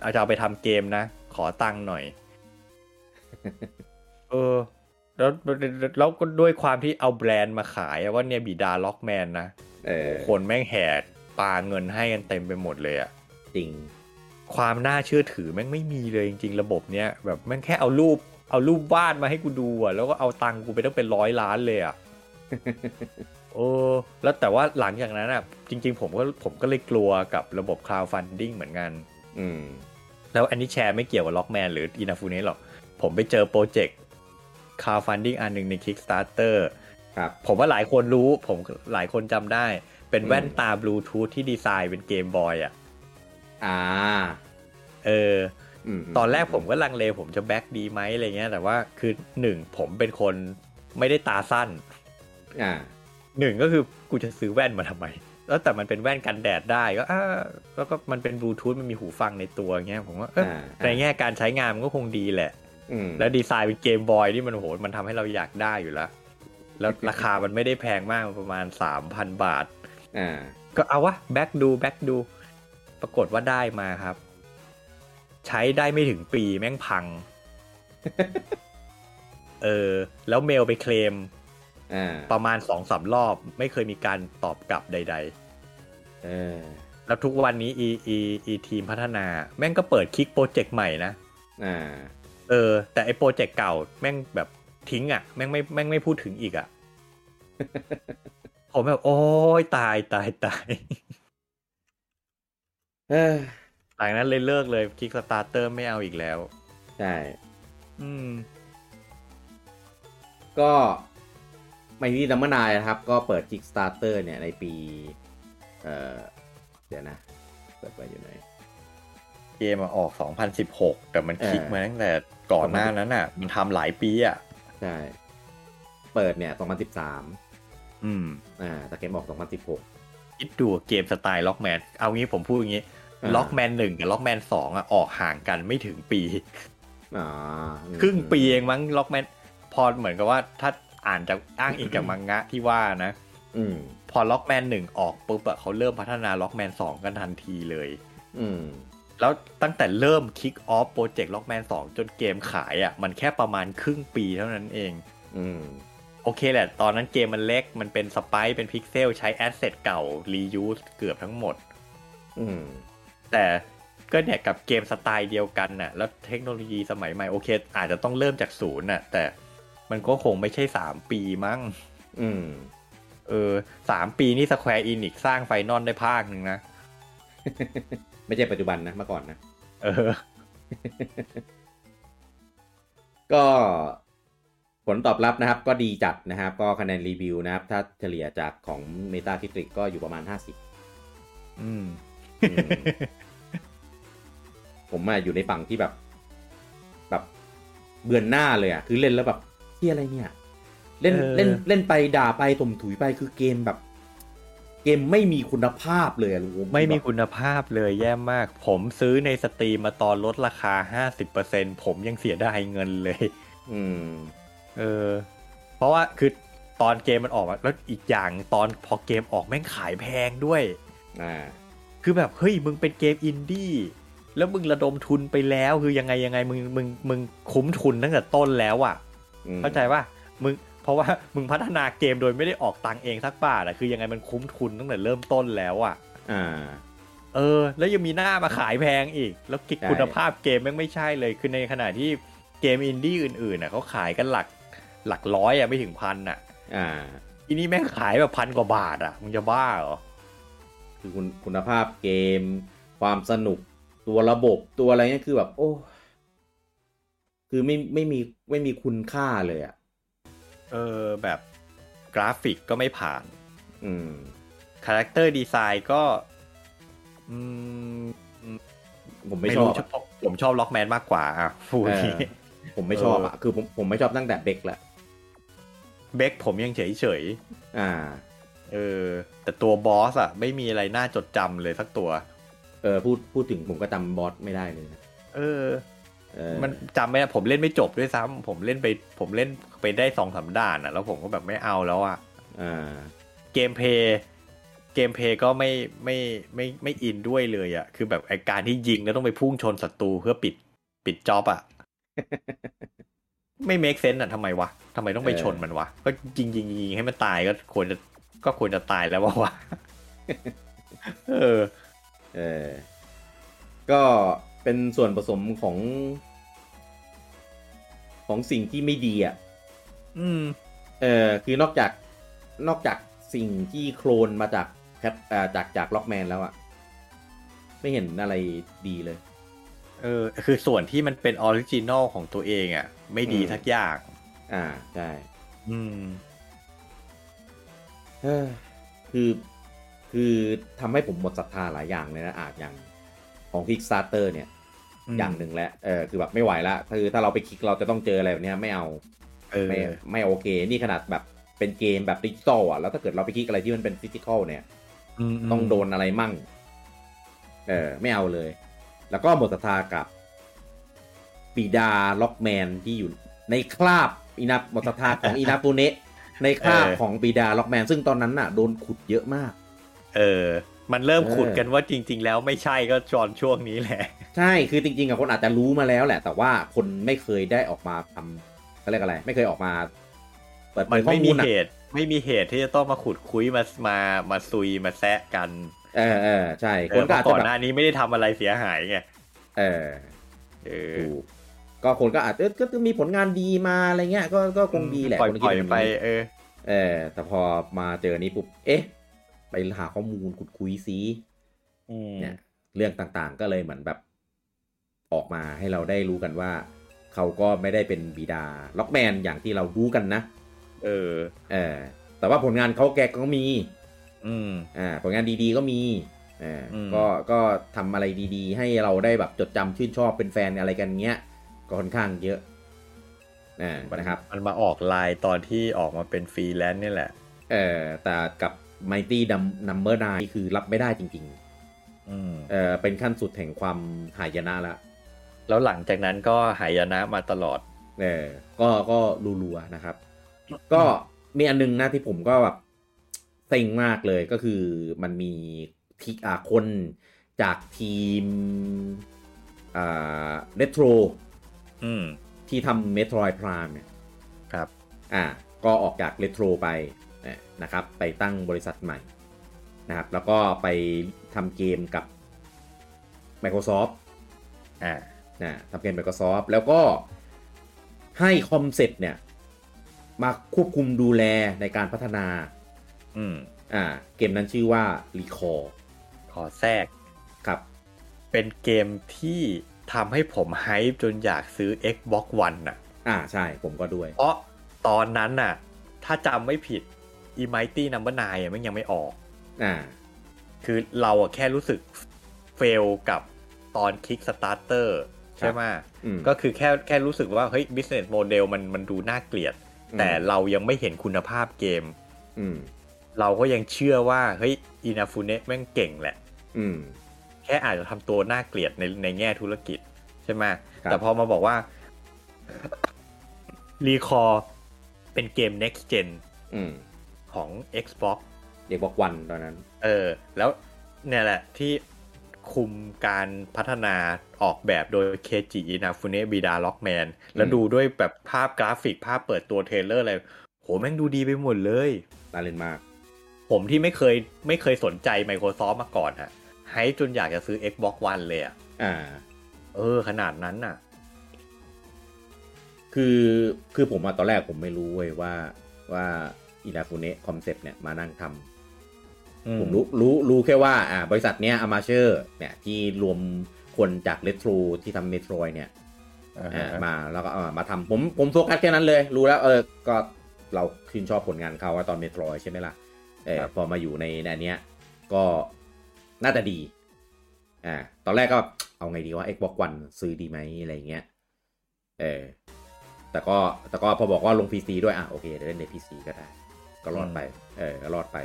S2: เอาจะเอาไปทำเกมนะ ขอตังค์หน่อย เออ แล้วแล้วก็ด้วยความที่เอาแบรนด์มาขายอะว่าเนี่ยบิดาล็อกแมนนะ
S1: เออ
S2: คนแม่งแห่ปาเงินให้กันเต็มไปหมดเลยอะ
S1: จริง
S2: ความน่าเชื่อถือแม่งไม่มีเลยจริงๆระบบเนี่ยแบบแม่งแค่เอารูป เอารูปวาดมาให้กูดูอะแล้วก็เอาตังค์กูไปต้องเป็นร้อยล้านเลยอะ โอ้แล้วแต่ว่าหลังจากนั้นอ่ะ จริง ๆ ผมก็ผมก็เลยกลัวกับระบบ Cloud Funding เหมือนกัน
S1: อืม
S2: แล้วอันนี้แชร์ไม่เกี่ยวกับล็อกแมนหรืออินาฟูเนหรอก ผมไปเจอโปรเจกต์ Cloud Funding อันหนึ่งใน Kickstarter
S1: ครับ
S2: ผมว่าหลายคนรู้ ผมหลายคนจำได้ เป็น
S1: อืม
S2: แว่นตาบลูทูธที่ดีไซน์เป็นเกมบอยอ่ะ
S1: อ่า
S2: เออ
S1: อืม
S2: ตอนแรกผมก็ลังเลผมจะแบ็กดีไหมอะไรเงี้ย แต่ว่าคือหนึ่งผมเป็นคนไม่ได้ตาสั้น
S1: อ่า
S2: หนึ่งก็คือกูจะซื้อแว่นมาทำไม แล้วแต่มันเป็นแว่นกันแดดได้ก็อ่าแล้วก็มันเป็นบลูทูธมันมีหูฟังในตัวเงี้ยผมว่าเออ
S1: อ่า
S2: ในแง่การใช้งานมันก็คงดีแหละ
S1: อืม
S2: แล้วดีไซน์เป็นเกมบอยนี่มันโหมันทำให้เราอยากได้อยู่แล้ว แล้วราคามันไม่ได้แพงมากมันประมาณ 3,000 บาท
S1: อ่า
S2: ก็เอาวะแบ็กดูแบ็กดู ปรากฏว่าได้มาครับ ใช้ได้ไม่ถึงปีแม่งพัง เออ แล้วเมลไปเคลม
S1: อ่า
S2: ประมาณสองสามรอบ ไม่เคยมีการตอบกลับใด
S1: เออ
S2: ๆ แล้วทุกวันนี้อีอีอีทีมพัฒนา แม่งก็เปิดคลิกโปรเจกต์ใหม่นะ
S1: อ่า
S2: เออ แต่ไอ้โปรเจกต์เก่าแม่งแบบทิ้งอ่ะ แม่งไม่แม่งไม่พูดถึงอีกอ่ะ ผมแบบ โอ้ยตายตายตาย
S1: เออ
S2: หลังนั้นเลยเลิกเลยคิกสตาร์เตอร์ไม่เอาอีกแล้ว
S1: ใช่
S2: อืม
S1: ก็ไม่ที่ดัมมานายนะครับ ก็เปิด Kickstarter เนี่ยในปี เอ่อ เดี๋ยวนะ เปิดไปอยู่ไหน
S2: เกมอะออก 2016 แต่มัน
S1: เออ
S2: คลิกมาตั้งแต่ก่อนหน้านั้นอ่ะ มันทำหลายปีอ่ะ
S1: ใช่ เปิดเนี่ย 2013
S2: อืม
S1: อ่า แต่เกมออก 2016
S2: คิดดูเกมสไตล์ล็อกแมน เอางี้ผมพูดอย่างงี้
S1: อ่า
S2: ล็อกแมนหนึ่งกับล็อกแมนสองอ่ะ ออกห่างกันไม่ถึง ปี
S1: อ่าอืม
S2: ครึ่งปีเองมั้งล็อกแมน พอเหมือนกับว่าถ้าอ่านจากอ้างอิงจากมังงะที่ว่านะ
S1: อืม
S2: พอล็อกแมนหนึ่งออกปุ๊บอะเขาเริ่มพัฒนาล็อกแมนสองกันทันทีเลย
S1: อืม
S2: แล้วตั้งแต่เริ่มคิกออฟโปรเจกต์ล็อกแมนสองจนเกมขายอ่ะ มันแค่ประมาณครึ่งปีเท่านั้นเอง
S1: อืม
S2: โอเคแหละ ตอนนั้นเกมมันเล็ก มันเป็นสไปซ์เป็นพิกเซลใช้แอสเซทเก่า รียูสเกือบทั้งหมด
S1: อืม
S2: แต่ก็เนี่ยกับเกมสไตล์เดียวกันน่ะ แล้วเทคโนโลยีสมัยใหม่ โอเค อาจจะต้องเริ่มจากศูนย์น่ะ แต่มันก็คงไม่ใช่ 3 ปีมั้ง
S1: อืม
S2: เออสามปีนี่สแควร์อินิกสร้างไฟนอลได้ภาคหนึ่งนะ
S1: ไม่ใช่ปัจจุบันนะ เมื่อก่อนนะ
S2: เออ
S1: ก็ผลตอบรับนะครับก็ดีจัดนะครับ ก็คะแนนรีวิวนะครับ ถ้าเฉลี่ยจากของ Meta c r i t i c ก็อยู่ประมาณ 50
S2: อืม
S1: อืม ผมอะอยู่ในฝั่งที่แบบ แบบเบือนหน้าเลยอะคือเล่นแล้วแบบที่อะไรเนี่ย เล่น
S2: เออ
S1: เล่นเล่นไปด่าไปถมถุยไปคือเกมแบบ เกมไม่มีคุณภาพเลยอะผม
S2: ไม่มี
S1: แบบ
S2: คุณภาพเลยแย่มาก ผมซื้อในสตรีมมาตอนลดราคา 50%ผมยังเสียดายเงินเลย
S1: อืม
S2: เออ เพราะว่าคือตอนเกมมันออกอะแล้วอีกอย่างตอนพอเกมออกแม่งขายแพงด้วย
S1: อ่า
S2: คือแบบเฮ้ยมึงเป็นเกมอินดี้แล้วมึงระดมทุนไปแล้วคือยังไงยังไงมึงมึงมึงคุ้มทุนตั้งแต่ต้นแล้วอะ
S1: อืม
S2: เข้าใจป่ะมึงเพราะว่า มึงพัฒนาเกมโดยไม่ได้ออกตังค์เองสักบาทอะคือยังไงมันคุ้มทุนตั้งแต่เริ่มต้นแล้วอะ
S1: อ่า
S2: เออ แล้วยังมีหน้ามาขายแพงอีก แล้วกิ
S1: ใช่
S2: คุณภาพเกมแม่งไม่ใช่เลยคือในขณะที่เกมอินดี้อื่นๆน่ะเขาขายกันหลักหลักร้อยอะไม่ถึงพันอะ
S1: อ่า
S2: อีนี่แม่งขายแบบพันกว่าบาทอ่ะ มึงจะบ้าเหรอ
S1: คือคุณคุณภาพเกม ความสนุกตัวระบบตัวอะไรเงี้ยคือแบบ โอ้ คือไม่ไม่มีไม่มีคุณค่าเลยอะ
S2: เออแบบกราฟิกก็ไม่ผ่าน
S1: อืม
S2: คาแรคเตอร์ดีไซน์ก็ อืม
S1: ผมไม่ชอบ
S2: รู้
S1: อะ
S2: ผมชอบล็อกแมนมากกว่าอ่ะฟูดอย่าง
S1: เอ
S2: นี้
S1: อผมไม่ชอบอะคือผมผมไม่ชอบตั้งแต่เบรกละ
S2: เบคผมยังเฉยเฉย
S1: อ่า
S2: ๆเออ แต่ตัวบอสอ่ะ ไม่มีอะไรน่าจดจำเลยสักตัว
S1: เออพูดพูดถึงผมก็จำบอสไม่ได้เลยนะ
S2: เออ
S1: เออ
S2: มันจำไม่ได้ผมเล่นไม่จบด้วยซ้ำผมเล่นไป ผมเล่นไปได้สองสามด่านอ่ะ แล้วผมก็แบบไม่เอาแล้วอ่ะ
S1: อ่า
S2: เกมเพลย์เกมเพลย์ก็ไม่ไม่ไม่ไม่อินด้วยเลยอะคือแบบไอการที่ยิงแล้วต้องไปพุ่งชนศัตรูเพื่อปิดปิดจ็อบอะ ไม่ make sense อะทำไมวะทำไมต้องไปชนมันวะ ก็ยิงยิงยิงให้มันตายก็ควรจะก็ควรจะตายแล้ววะว ะ เออ
S1: เออก็เป็นส่วนผสมของ ของสิ่งที่ไม่ดีอ่ะ
S2: อืม
S1: เออคือนอกจากนอกจากสิ่งที่โคลนมาจากแคทอ่าจากจากล็อกแมนแล้วอ่ะ ไม่เห็นอะไรดีเลย
S2: เออ คือส่วนที่มันเป็นออริจินอลของตัวเองอะไม่ดี
S1: อืม
S2: สักอย่าง
S1: อ่าใช่
S2: อืม
S1: เอ้อคือ คือทำให้ผมหมดศรัทธาหลายอย่างเลยนะอาจอย่าง ของ Kickstarter เนี่ย
S2: ม
S1: อย่างหนึ่งแล้วเออคือแบบไม่ไหวละคือถ้าเราไปคลิกเราจะต้องเจออะไรแบบเนี้ยไม่เอา
S2: เออ
S1: ไม่ไม่โอเค นี่ขนาดแบบเป็นเกมแบบดิจิตอลอ่ะ แล้วถ้าเกิดเราไปคลิกอะไรที่มันเป็นฟิสิกอลเนี่ย
S2: มม
S1: ต้องโดนอะไรมั่ง เออ ไม่เอาเลย แล้วก็หมดศรัทธากับปีดาล็อกแมนที่อยู่ในคราบอินาหมดศรัทธาของ อินาปูเนะในคราบของปีดาล็อกแมนซึ่งตอนนั้นน่ะโดนขุดเยอะมาก
S2: เออ มันเริ่ม
S1: เออ
S2: ขุดกันว่าจริง ๆ แล้วไม่ใช่ก็จอนช่วงนี้แหละ
S1: ใช่ คือจริงๆอะคนอาจจะรู้มาแล้วแหละ แต่ว่าคนไม่เคยได้ออกมาทำเขาเรียกอะไร ไม่เคยออกมา เปิดเผ
S2: มัน
S1: ยข้อ
S2: ไม่
S1: มู
S2: มี
S1: ลอะ
S2: เหตุ ไม่มีเหตุที่จะต้องมาขุดคุยมามามาซุยมาแซะกัน
S1: เออเออใช่
S2: เอ
S1: คน
S2: อเพ
S1: ก็อา
S2: ราะ
S1: จ
S2: ก่
S1: จะ
S2: อน
S1: แบบ
S2: หน้านี้ไม่ได้ทำอะไรเสียหายไง
S1: เออ
S2: เออ
S1: ถูกก็คนก็อาจเอ้ยก็มีผลงานดีมาอะไรเงี้ยก็ก็คงดีแหละ
S2: ปล่อย
S1: คน
S2: ป
S1: คิ
S2: ล่อ
S1: ด
S2: ย
S1: แบบ
S2: ไป
S1: นี้
S2: เออ
S1: เออแต่พอมาเจออนนี้ปุ๊บเอ๊ะ ไปหาข้อมูลขุดคุยซี
S2: อืม
S1: เนี่ย เรื่องต่างๆก็เลยเหมือนแบบ ออกมาให้เราได้รู้กันว่า เขาก็ไม่ได้เป็นบิดาล็อกแมนอย่างที่เรารู้กันนะ
S2: เออ
S1: เออแต่ว่าผลงานเขาแกก็มี
S2: อืม
S1: อ่าผลงานดีๆก็มีเอออ
S2: ม
S1: ก็ก็ทำอะไรดีๆ ให้เราได้แบบจดจำชื่นชอบเป็นแฟนอะไรกันเงี้ยก็ค่อนข้างเยอะอ่านะครับ
S2: มันมาออกไลน์ตอนที่ออกมาเป็นฟรีแลนซ์เนี่ยแหละ
S1: เออแต่กับ Mighty Dum- Number 9นี่คือรับไม่ได้จริง
S2: อืม
S1: ๆเออเป็นขั้นสุดแห่งความหายนะละ
S2: แล้วหลังจากนั้นก็หายนะมาตลอด
S1: เออก็ก็รัวๆนะครับ ก็มีอันนึงนะที่ผมก็แบบเซ็งมากเลยก็คือมันมีทีอ่าคนจากทีมอ่าเรโทร
S2: อืม
S1: ที่ทำเมโทรไพรามเนี่ย
S2: ครับ
S1: อ่าก็ออกจากเรโทรไปเนี่ยนะครับ ไปตั้งบริษัทใหม่นะครับ แล้วก็ไปทำเกมกับ Microsoft
S2: อ่า
S1: นะทำเกม Microsoft แล้วก็ให้คอมเซ็ปต์เนี่ย มาควบคุมดูแลในการพัฒนา
S2: อืม
S1: อ่า เกมนั้นชื่อว่า Recall
S2: ขอแทรก
S1: ครับ
S2: เป็นเกมที่ทำให้ผมไฮป์จนอยากซื้อ Xbox One น่ะ
S1: อ่าใช่ผมก็ด้วย
S2: เพราะตอนนั้นน่ะ ถ้าจำไม่ผิด e m i g h t y Number 9อ่ะมันยังไม่ออก
S1: อ่า
S2: คือเราอะแค่รู้สึกเฟลกับตอน Kickstarter ใช่ไหม
S1: อืม
S2: ก็คือแค่แค่รู้สึกว่า เฮ้ย business model มันมันดูน่าเกลียด แต่เรายังไม่เห็นคุณภาพเกม
S1: อืม
S2: เราก็ยังเชื่อว่า เฮ้ยอินาฟูเนะแม่งเก่งแหละ
S1: อืม
S2: แค่อาจจะทำตัวน่าเกลียดในในแง่ธุรกิจ ใช่ไหม
S1: ครับ
S2: แต่พอมาบอกว่า รีคอเป็นเกม next gen
S1: อืม
S2: ของ Xbox
S1: เด็กบอกวันตอนนั้น
S2: เออ แล้วเนี่ยแหละที่คุมการพัฒนาออกแบบโดยเคจิอินาฟุเนะบิดาล็อกแมน แล้วดูด้วยแบบภาพกราฟิกภาพเปิดตัวเทรลเลอร์อะไร โห แม่งดูดีไปหมดเลย
S1: น่าเล่นมาก
S2: ผมที่ไม่เคยไม่เคยสนใจ Microsoft มาก่อนอะไฮป์จนอยากจะซื้อ Xbox One เลยอะ
S1: อ่า
S2: เออ ขนาดนั้นน่ะ
S1: คือคือผมอะตอนแรกผมไม่รู้เว้ยว่าว่าอินาฟูเนะคอมเซปต์เนี่ยมานั่งทำ ผมรู้รู้รู้แค่ว่าอ่าบริษัทเนี้ยอามาเชอร์เนี่ยที่รวมคนจากเลโทรที่ทำเมโทรเนี่ย
S2: อ่า
S1: อ่า
S2: ฮะ
S1: มาแล้วก็เอามาทำผมผมโฟกัสแค่นั้นเลย รู้แล้วเออก็เราชื่นชอบผลงานเขาว่าตอนเมโทรใช่ไหมล่ะเออ
S2: ครับ
S1: พอมาอยู่ในในอันเนี้ยก็น่าจะดีอ่าตอนแรกก็แบบเอาไงดีว่า Xbox One ซื้อดีไหมอะไรอย่างเงี้ยเออแต่ก็แต่ก็พอบอกว่าลง PC ด้วยอ่ะโอเคเดี๋ยวเล่นใน PC ก็ได้ ก็รอดไป เออก็รอดไป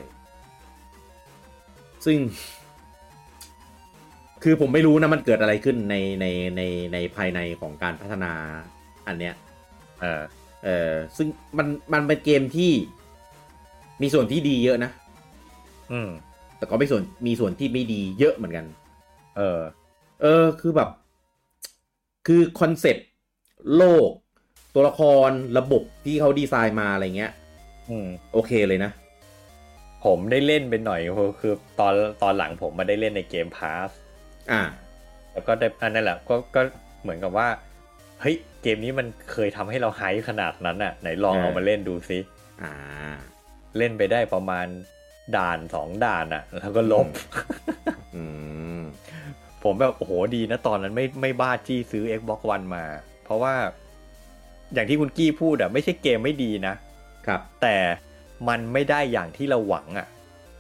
S1: ซึ่ง คือผมไม่รู้นะมันเกิดอะไรขึ้นในในในในภายในของการพัฒนาอันเนี้ย
S2: เออ
S1: เออซึ่งมันมันเป็นเกมที่มีส่วนที่ดีเยอะนะ
S2: อืม
S1: แต่ก็ไม่ส่วนมีส่วนที่ไม่ดีเยอะเหมือนกัน
S2: เออ
S1: เออคือแบบ คือคอนเซปต์โลก ตัวละครระบบที่เขาดีไซน์มาอะไรเงี้ย
S2: อืม
S1: โอเคเลยนะ
S2: ผมได้เล่นเป็นหน่อยคือคือตอนตอนหลังผมมาได้เล่นในเกมพาส
S1: อ่า
S2: แล้วก็ได้อันนั่นแหละก็ก็เหมือนกับว่า เฮ้ย เกมนี้มันเคยทำให้เราไฮป์ขนาดนั้นอ่ะ ไหนลอง
S1: เออ
S2: เอามาเล่นดูซิ
S1: อ่า
S2: เล่นไปได้ประมาณด่านสองด่านอ่ะ แล้วก็ลบ
S1: อืม
S2: ผมแบบโอ้โหดีนะตอนนั้นไม่ไม่บ้าจี้ซื้อ Xbox One มา เพราะว่าอย่างที่คุณกี้พูดอ่ะไม่ใช่เกมไม่ดีนะ
S1: ครับ
S2: แต่มันไม่ได้อย่างที่เราหวังอ่ะ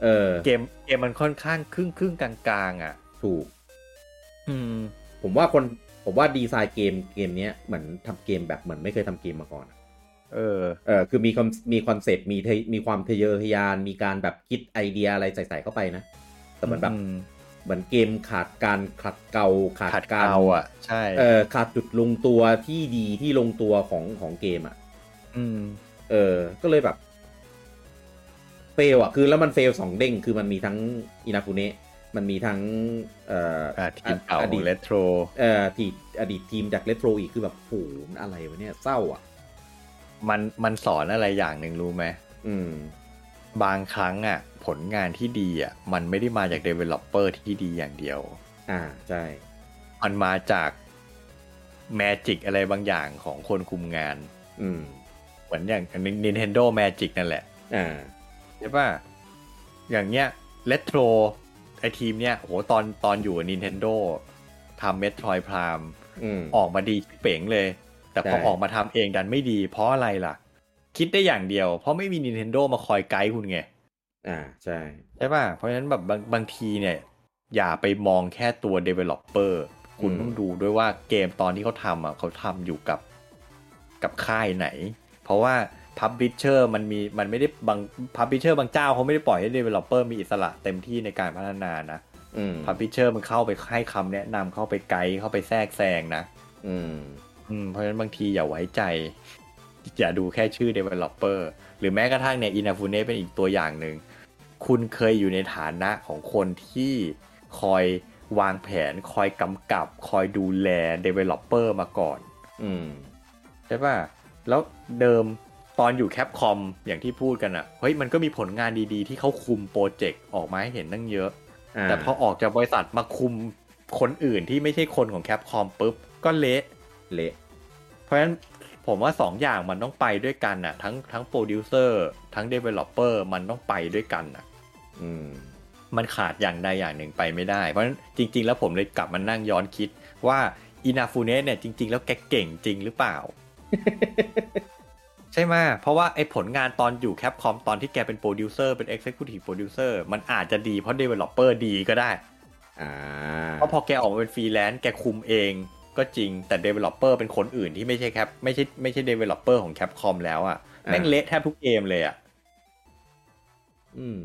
S1: เออ
S2: เกมเกมมันค่อนข้างครึ่งครึ่งๆกลางๆอ่ะ
S1: ถูก
S2: อืม
S1: ผมว่าคนผมว่าดีไซน์เกมเกมเนี้ยเหมือนทำเกมแบบเหมือนไม่เคยทำเกมมาก่อนอะ
S2: เออ
S1: เออคือมีคอนมีคอนเซปต์มีเทมีความทะเยอทะยาน มีการแบบคิดไอเดียอะไรใส่ๆเข้าไปนะ แต่เหมือนแบบ
S2: อืม
S1: เหมือนเกมขาดการขัดเกลาขาด
S2: ขัด
S1: การ
S2: เกาอ่ะ ใช่
S1: เออขาดจุดลงตัวที่ดีที่ลงตัวของของเกมอ่ะ
S2: ม
S1: เออ ก็เลยแบบเฟลอ่ะ คือแล้วมันเฟลสองเด้ง คือมันมีทั้งอินา u ุเนะมันมีทั้ง เอ่อ
S2: อ่ะทีมเก่า
S1: อดีต
S2: เลโทร
S1: เอ่อทีอดีตทีมจากเลตโรอีก คือแบบโหมันอะไรวะเนี่ย เศร้าอ่ะ
S2: มันมันสอนอะไรอย่างหนึ่งรู้ไหม
S1: อืม
S2: บางครั้งอ่ะ ผลงานที่ดีอ่ะ มันไม่ได้มาจาก Developer ที่ดีอย่างเดียว
S1: อ่า ใช่
S2: มันมาจากแมจิกอะไรบางอย่างของคนคุมงาน
S1: อืม
S2: เหมือนอย่าง Nintendo Magic นั่นแหละ
S1: อ่า
S2: ใช่ป่ะ อย่างเงี้ยเลโทรไอทีมเนี้ยโหตอนตอนอยู่ Nintendo ทำเมทรอยพราม
S1: อืม
S2: ออกมาดีเป๋งเลย แต่พอ
S1: ใช่
S2: ออกมาทำเองดันไม่ดี เพราะอะไรล่ะ คิดได้อย่างเดียว เพราะไม่มี Nintendo มาคอยไกด์คุณไง
S1: อ่า ใช่
S2: ใช่ป่ะ เพราะฉะนั้นแบบบางบางทีเนี่ย อย่าไปมองแค่ตัว Developer คุณ
S1: อืม
S2: ต้องดูด้วยว่าเกมตอนที่เขาทำอ่ะเขาทำอยู่กับกับค่ายไหน เพราะว่า Publisher มันมีมันไม่ได้บาง Publisher บางเจ้าเขาไม่ได้ปล่อยให้ Developer มีอิสระเต็มที่ในการพัฒนานะ
S1: อืม
S2: Publisher มันเข้าไปให้คำแนะนำเข้าไปไกด์เข้าไปแทรกแซงนะ
S1: อืม
S2: อืมเพราะฉะนั้นบางทีอย่าไว้ใจ อย่าดูแค่ชื่อ Developer หรือแม้กระทั่งเนี่ยอินาฟูเนเป็นอีกตัวอย่างหนึ่ง คุณเคยอยู่ในฐานะของคนที่คอยวางแผน คอยกำกับ คอยดูแล Developer มาก่อน
S1: อืม
S2: ใช่ป่ะ แล้วเดิมตอนอยู่แคปคอมอย่างที่พูดกันอะ่ะ เฮ้ยมันก็มีผลงานดีๆ ที่เขาคุมโปรเจกต์ออกมาให้เห็นตั้งเยอะ
S1: อ่า
S2: แต่พอออกจากบริษัทมาคุมคนอื่นที่ไม่ใช่คนของแคปคอมปุ๊บก็เละ
S1: เละ
S2: เพราะฉะนั้นผมว่า 2 อย่างมันต้องไปด้วยกันน่ะ ทั้งทั้งโปรดิวเซอร์ทั้ง Developer มันต้องไปด้วยกันน่ะ
S1: อืม
S2: มันขาดอย่างใดอย่างหนึ่งไปไม่ได้ เพราะฉะนั้นจริง ๆ แล้วผมเลยกลับมานั่งย้อนคิดว่าอินาฟูเนสเนี่ยจริง ๆ แล้วแกเก่งจริงหรือเปล่า ใช่ไหมเพราะว่าไอ้ผลงานตอนอยู่แคปคอมตอนที่แกเป็นโปรดิวเซอร์เป็น Executive Producer มันอาจจะดีเพราะ Developer ดีก็ได้
S1: อ่า
S2: เพราะพอแกออกมาเป็นฟรีแลนซ์แกคุมเองก็จริงแต่ Developer เป็นคนอื่นที่ไม่ใช่แคปไม่ใช่ไม่ใช่ Developer ของ Capcom แล้วอะ่ะแม่ง
S1: อ่า
S2: เละแทบทุกเกมเลยอะ่ะ
S1: อืม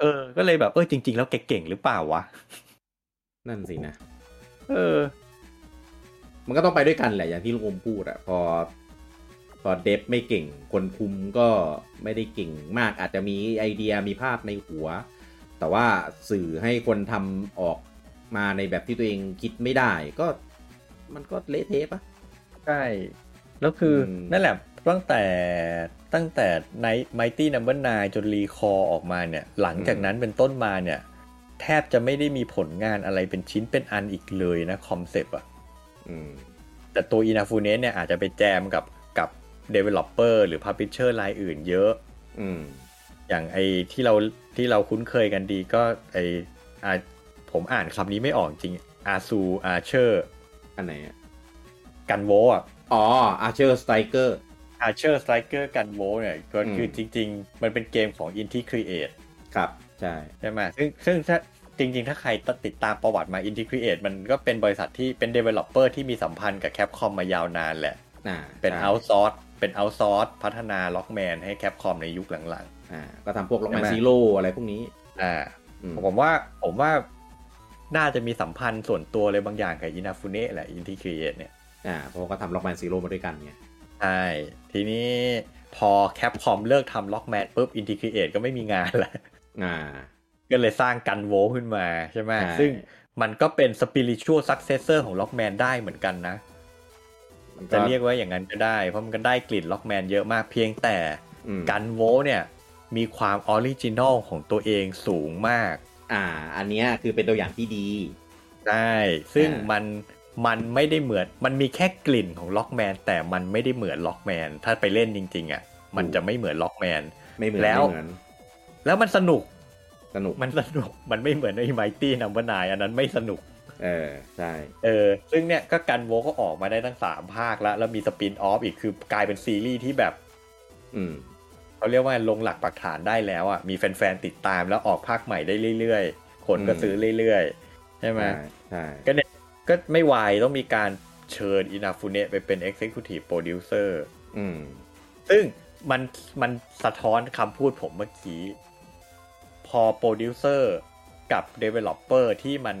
S2: เออก็เลยแบบเออจริง ๆ แล้วแกเก่งหรือเปล่าวะ
S1: นั่นสินะ
S2: เออ
S1: มันก็ต้องไปด้วยกันแหละอย่างที่ลุงอมพูดอะพอ พอเดฟไม่เก่ง คนคุมก็ไม่ได้เก่งมากอาจจะมีไอเดียมีภาพในหัว แต่ว่าสื่อให้คนทำออกมาในแบบที่ตัวเองคิดไม่ได้ก็ มันก็เละเทะปะ
S2: ใช่ แล้วคืออ
S1: ม
S2: นั่นแหละตั้งแต่ตั้งแต่ไนไมตี้นัมเบอร์นจนรีคอออกมาเนี่ย หลังจากนั้นเป็นต้นมาเนี่ย แทบจะไม่ได้มีผลงานอะไรเป็นชิ้นเป็นอันอีกเลยนะคอมเซปต์อ่ะ
S1: อืม
S2: แต่ตัวอินาฟูเนสเนี่ยอาจจะไปแจมกับกับ Developer หรือ Publisher รายอื่นเยอะ
S1: อืม
S2: อย่างไอที่เราที่เราคุ้นเคยกันดีก็ไออาผมอ่านคำนี้ไม่ออกจริงอาซูอาเชอร์
S1: อันไหนอะ
S2: กันโวอ่ะ
S1: อ๋ออาเชอร์สไตเกอร์
S2: อาเชอร์สไตรเกอร์กันโวเนี่ยก็
S1: อืม
S2: คือจริง ๆ มันเป็นเกมของ Inti Create
S1: ครับ ใช่
S2: ใช่ไหมซึ่งซึ่งถ้าจริง ๆ ถ้าใครติดตามประวัติมา Inti Create มันก็เป็นบริษัทที่เป็น Developer ที่มีสัมพันธ์กับ Capcom มายาวนานแหละ
S1: อ่า
S2: เป็น
S1: ใช่
S2: เอาซอร์สเป็นเอาซอร์สพัฒนาล็อกแมนให้แคปคอมในยุคหลัง
S1: อ่า ก็ทำพวกล็อกแมน
S2: ใช่ไหม
S1: ซีโร่อะไรพวกนี้
S2: ๆ อ่า
S1: อืม
S2: ผมว่าผมว่าน่าจะมีสัมพันธ์ส่วนตัวเลยบางอย่างกับอินาฟุเนะแหละอินทิเกรตเนี่ย
S1: อ่าเพราะว่าก็ทำล็อกแมนซีโร่มาด้วยกันไง
S2: ใช่ ทีนี้พอแคปคอมเลิกทำล็อกแมนปุ๊บอินทิเกรตก็ไม่มีงานละ
S1: อ่า
S2: ก็เลยสร้างกันโวขึ้นมาใช่ไหม
S1: ใช่
S2: ซึ่งมันก็เป็นสปิริตชัวซักเซสเซอร์ของล็อกแมนได้เหมือนกันนะ
S1: มัน
S2: จะเรียกว่าอย่างนั้นก็ได้ เพราะมันก็ได้กลิ่นล็อกแมนเยอะมากเพียงแต่
S1: อืม
S2: กันโวเนี่ยมีความออริจินอลของตัวเองสูงมาก
S1: อ่า อันเนี้ยคือเป็นตัวอย่างที่ดี
S2: ใช่ ซึ่ง
S1: อ่ามั
S2: มันมันไม่ได้เหมือน มันมีแค่กลิ่นของล็อกแมนแต่มันไม่ได้เหมือนล็อกแมน ถ้าไปเล่นจริงๆอ่ะ มันจะไม่เหมือนล็อกแมน
S1: ไม่เหมือน
S2: แล้ว
S1: ไม่เหมือน
S2: แล้วมันสนุก
S1: สนุก
S2: มันสนุก มันไม่เหมือนไอ้ไมตี้นัมเบอร์นอันนั้นไม่สนุก
S1: เออ ใช่
S2: เออ ซึ่งเนี่ยก็กันโวก็ออกมาได้ตั้ง 3 ภาคแล้ว แล้วมีสปินออฟอีกคือกลายเป็นซีรีส์ที่แบบ
S1: อืม
S2: เขาเรียกว่าลงหลักปักฐานได้แล้วอ่ะ มีแฟนๆติดตามแล้วออกภาคใหม่ได้เรื่อยๆ คนก็
S1: อืม
S2: ซื้อเรื่อยๆ ใช่ไหม
S1: ใช่ใช่
S2: ก็เนี่ย ก็ไม่วายต้องมีการเชิญอินาฟุเนะไปเป็น Executive Producer
S1: อืม
S2: ซึ่งมันมันสะท้อนคำพูดผมเมื่อกี้ พอโปรดิวเซอร์กับ Developer ที่มัน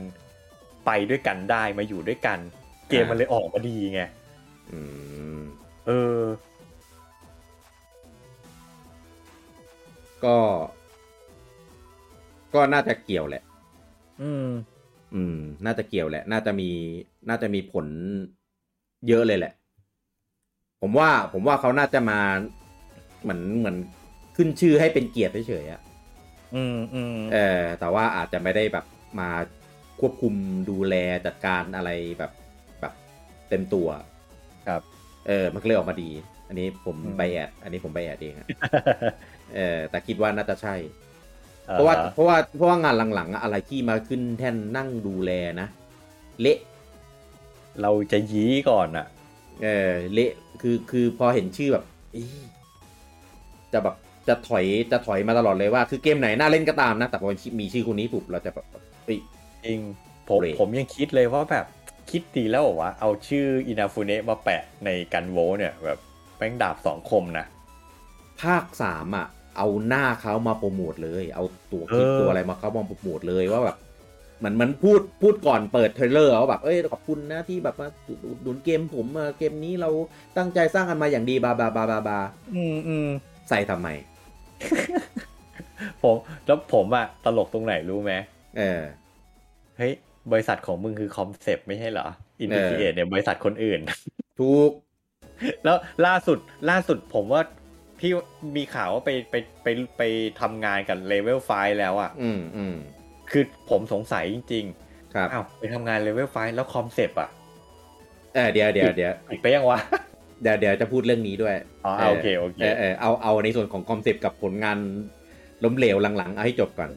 S2: ไปด้วยกันได้มาอยู่ด้วยกัน เกมมันเลยออกมาดีไง
S1: อืม
S2: เออ
S1: ก็ ก็น่าจะเกี่ยวแหละ
S2: อืม
S1: อืม น่าจะเกี่ยวแหละ น่าจะมี น่าจะมีผลเยอะเลยแหละ ผมว่า ผมว่าเขาน่าจะมา เหมือน เหมือนขึ้นชื่อให้เป็นเกียรติเฉยๆอะ
S2: อืมอืม
S1: เออ แต่ว่าอาจจะไม่ได้แบบมาควบคุมดูแลจัดการอะไรแบบแบบเต็มตัว
S2: ครับ
S1: เออ มันก็เลยออกมาดี อันนี้ผม
S2: อืม
S1: ไบแอด อันนี้ผมไบแอดเอง อะเออ แต่คิดว่าน่าจะใช่ เพราะว่า เพราะว่า เพราะว่างานหลังๆอะอะไรที่มาขึ้นแท่นนั่งดูแลนะ เละ
S2: เราจะยี้ก่อนอ่ะ
S1: เออเละคือคือพอเห็นชื่อแบบอี๋จะแบบจะถอยจะถอยมาตลอดเลยว่า คือเกมไหนน่าเล่นก็ตามนะ แต่พอมีชื่อคนนี้ปุ๊บเราจะแบบเอ้ย
S2: จริงผม
S1: เบรก
S2: ผมยังคิดเลยว่าแบบคิดดีแล้วเหรอวะเอาชื่ออินาฟูเนะมาแปะในกันโวเนี่ยแบบแป้งดาบสองคมนะ
S1: ภาคสามอ่ะ เอาหน้าเขามาโปรโมทเลย เอาตัว
S2: เอ
S1: คลิป
S2: อ
S1: ตัวอะไรมาเขามาโปรโมทเลยว่าแบบเหมือนมันพูดพูดก่อนเปิดเทรลเลอร์ว่าแบบเอ้ยขอบคุณนะที่แบบมาอุดหนุนเกมผมอ่ะเกมนี้เราตั้งใจสร้างกันมาอย่างดีบาบาบาบาบา
S2: อืมอืม
S1: ใส่ทำไม
S2: ผมแล้วผมอะตลกตรงไหนรู้ไหม
S1: เออ
S2: เฮ้ย บริษัทของมึงคือคอมเซปต์ไม่ใช่เหรออินดิเคเอทเนี่ยบริษัทคนอื่น
S1: ถูก
S2: แล้วล่าสุดล่าสุดผมว่าพี่มีข่าวว่าไปไปไปไปทำงานกับเลเวลไฟแล้วอะ
S1: อืมอืม
S2: คือผมสงสัยจริง
S1: ครับ
S2: ๆอ้าวไปทำงานเลเวลไฟแล้วคอมเซปต์อะ
S1: เออเดี๋ยวเดี๋ยวเดี๋ยว
S2: ปิดไปยังวะ
S1: เดี๋ยวเดี๋ยวจะพูดเรื่องนี้ด้วย
S2: อ๋อโอเคโอเค
S1: เออเออเอาเอาในส่วนของคอนเซปต์กับผลงานล้มเหลวหลังๆ เอาให้จบก่อน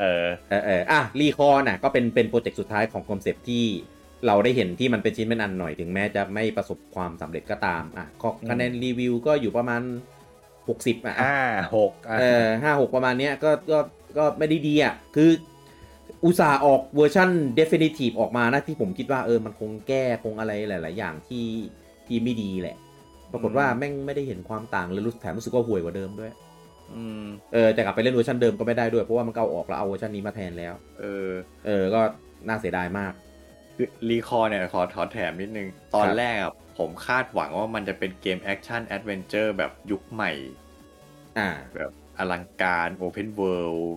S2: เออ
S1: เออเอออ่ะรีคอร์น่ะก็เป็นเป็นโปรเจกต์สุดท้ายของคอนเซปต์ที่เราได้เห็นที่มันเป็นชิ้นเป็นอันหน่อยถึงแม้จะไม่ประสบความสำเร็จก็ตาม อ่ะขอ
S2: อืม
S1: คะแนนรีวิวก็อยู่ประมาณ 60 อ่ะ
S2: ห้าหกอ่ะ
S1: เออห้าหกประมาณเนี้ยก็ก็ก็ไม่ได้ดีอ่ะ คืออุตส่าห์ออกเวอร์ชั่น definitive ออกมานะที่ผมคิดว่าเออมันคงแก้คงอะไรหลาย ๆ อย่างที่ที่ไม่ดีแหละ ปรากฏว่าแม่งไม่ได้เห็นความต่างเลยรู้แถมรู้สึกว่าห่วยกว่าเดิมด้วย
S2: อืม
S1: เออแต่กลับไปเล่นเวอร์ชันเดิมก็ไม่ได้ด้วย เพราะว่ามันก็เอาออกแล้วเอาเวอร์ชันนี้มาแทนแล้ว
S2: เออ
S1: เออก็น่าเสียดายมาก
S2: คือรีคอร์เนี่ยขอถอนแถมนิดนึง ตอ
S1: คน รับ
S2: แรกอะผมคาดหวังว่ามันจะเป็นเกมแอคชั่นแอดเวนเจอร์แบบยุคใหม่
S1: อ่า
S2: แบบอลังการโอเพนเวิลด์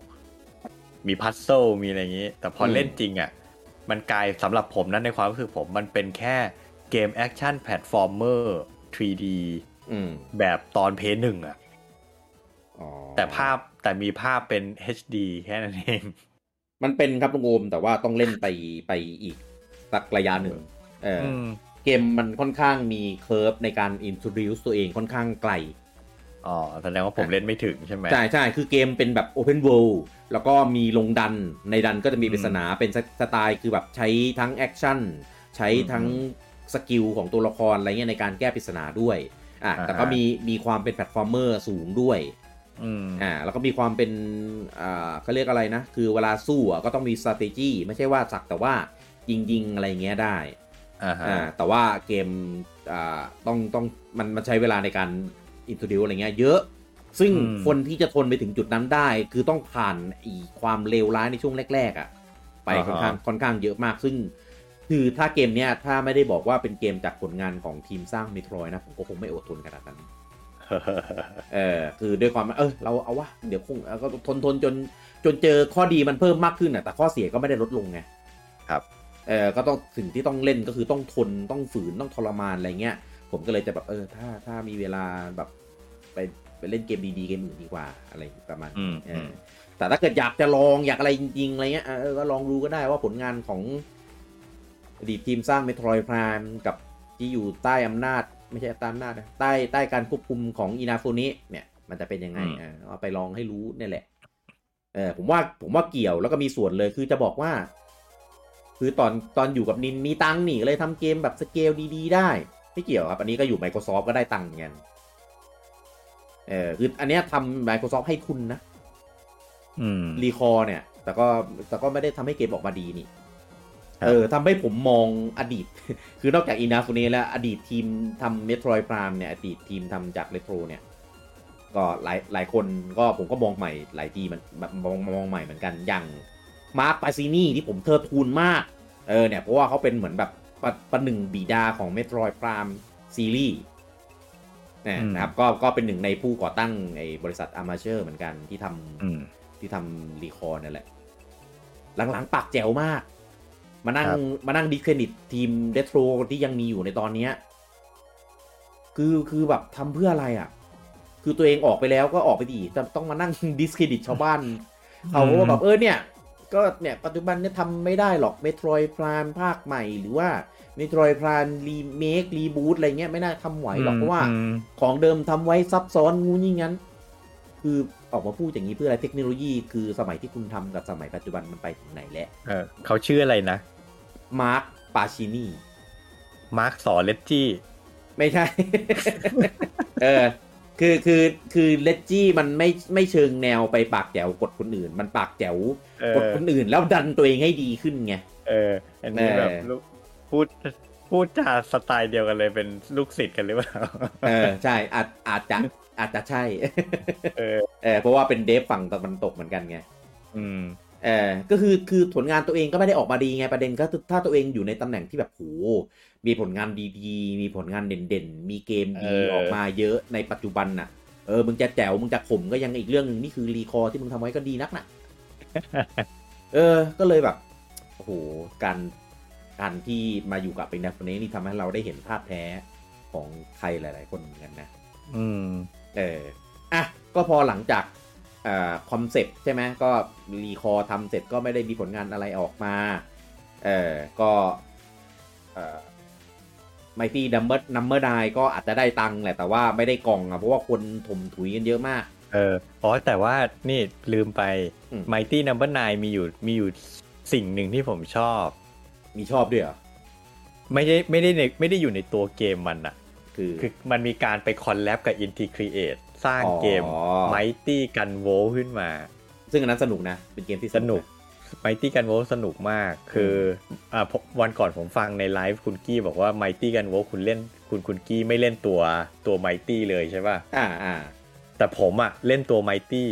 S2: มีพัซเซลมีอะไรอย่างนี้ แต่พออ
S1: ม
S2: เล่นจริงอะมันกลายสำหรับผมนั้นในความรู้สึกผมมันเป็นแค่เกมแอคชั่นแพลตฟอร์มเมอร์ 3D
S1: อืม
S2: แบบตอนเพย์หนึ่งอะ
S1: อ๋อ
S2: แต่ภาพแต่มีภาพเป็น HD แค่นั้นเอง
S1: มันเป็นครับลุงโอมแต่ว่าต้องเล่นไปไปอีกสักระยะหนึ่งเอออ
S2: อืม
S1: เกมมันค่อนข้างมีเคิร์ฟในการอิน o d ดิวตัวเองค่อนข้างไกล
S2: อ๋อแสดงว่าผมเล่นไม่ถึงใช่ไหม
S1: ใช่ใช่คือเกมเป็นแบบ Open World แล้วก็มีลงดันในดันก็จะมี
S2: อืม
S1: ปริศนาเป็นสไตล์คือแบบใช้ทั้งแอคชั่น ใช้ทั้งสกิลของตัวละครอะไรเงี้ยในการแก้ปริศนาด้วยอ่ะ
S2: อ่าฮะ
S1: แต่ก็มีมีความเป็นแพลตฟอร์มเมอร์สูงด้วย
S2: อืม
S1: อ่าแล้วก็มีความเป็นอ่าเขาเรียกอะไรนะ คือเวลาสู้อ่ะก็ต้องมี strategy ไม่ใช่ว่าสักแต่ว่ายิงยิงๆอะไรเงี้ยได้
S2: อ่าฮะ
S1: อ่าแต่ว่าเกมอ่าต้องต้องมันมันใช้เวลาในการอินโทรดิวอะไรเงี้ยเยอะ ซึ่งคนที่จะทนไปถึงจุดนั้นได้ คือต้องผ่านไอีความเลวร้ายในช่วงแรก ๆอะ่ะไปค่อนข้างค่อนข้างเยอะมาก ซึ่ง คือถ้าเกมเนี้ยถ้าไม่ได้บอกว่าเป็นเกมจากผลงานของทีมสร้างมิทรอยนะ ผมก็คงไม่อดทนขนาดนั้น เออคือด้วยความเออเราเอาวะเดี๋ยวคงเอาก็ทนทนจนจนเจอข้อดีมันเพิ่มมากขึ้นอ่ะแต่ข้อเสียก็ไม่ได้ลดลงไง
S2: ครับ
S1: เออก็ต้องสิ่งที่ต้องเล่นก็คือต้องทนต้องฝืนต้องทรมานอะไรเงี้ย ผมก็เลยจะแบบเออถ้าถ้ามีเวลาแบบไปไปเล่นเกมดีๆเกมอื่นดีกว่าอะไรประมาณ
S2: อืม
S1: เอ
S2: อื
S1: อ
S2: ม
S1: แต่ถ้าเกิดอยากจะลองอยากอะไรจริงๆอะไรเงี้ยเออก็ลองดูก็ได้ว่าผลงานของอดีตทีมสร้างเมโทรยพรามกับที่อยู่ใต้อำนาจ ไม่ใช่ใต้อำนาจนะใต้ใต้การควบคุมของอินาฟูนิเนี่ย มันจะเป็นยังไง
S2: อืม
S1: เออเอาไปลองให้รู้เนี่ยแหละ เออผมว่าผมว่าเกี่ยวแล้วก็มีส่วนเลยคือจะบอกว่า คือตอนตอนอยู่กับนินมีตังค์นี่เลยทำเกมแบบสเกลดีๆ ได้ ไม่เกี่ยวครับ อันนี้ก็อยู่ Microsoft ก็ได้ตังค์เหมือนกันเออคืออันเนี้ยทำ Microsoft ให้ทุนนะ
S2: อืม
S1: รีคอร์เนี่ย แต่ก็แต่ก็ไม่ได้ทำให้เกมออกมาดีนี่
S2: ครับ
S1: เออทำให้ผมมองอดีต คือนอกจากอินาฟูเนแล้ว อดีตทีมทำเมโทร d พรามเนี่ยอดีตทีมทำจากเ e โทรเนี่ย ก็หลายหลายคนก็ผมก็มองใหม่หลายทีมันแบบมองมองใหม่เหมือนกันอย่างมาร์คปาซินี่ที่ผมเทิดทูนมาก เออเนี่ยเพราะว่าเขาเป็นเหมือนแบบประประหนึ่งบิดาของเมโทร d พรามซีรีส์เนี่ย
S2: อืม
S1: นะครับก็ก็เป็นหนึ่งในผู้ก่อตั้งไอ้บริษัทอามาเชอร์เหมือนกันที่ทำ
S2: อืม
S1: ที่ทำรีคอร์นั่นแหละ หลังๆปากแจ๋วมาก มานั่ง
S2: ครับ
S1: มานั่งดิสเครดิตทีมเดโทรที่ยังมีอยู่ในตอนเนี้ยคือคือแบบทำเพื่ออะไรอ่ะ คือตัวเองออกไปแล้วก็ออกไปดีแต่ต้องมานั่ง ดิสเครดิตชาว บ้าน เขาว่าแบบเออเนี่ย ก็เนี่ย ปัจจุบันเนี่ยทำไม่ได้หรอกเมโทรยพลานภาคใหม่ หรือว่าเมโทรยพลานรีเมครีบูตอะไรเงี้ยไม่น่าทำไหวหรอกเพราะว่า
S2: อืม
S1: ของเดิมทำไว้ซับซ้อนงูนี่งั้น คือออกมาพูดอย่างนี้เพื่ออะไรเทคโนโลยีคือสมัยที่คุณทำกับสมัยปัจจุบันมันไปถึงไหนแล้ว
S2: เออเขาชื่ออะไรนะ
S1: มาร์คปาชินี
S2: มาร์คสอเลตจี้
S1: ไม่ใช่ เออคือคือคือเลจจี้มันไม่ไม่เชิงแนวไปปากแจ๋วกดคนอื่น มันปากแจ๋ว
S2: เอก
S1: ด
S2: อ
S1: คนอื่น แล้วดันตัวเองให้ดีขึ้นไง
S2: เออ อันนี้
S1: แน่
S2: แบบลูกพูด พูดจาสไตล์เดียวกันเลยเป็นลูกศิษย์กันหรือเปล่า
S1: เออใช่อาจอาจจะอาจจะใช่
S2: เออ
S1: เออเพราะว่าเป็นเดฟฝั่งตะวันตกเหมือนกันไง
S2: อืม
S1: เออก็คือคือผลงานตัวเองก็ไม่ได้ออกมาดีไงประเด็นก็คือถ้าตัวเองอยู่ในตำแหน่งที่แบบโหมีผลงานดีๆ มีผลงานเด่นๆ มีเกมดี
S2: เออ
S1: ออกมาเยอะในปัจจุบันน่ะเออมึงจะแจ๋วมึงจะขมก็ยังอีกเรื่องหนึงนี่คือรีคอร์ที่มึงทำไว้ก็ดีนัก น่ะ เออ ก็เลยแบบโอ้โหการการที่มาอยู่กับเป็นแนวคนนี้นี่ทำให้เราได้เห็นภาพแท้ของใครหลาย ๆ คนเหมือนกันนะ
S2: อืม
S1: เออ อ่ะ ก็พอหลังจากคอนเซปต์ใช่ไหม ก็รีคอร์ทำเสร็จก็ไม่ได้มีผลงานอะไรออกมา เออ ก็ไมตี้ดัมเบิลนัมเบอร์ไดก็อาจจะได้ตังค์แหละ แต่ว่าไม่ได้กล่องอ่ะ เพราะว่าคนถมถุยกันเยอะมาก
S2: เออ อ๋อ แต่ว่านี่ลืมไป
S1: อืม
S2: Mighty Number 9มีอยู่มีอยู่สิ่งหนึ่งที่ผมชอบ
S1: มีชอบด้วยเหรอ
S2: ไม่ได้ไม่ได้ในไม่ได้อยู่ในตัวเกมมันอะ
S1: คือ
S2: คือมันมีการไปคอลแลบกับ Inti Create สร้างเกม
S1: อ๋อ
S2: Mighty Gun w o ขึ้นมา
S1: ซึ่งอันนั้นสนุกนะ เป็นเกมที่
S2: สนุกไมตี้กันโวสนุกมาก คืออ่าผมวันก่อนผมฟังในไลฟ์คุณกี้บอกว่าไมตี้กันโวคุณเล่นคุณคุณกี้ไม่เล่นตัวตัวไมตี้เลยใช่ป่ะ
S1: อ่าอ่า
S2: แต่ผมอะเล่นตัวไมตี้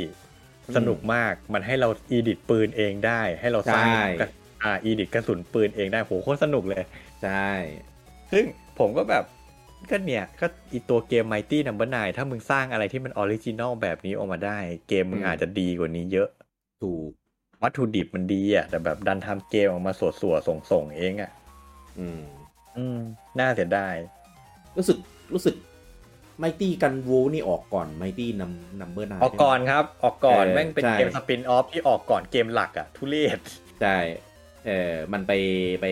S1: อืม
S2: สนุกมากมันให้เราอีดิตปืนเองได้ ให้เราสร้าง
S1: ใช่
S2: กระอ่าอีดิตกระสุนปืนเองได้โหโคตรสนุกเลย
S1: ใช่
S2: ซึ่งผมก็แบบก็เนี่ย ก็อีตัวเกม Mighty Number 9 ถ้ามึงสร้างอะไรที่มันออริจินอลแบบนี้ออกมาได้ เกมมึง
S1: อืม
S2: อาจจะดีกว่านี้เยอะ
S1: ถูก
S2: วัตถุดิบมันดีอ่ะ แต่แบบดันทำเกมออกมาสวดสวดส่งส่งๆเองอ่ะ
S1: อืม
S2: อืม น่าเสียดาย
S1: รู้สึก รู้สึกไมตี้กันโวนี่ออกก่อนไมตี้นัมนัมเบอร์ไน
S2: ออกก่อนครับ ออกก่อน
S1: เออ
S2: แม่งเป็น
S1: ใช่
S2: เกมสปินออฟที่ออกก่อนเกมหลักอ่ะ ทุเรศ
S1: ใช่ เออมันไปไป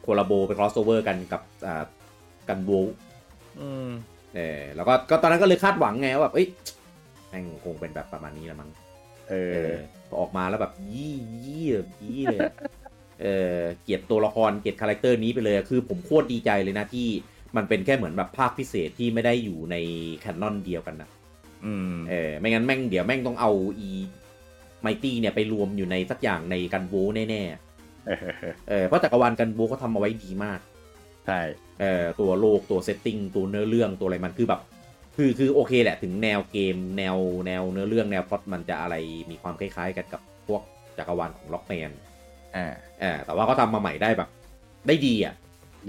S1: โคลาโบไป crossover กันกับอ่ากันโว
S2: อืม
S1: เออแล้วก็ก็ตอนนั้นก็เลยคาดหวังไงว่าแบบเอ้ยแม่งคงเป็นแบบประมาณนี้ละมั้ง
S2: เอ
S1: เอ
S2: อ
S1: อพอออกมาแล้วแบบยี่ยี่แบบยี่เลยอะเออเกลียดตัวละครเกลียดคาแรคเตอร์นี้ไปเลยอะคือผมโคตรดีใจเลยนะที่มันเป็นแค่เหมือนแบบภาคพิเศษที่ไม่ได้อยู่ในแคนนอนเดียวกันนะ
S2: อืม
S1: เออไม่งั้นแม่งเดี๋ยวแม่งต้องเอาอีไมตี้เนี่ยไปรวมอยู่ในสักอย่างในกันโบแน่ๆเออเพราะจักรวาลกันโบเขาทำเอาไว้ดีมาก
S2: ใช่
S1: เออตัวโลกตัวเซตติ้งตัวเนื้อเรื่องตัวอะไรมันคือแบบ คือคือโอเคแหละถึงแนวเกมแนวแนวเนื้อเรื่องแนวพล็อตมันจะอะไรมีความคล้ายๆกันกับพวกจักรวาลของล็อกแมน
S2: อ่า
S1: เออแต่ว่าเขาทำมาใหม่ได้แบบ ได้ดีอ่ะ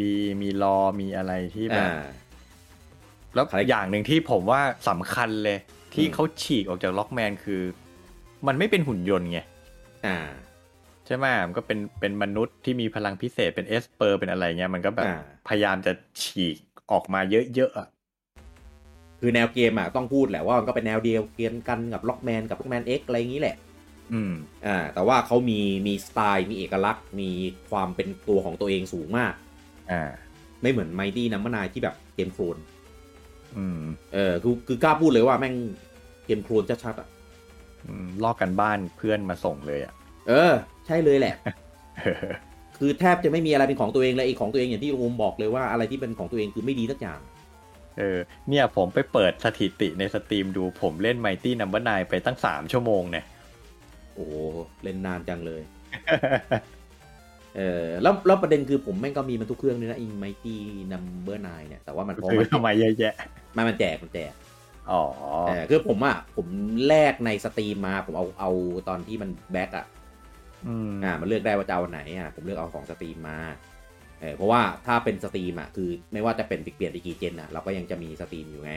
S2: ดีมีรอมีอะไรที่แบบ
S1: อ่า
S2: แล้ว
S1: คาแรค
S2: อย่างหนึ่งที่ผมว่าสำคัญเลย ที่
S1: อืม
S2: เขาฉีกออกจากล็อกแมนคือ มันไม่เป็นหุ่นยนต์ไง
S1: อ่า
S2: ใช่ไหมมันก็เป็นเป็นมนุษย์ที่มีพลังพิเศษเป็นเอสเปอร์เป็นอะไรเงี้ยมันก็แบบ
S1: อ่า
S2: พยายามจะฉีกออกมาเยอะๆอะ
S1: คือแนวเกมอ่ะต้องพูดแหละว่ามันก็เป็นแนวเดียวเกมกันกับล็อกแมนกับล็อกแมนเอ็กอะไรอย่างนี้แหละ
S2: อืม
S1: อ่าแต่ว่าเขามีมีสไตล์มีเอกลักษณ์ มีความเป็นตัวของตัวเองสูงมาก
S2: อ่า
S1: ไม่เหมือนไมตี้นัมเบอร์นายที่แบบเกมโคลน
S2: อืม
S1: เออคือคือกล้าพูดเลยว่าแม่งเกมโคลนชัดๆอ่ะ
S2: อืมลอกกันบ้านเพื่อนมาส่งเลยอ่ะ
S1: เออ ใช่เลยแหละ คือแทบจะไม่มีอะไรเป็นของตัวเองเลยไอีกของตัวเองอย่างที่โอมบอกเลยว่าอะไรที่เป็นของตัวเองคือไม่ดีสักอย่าง
S2: เออ เนี่ยผมไปเปิดสถิติในสตรีมดูผมเล่นไมตี้นัมเบอร์นไปตั้ งสามชั่วโมงเนี่ย
S1: โอ้โหเล่นนานจังเลย เ เออแล้วแล้วประเด็นคือผมแม่งก็มีมันทุกเครื่องด้วยนะอิงไมตี้นัมเบอร์นเนี่ยแต่ว่ามันเพราะ
S2: ซื้อ
S1: มัน
S2: ทำไมเยอะแยะ
S1: มันมันแจกมันแจก
S2: อ๋อ
S1: เออคือผมอ่ะผมแลกในสตรีมมาผมเอาเอาตอนที่มันแบ็กอ่ะ
S2: อืม
S1: อ่ามันเลือกได้ว่าจะเอาอันไหนอ่ะผมเลือกเอาของสตรีมมาเออเพราะว่าถ้าเป็นสตรีมอ่ะคือไม่ว่าจะเป็นเปลี่ยนไปกี่เจนอ่ะเราก็ยังจะมีสตรีมอยู่ไง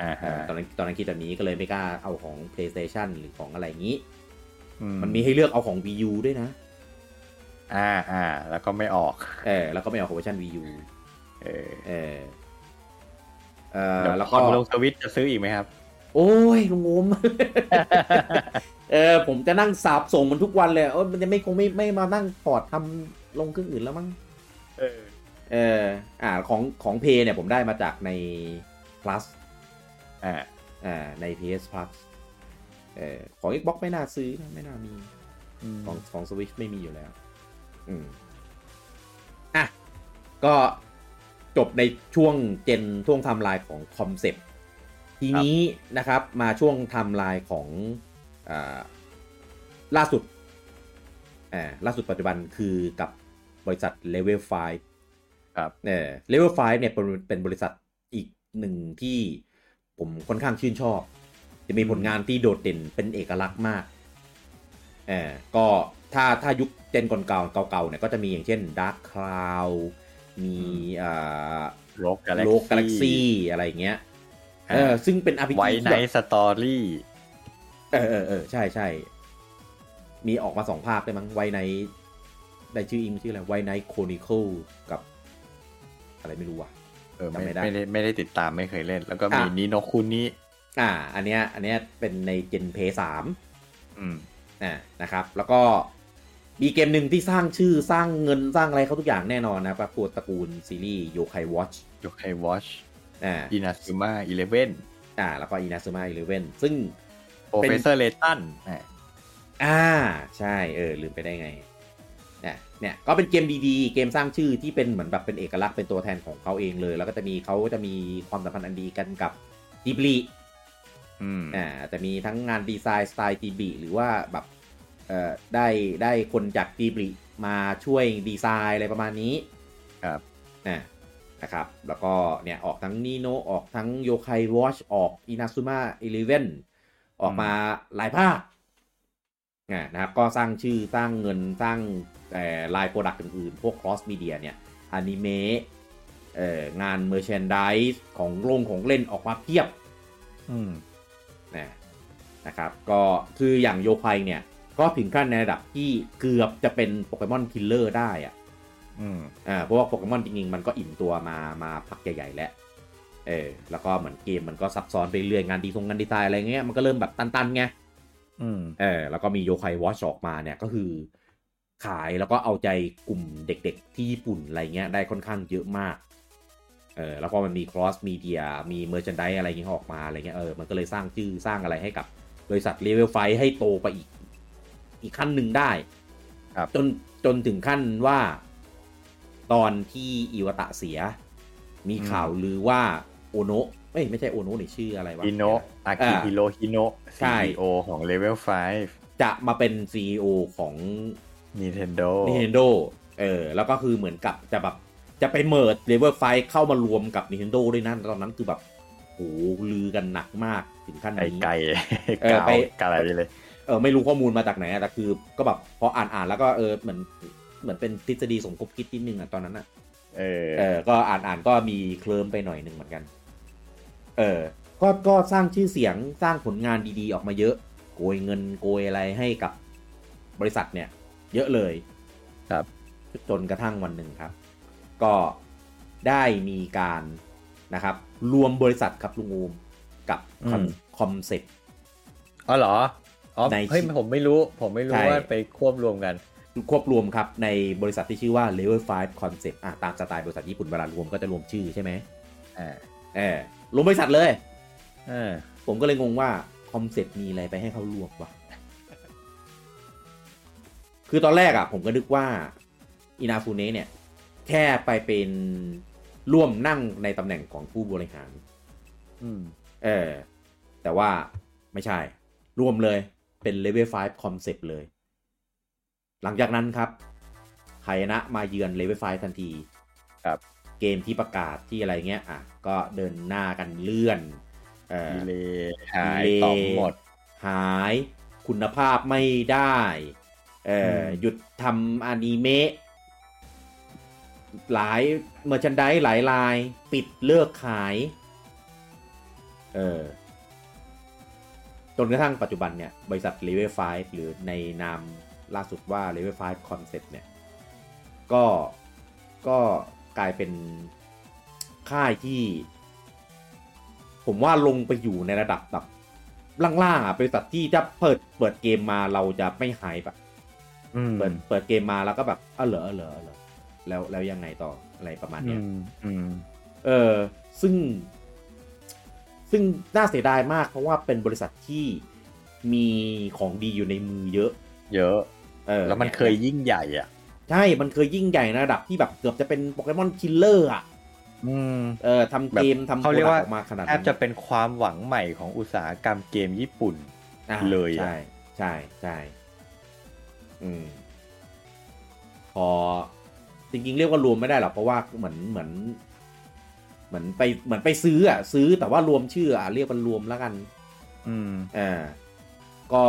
S2: อ่า
S1: เอ
S2: ฮะ
S1: อตอนนั้นตอนนั้นคิดแบบนี้ก็เลยไม่กล้าเอาของ PlayStation หรือของอะไรอย่างนี้
S2: อื
S1: มันมีให้เลือกเอาของ Wii U ด้วยนะ
S2: อ่าอ่าแล้วก็ไม่ออก
S1: เออแล้วก็ไม่เอาของเวอร์ชัน Wii U
S2: เออ
S1: เออเออ
S2: เดี๋ยว
S1: แล้ว
S2: คอ
S1: ก็
S2: นลงสวิตช์จะซื้ออีกไหมครับ
S1: โอ้ยลุงงม เออผมจะนั่งสับส่งมันทุกวันเลยเออมันจะไม่คงไม่ไม่มานั่งพอร์ตทำลงเครื่องอื่นแล้วมั้ง
S2: เออ
S1: เอออ่าของของเพเนี่ยผมได้มาจากใน plus
S2: อ่า
S1: อ่าใน PS plus เออของ Xbox ไม่น่าซื้อนะไม่น่ามี ของของ Switch ไม่มีอยู่แล้ว อืมอ่ะ ก็จบในช่วงเจนช่วงไทำลายของคอนเซปต์ทีนี้นะครับ มาช่วงไทำลายของอาล่าสุดอ่าล่าสุดปัจจุบันคือกับบริษัท Level 5
S2: ครับ
S1: เออเลเวลไฟเนี่ยเป็นเป็นบริษัทอีกหนึ่งที่ผมค่อนข้างชื่นชอบ จะมีผลงานที่โดดเด่นเป็นเอกลักษณ์มากเออก็ถ้าถ้ายุคเจนก่อนเก่าเก่าๆเนี่ยก็จะมีอย่างเช่น Dark Cloud มีอ่า
S2: โลกกาแล็ก
S1: โลกกาแล็กซี่อะไรอย่างเงี้ยเออซึ่งเป็น RPG
S2: ไว้
S1: ที่
S2: ไน
S1: แบบ
S2: ท์สตอรี่
S1: เออเออเออใช่ใช่มีออกมาสองภาคได้วยมั้งไวไนได้ชื่ออิงชื่ออะไรไวไนโคนิคลกับ อะไรไม่รู้ว่ะ
S2: เออไม่
S1: จำไม่ได้
S2: ไม่ได้ไม่ได้ติดตามไม่เคยเล่น แล้วก็มี
S1: อ่ะ
S2: นีโนคุนี่
S1: อ่า อันเนี้ย อันเนี้ยเป็นในเจนเพย์สาม
S2: อืม
S1: นะนะครับ แล้วก็มีเกมหนึ่งที่สร้างชื่อสร้างเงินสร้างอะไรเขาทุกอย่างแน่นอนนะประกวดตระกูลซีรีส์โยคายวอช
S2: ยกให้ watch
S1: อ่า
S2: อินาซึมาอีเลเว่น
S1: อ่า แล้วก็อินาซูมาอีเลเวนซึ่ง
S2: โปร
S1: เป็น
S2: เฟสเซอร์เลตัน
S1: อ่า ใช่เออ ลืมไปได้ไงเนี่ยเนี่ยก็เป็นเกมดีๆ เกมสร้างชื่อที่เป็นเหมือนแบบเป็นเอกลักษณ์เป็นตัวแทนของเขาเองเลย แล้วก็จะมีเขาจะมีความสัมพันธ์อันดีกันกับจิบลี
S2: อืม
S1: อ่าแต่มีทั้งงานดีไซน์สไตล์จีบีหรือว่าแบบเอ่อได้ได้คนจากจีบีมาช่วยดีไซน์อะไรประมาณนี้
S2: ครับ
S1: นะนะครับ แล้วก็เนี่ยออกทั้งนีโนออกทั้งโยคายวอชออกอินาซุม e เอลิเวนออกมาหลายภาคอ่านะครับก็สร้างชื่อสร้างเงินสร้างเอ่อลายโปรดักต์อื่นๆ พวก cross media เนี่ยอนิเมะเอ่องานเมอร์เชนดิสของโรงของเล่นออกมาเพียบ
S2: อืม
S1: นะนะครับก็คืออย่างโยไคเนี่ย ก็ถึงขั้นในระดับที่เกือบจะเป็นโปเกมอนคิลเลอร์ได้อะ
S2: อืม
S1: อ่าเพราะว่าโปเกมอนจริงๆ มันก็อิ่มตัวมามาพักใหญ่ๆแล้วเออแล้วก็เหมือนเกมมันก็ซับซ้อนไปเรื่อยงานดีทรงงานดีไซน์อะไรเงี้ยมันก็เริ่มแบบตันๆไง
S2: อืม
S1: เออแล้วก็มีโยไควอชออกมาเนี่ยก็คือ ขายแล้วก็เอาใจกลุ่มเด็กๆที่ญี่ปุ่นอะไรเงี้ยได้ค่อนข้างเยอะมากเออแล้วพอมันมี cross media มี merchandise อะไรเงี้ยออกมาอะไรเงี้ยเออมันก็เลยสร้างชื่อสร้างอะไรให้กับบริษัท level ไฟให้โตไปอีก อีกขั้นหนึ่งได้
S2: ครับ
S1: จนจนถึงขั้นว่าตอนที่อิวตะเสีย มีข่าวลือว่าโอโนะเอ้ยไม่ใช่โอโนะนี่ชื่ออะไรวะ
S2: ฮิโนะอากิฮิโรฮิโนะ
S1: ใช่
S2: CEO ของ Level 5
S1: จะมาเป็น CEO ของ
S2: Nintendo
S1: Nintendo เออ แล้วก็คือเหมือนกับจะแบบ จะไปเมิร์ด Level 5เข้ามารวมกับ Nintendo ด้วยนั่นตอนนั้นคือแบบโหลือกันหนักมากถึงขั้น
S2: ไก่
S1: นี้
S2: ไก่
S1: เออ
S2: เก่า
S1: ไป
S2: กาอะไรเลย
S1: เออไม่รู้ข้อมูลมาจากไหนอะแต่คือ ก็แบบพออ่านอ่านๆแล้วก็เออเหมือนเหมือนเป็นทฤษฎีสมคบคิดนิดนึงอ่ะตอนนั้นอ่ะ
S2: เออ
S1: เออ ก็อ่านอ่านก็มีเคลิ้มไปหน่อยหนึ่งเหมือนกัน เออ ก็ ก็สร้างชื่อเสียง สร้างผลงานดีๆ ออกมาเยอะ โกยเงินโกยอะไรให้กับบริษัทเนี่ย เยอะเลย
S2: ครับ
S1: จนกระทั่งวันหนึ่งครับ ก็ได้มีการนะครับ รวมบริษัทครับลุงอูมกับคอนคอนเซ็ปต์
S2: อ๋อเหรออ๋อ
S1: ใน
S2: เฮ้ยผมไม่รู้ ผมไม่รู้
S1: ใช่
S2: ว่าไปควบรวมกัน
S1: ควบรวมครับ ในบริษัทที่ชื่อว่า Level 5 Concept อ่ะตามสไตล์บริษัทญี่ปุ่นเวลารวมก็จะรวมชื่อใช่ไหม
S2: อ่า
S1: เออรวมบริษัทเลย
S2: อ่า
S1: ผมก็เลยงงว่าคอมเซ็ปต์มีอะไรไปให้เขารวมวะ คือตอนแรกอะผมก็นึกว่าอินาฟูเนเนี่ย แค่ไปเป็นร่วมนั่งในตำแหน่งของผู้บริหาร
S2: อืม
S1: เออ แต่ว่าไม่ใช่ รวมเลยเป็นเลเวล5คอนเซปต์เลย หลังจากนั้นครับ หายนะมาเยือนเลเวลไฟทันที
S2: ครับ
S1: เกมที่ประกาศที่อะไรเงี้ยอ่ะก็เดินหน้ากันเลื่อนเอ่อ
S2: ดีเลยหาย
S1: ดีเลย์
S2: ต่อมหมด
S1: หายคุณภาพไม่ได้เอ่ออ
S2: ม
S1: หยุดทำอนิเมะหลายเมอร์ชันดหลายลาย ปิดเลิกขายเออจนกระทั่งปัจจุบันเนี่ย บริษัท Level 5 หรือในนามล่าสุดว่า Level 5 Concept เนี่ย ก็ก็กลายเป็นค่ายที่ ผมว่าลงไปอยู่ในระดับแบบล่างๆอ่ะบริษัทที่จะเปิดเปิดเกมมาเราจะไม่หายแบบ
S2: อืม
S1: เปิดเปิดเกมมาแล้วก็แบบอ้าวเหรออ้าวเหรออ้าวเหรอแล้วแล้วยังไงต่ออะไรประมาณเนี้
S2: อื
S1: ย
S2: มอืม
S1: เออซึ่ง ซึ่งน่าเสียดายมากเพราะว่าเป็นบริษัทที่มีของดีอยู่ในมือเยอะ
S2: เยอะ
S1: เออ
S2: แล้วมันเคยยิ่งใหญ่อ่ะ
S1: ใช่ มันเคยยิ่งใหญ่ในระดับที่แบบเกือบจะเป็นโปเกมอนคิลเลอร์อ่ะ
S2: อืม
S1: เออทำเกมทำโป
S2: เขา
S1: ร
S2: เรีย
S1: ดั
S2: ก
S1: ก
S2: ว่า
S1: ต์ออกมาขนาด
S2: แทบ
S1: นั้น
S2: จะเป็นความหวังใหม่ของอุตสาหกรรมเกมญี่ปุ่น
S1: อ่ะ
S2: เลยอะ
S1: ใช่ใช่ใช่อืมพอจริงๆ เรียกว่ารวมไม่ได้หรอกเพราะว่าเหมือนเหมือน เหมือนไปเหมือนไปซื้ออ่ะ ซื้อแต่ว่ารวมชื่ออ่ะเรียกมันรวมแล้วกัน
S2: อืม
S1: เออก็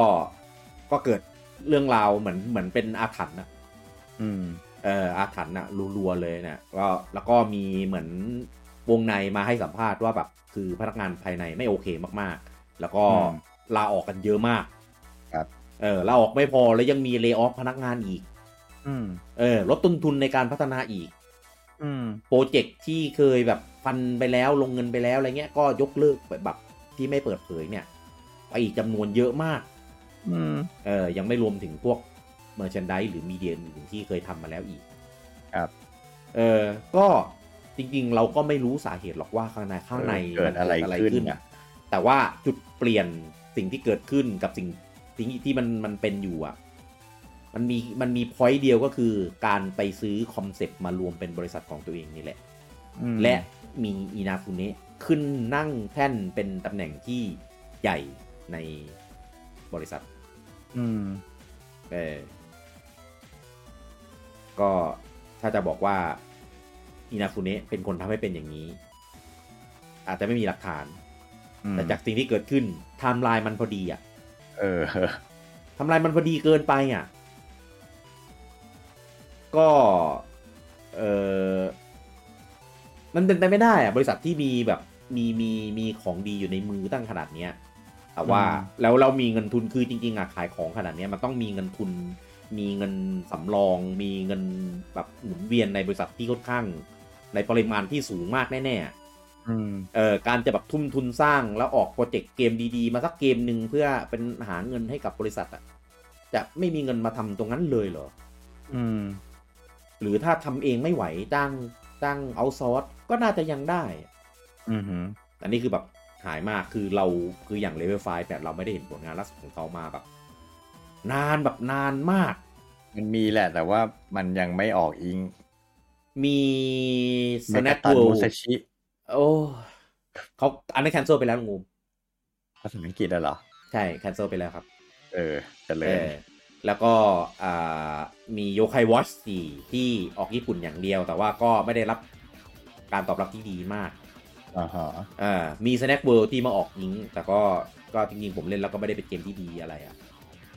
S1: ก็เกิดเรื่องราวเหมือนเหมือนเป็นอาถรรพ์นะ
S2: อืม
S1: เอออาถรรพ์นะรัวๆเลยเนี่ยก็แล้วก็มีเหมือนวงในมาให้สัมภาษณ์ว่าแบบคือพนักงานภายในไม่โอเคมากๆ แล้วก็
S2: อืม
S1: ลาออกกันเยอะมาก
S2: ครับ
S1: เออลาออกไม่พอแล้วยังมีเล y o อ f พนักงานอีก
S2: อืม
S1: เออลดต้นทุนในการพัฒนาอีก
S2: อืม
S1: โปรเจกต์ที่เคยแบบฟันไปแล้วลงเงินไปแล้วอะไรเงี้ยก็ยกเลิกแบบที่ไม่เปิดเผยเนี่ยไปอีกจำนวนเยอะมาก
S2: อืม
S1: เออยังไม่รวมถึงพวกเมอร์ชันด e หรือมีเดียอื่นที่เคยทำมาแล้วอีก
S2: ครับ
S1: เออก็จริงๆ เราก็ไม่รู้สาเหตุหรอกว่าข้างในข้างใน
S2: เกิดอะไร
S1: มัน
S2: ขึ้นอ่ะ
S1: แต่ว่าจุดเปลี่ยนสิ่งที่เกิดขึ้นกับสิ่งสิ่งที่มันมันเป็นอยู่อ่ะ มันมีมันมีพอยต์เดียวก็คือการไปซื้อคอนเซปต์มารวมเป็นบริษัทของตัวเองนี่แหละ
S2: อืม
S1: และมีอินาฟุเนะขึ้นนั่งแท่นเป็นตำแหน่งที่ใหญ่ในบริษัท
S2: อืม
S1: เออก็ถ้าจะบอกว่าอินาคุเนะเป็นคนทำให้เป็นอย่างนี้ อาจจะไม่มีหลักฐาน
S2: อืม
S1: แต่จากสิ่งที่เกิดขึ้นไทม์ไลน์มันพอดีอะ
S2: เออ
S1: ไทม์ไลน์มันพอดีเกินไปอะก็เออมันเป็นไปไม่ได้อะบริษัทที่มีแบบมีมีมีของดีอยู่ในมือตั้งขนาดเนี้ยแต่ว่า
S2: อืม
S1: แล้วเรามีเงินทุนคือจริงๆอะขายของขนาดเนี้ยมันต้องมีเงินทุน มีเงินสำรอง มีเงินแบบหมุนเวียนในบริษัทที่ค่อนข้าง ในปริมาณที่สูงมากแน่ๆ
S2: อืม
S1: เอ่อการจะแบบทุ่มทุนสร้างแล้วออกโปรเจกต์เกมดีๆ มาสักเกมหนึ่งเพื่อเป็นหาเงินให้กับบริษัทอะจะไม่มีเงินมาทำตรงนั้นเลยเหรอ
S2: อืม
S1: หรือถ้าทำเองไม่ไหวจ้างจ้างเอาซอร์สก็น่าจะยังได้
S2: อืมหืม
S1: อันนี้คือแบบหายมากคือเราคืออย่างเลเวลไฟแบบเราไม่ได้เห็นผลงานล่าสุดของเขามาแบบ นานแบบนานมาก
S2: มันมีแหละ แต่ว่ามันยังไม่ออกอิง
S1: มี
S2: เม
S1: Snap
S2: ตัน
S1: World
S2: มุสชิ
S1: โอ้เขาอันนี้น cancel ไปแล้วงู
S2: ภาษาอังกฤษอะเหรอ
S1: ใช่ cancel ไปแล้วครับ
S2: เออเจะเล
S1: เอย อแล้วก็อ่ามีโยคายวอชสี่ที่ออกญี่ปุ่นอย่างเดียว แต่ว่าก็ไม่ได้รับการตอบรับที่ดีมาก
S2: อ่าฮะ
S1: อ่ามี Snack World ที่มาออกยิง แต่ก็ก็จริงๆ ผมเล่นแล้วก็ไม่ได้เป็นเกมที่ดีอะไรอะ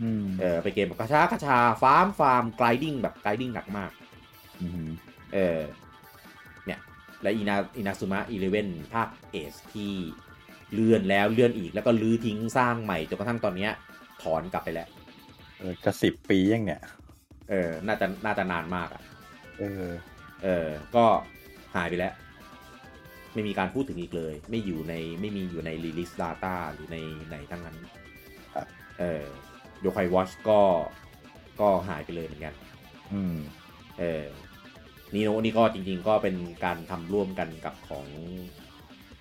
S2: อืม
S1: เออเป็นเกมแบบกระชากระชาฟาร์มฟาร์มกลดิ้งแบบกลดิ้งหนักมาก
S2: อืม
S1: เออเนี่ยและอินาอินาซุมะอีเลเวนภาคเอสที่เลื่อนแล้วเลื่อนอีกแล้วก็ลื้อทิ้งสร้างใหม่จนกระทั่งตอนเนี้ยถอนกลับไปแล้ว
S2: เออจะสิบปียังเนี่ย
S1: เออน่าจะน่าจะนานมากอะ
S2: เออ
S1: เออ ก็หายไปแล้ว ไม่มีการพูดถึงอีกเลย ไม่อยู่ในไม่มีอยู่ใน Release Data หรือในไหนทั้งนั้น
S2: ครับ
S1: เออโยคายวอชก็ก็หายไปเลยเหมือนกัน
S2: อืม
S1: เออนีโนนี่ก็จริงๆ ก็เป็นการทำร่วมกันกับของ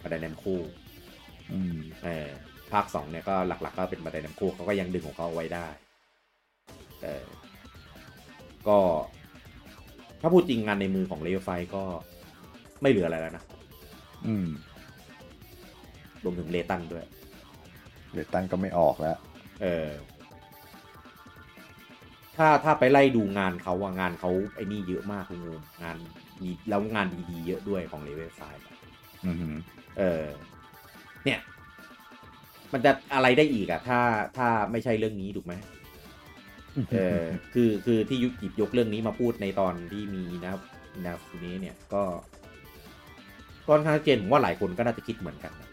S1: บันไดแนมคู่
S2: อืม
S1: เออภาคสองเนี่ยก็หลัก ๆ ก็เป็นบันไดแนมคู่เขาก็ยังดึงของเขาเอาไว้ได้ เออก็ถ้าพูดจริงงานในมือของเลเวลไฟก็ไม่เหลืออะไรแล้วนะ
S2: อืม
S1: รวมถึงเลตันด้วย
S2: เดยวตันก็ไม่ออกแล้ว
S1: เออ ถ้าถ้าไปไล่ดูงานเขาอะงานเขาไอ้นี่เยอะมากคุณงูงานมีแล้วงานดีๆเยอะด้วยของเลเวลไฟ
S2: อือหือ
S1: เออ เนี่ย มันจะอะไรได้อีกอะถ้าถ้าไม่ใช่เรื่องนี้ถูกไหม เออคือคือที่ยุหยิบยกเรื่องนี้มาพูดในตอนที่มีนะครับนะคุณนี้เนี่ยก็ก็ค่อนข้างชัดเจนผมว่าหลายคนก็น่าจะคิดเหมือนกันนะ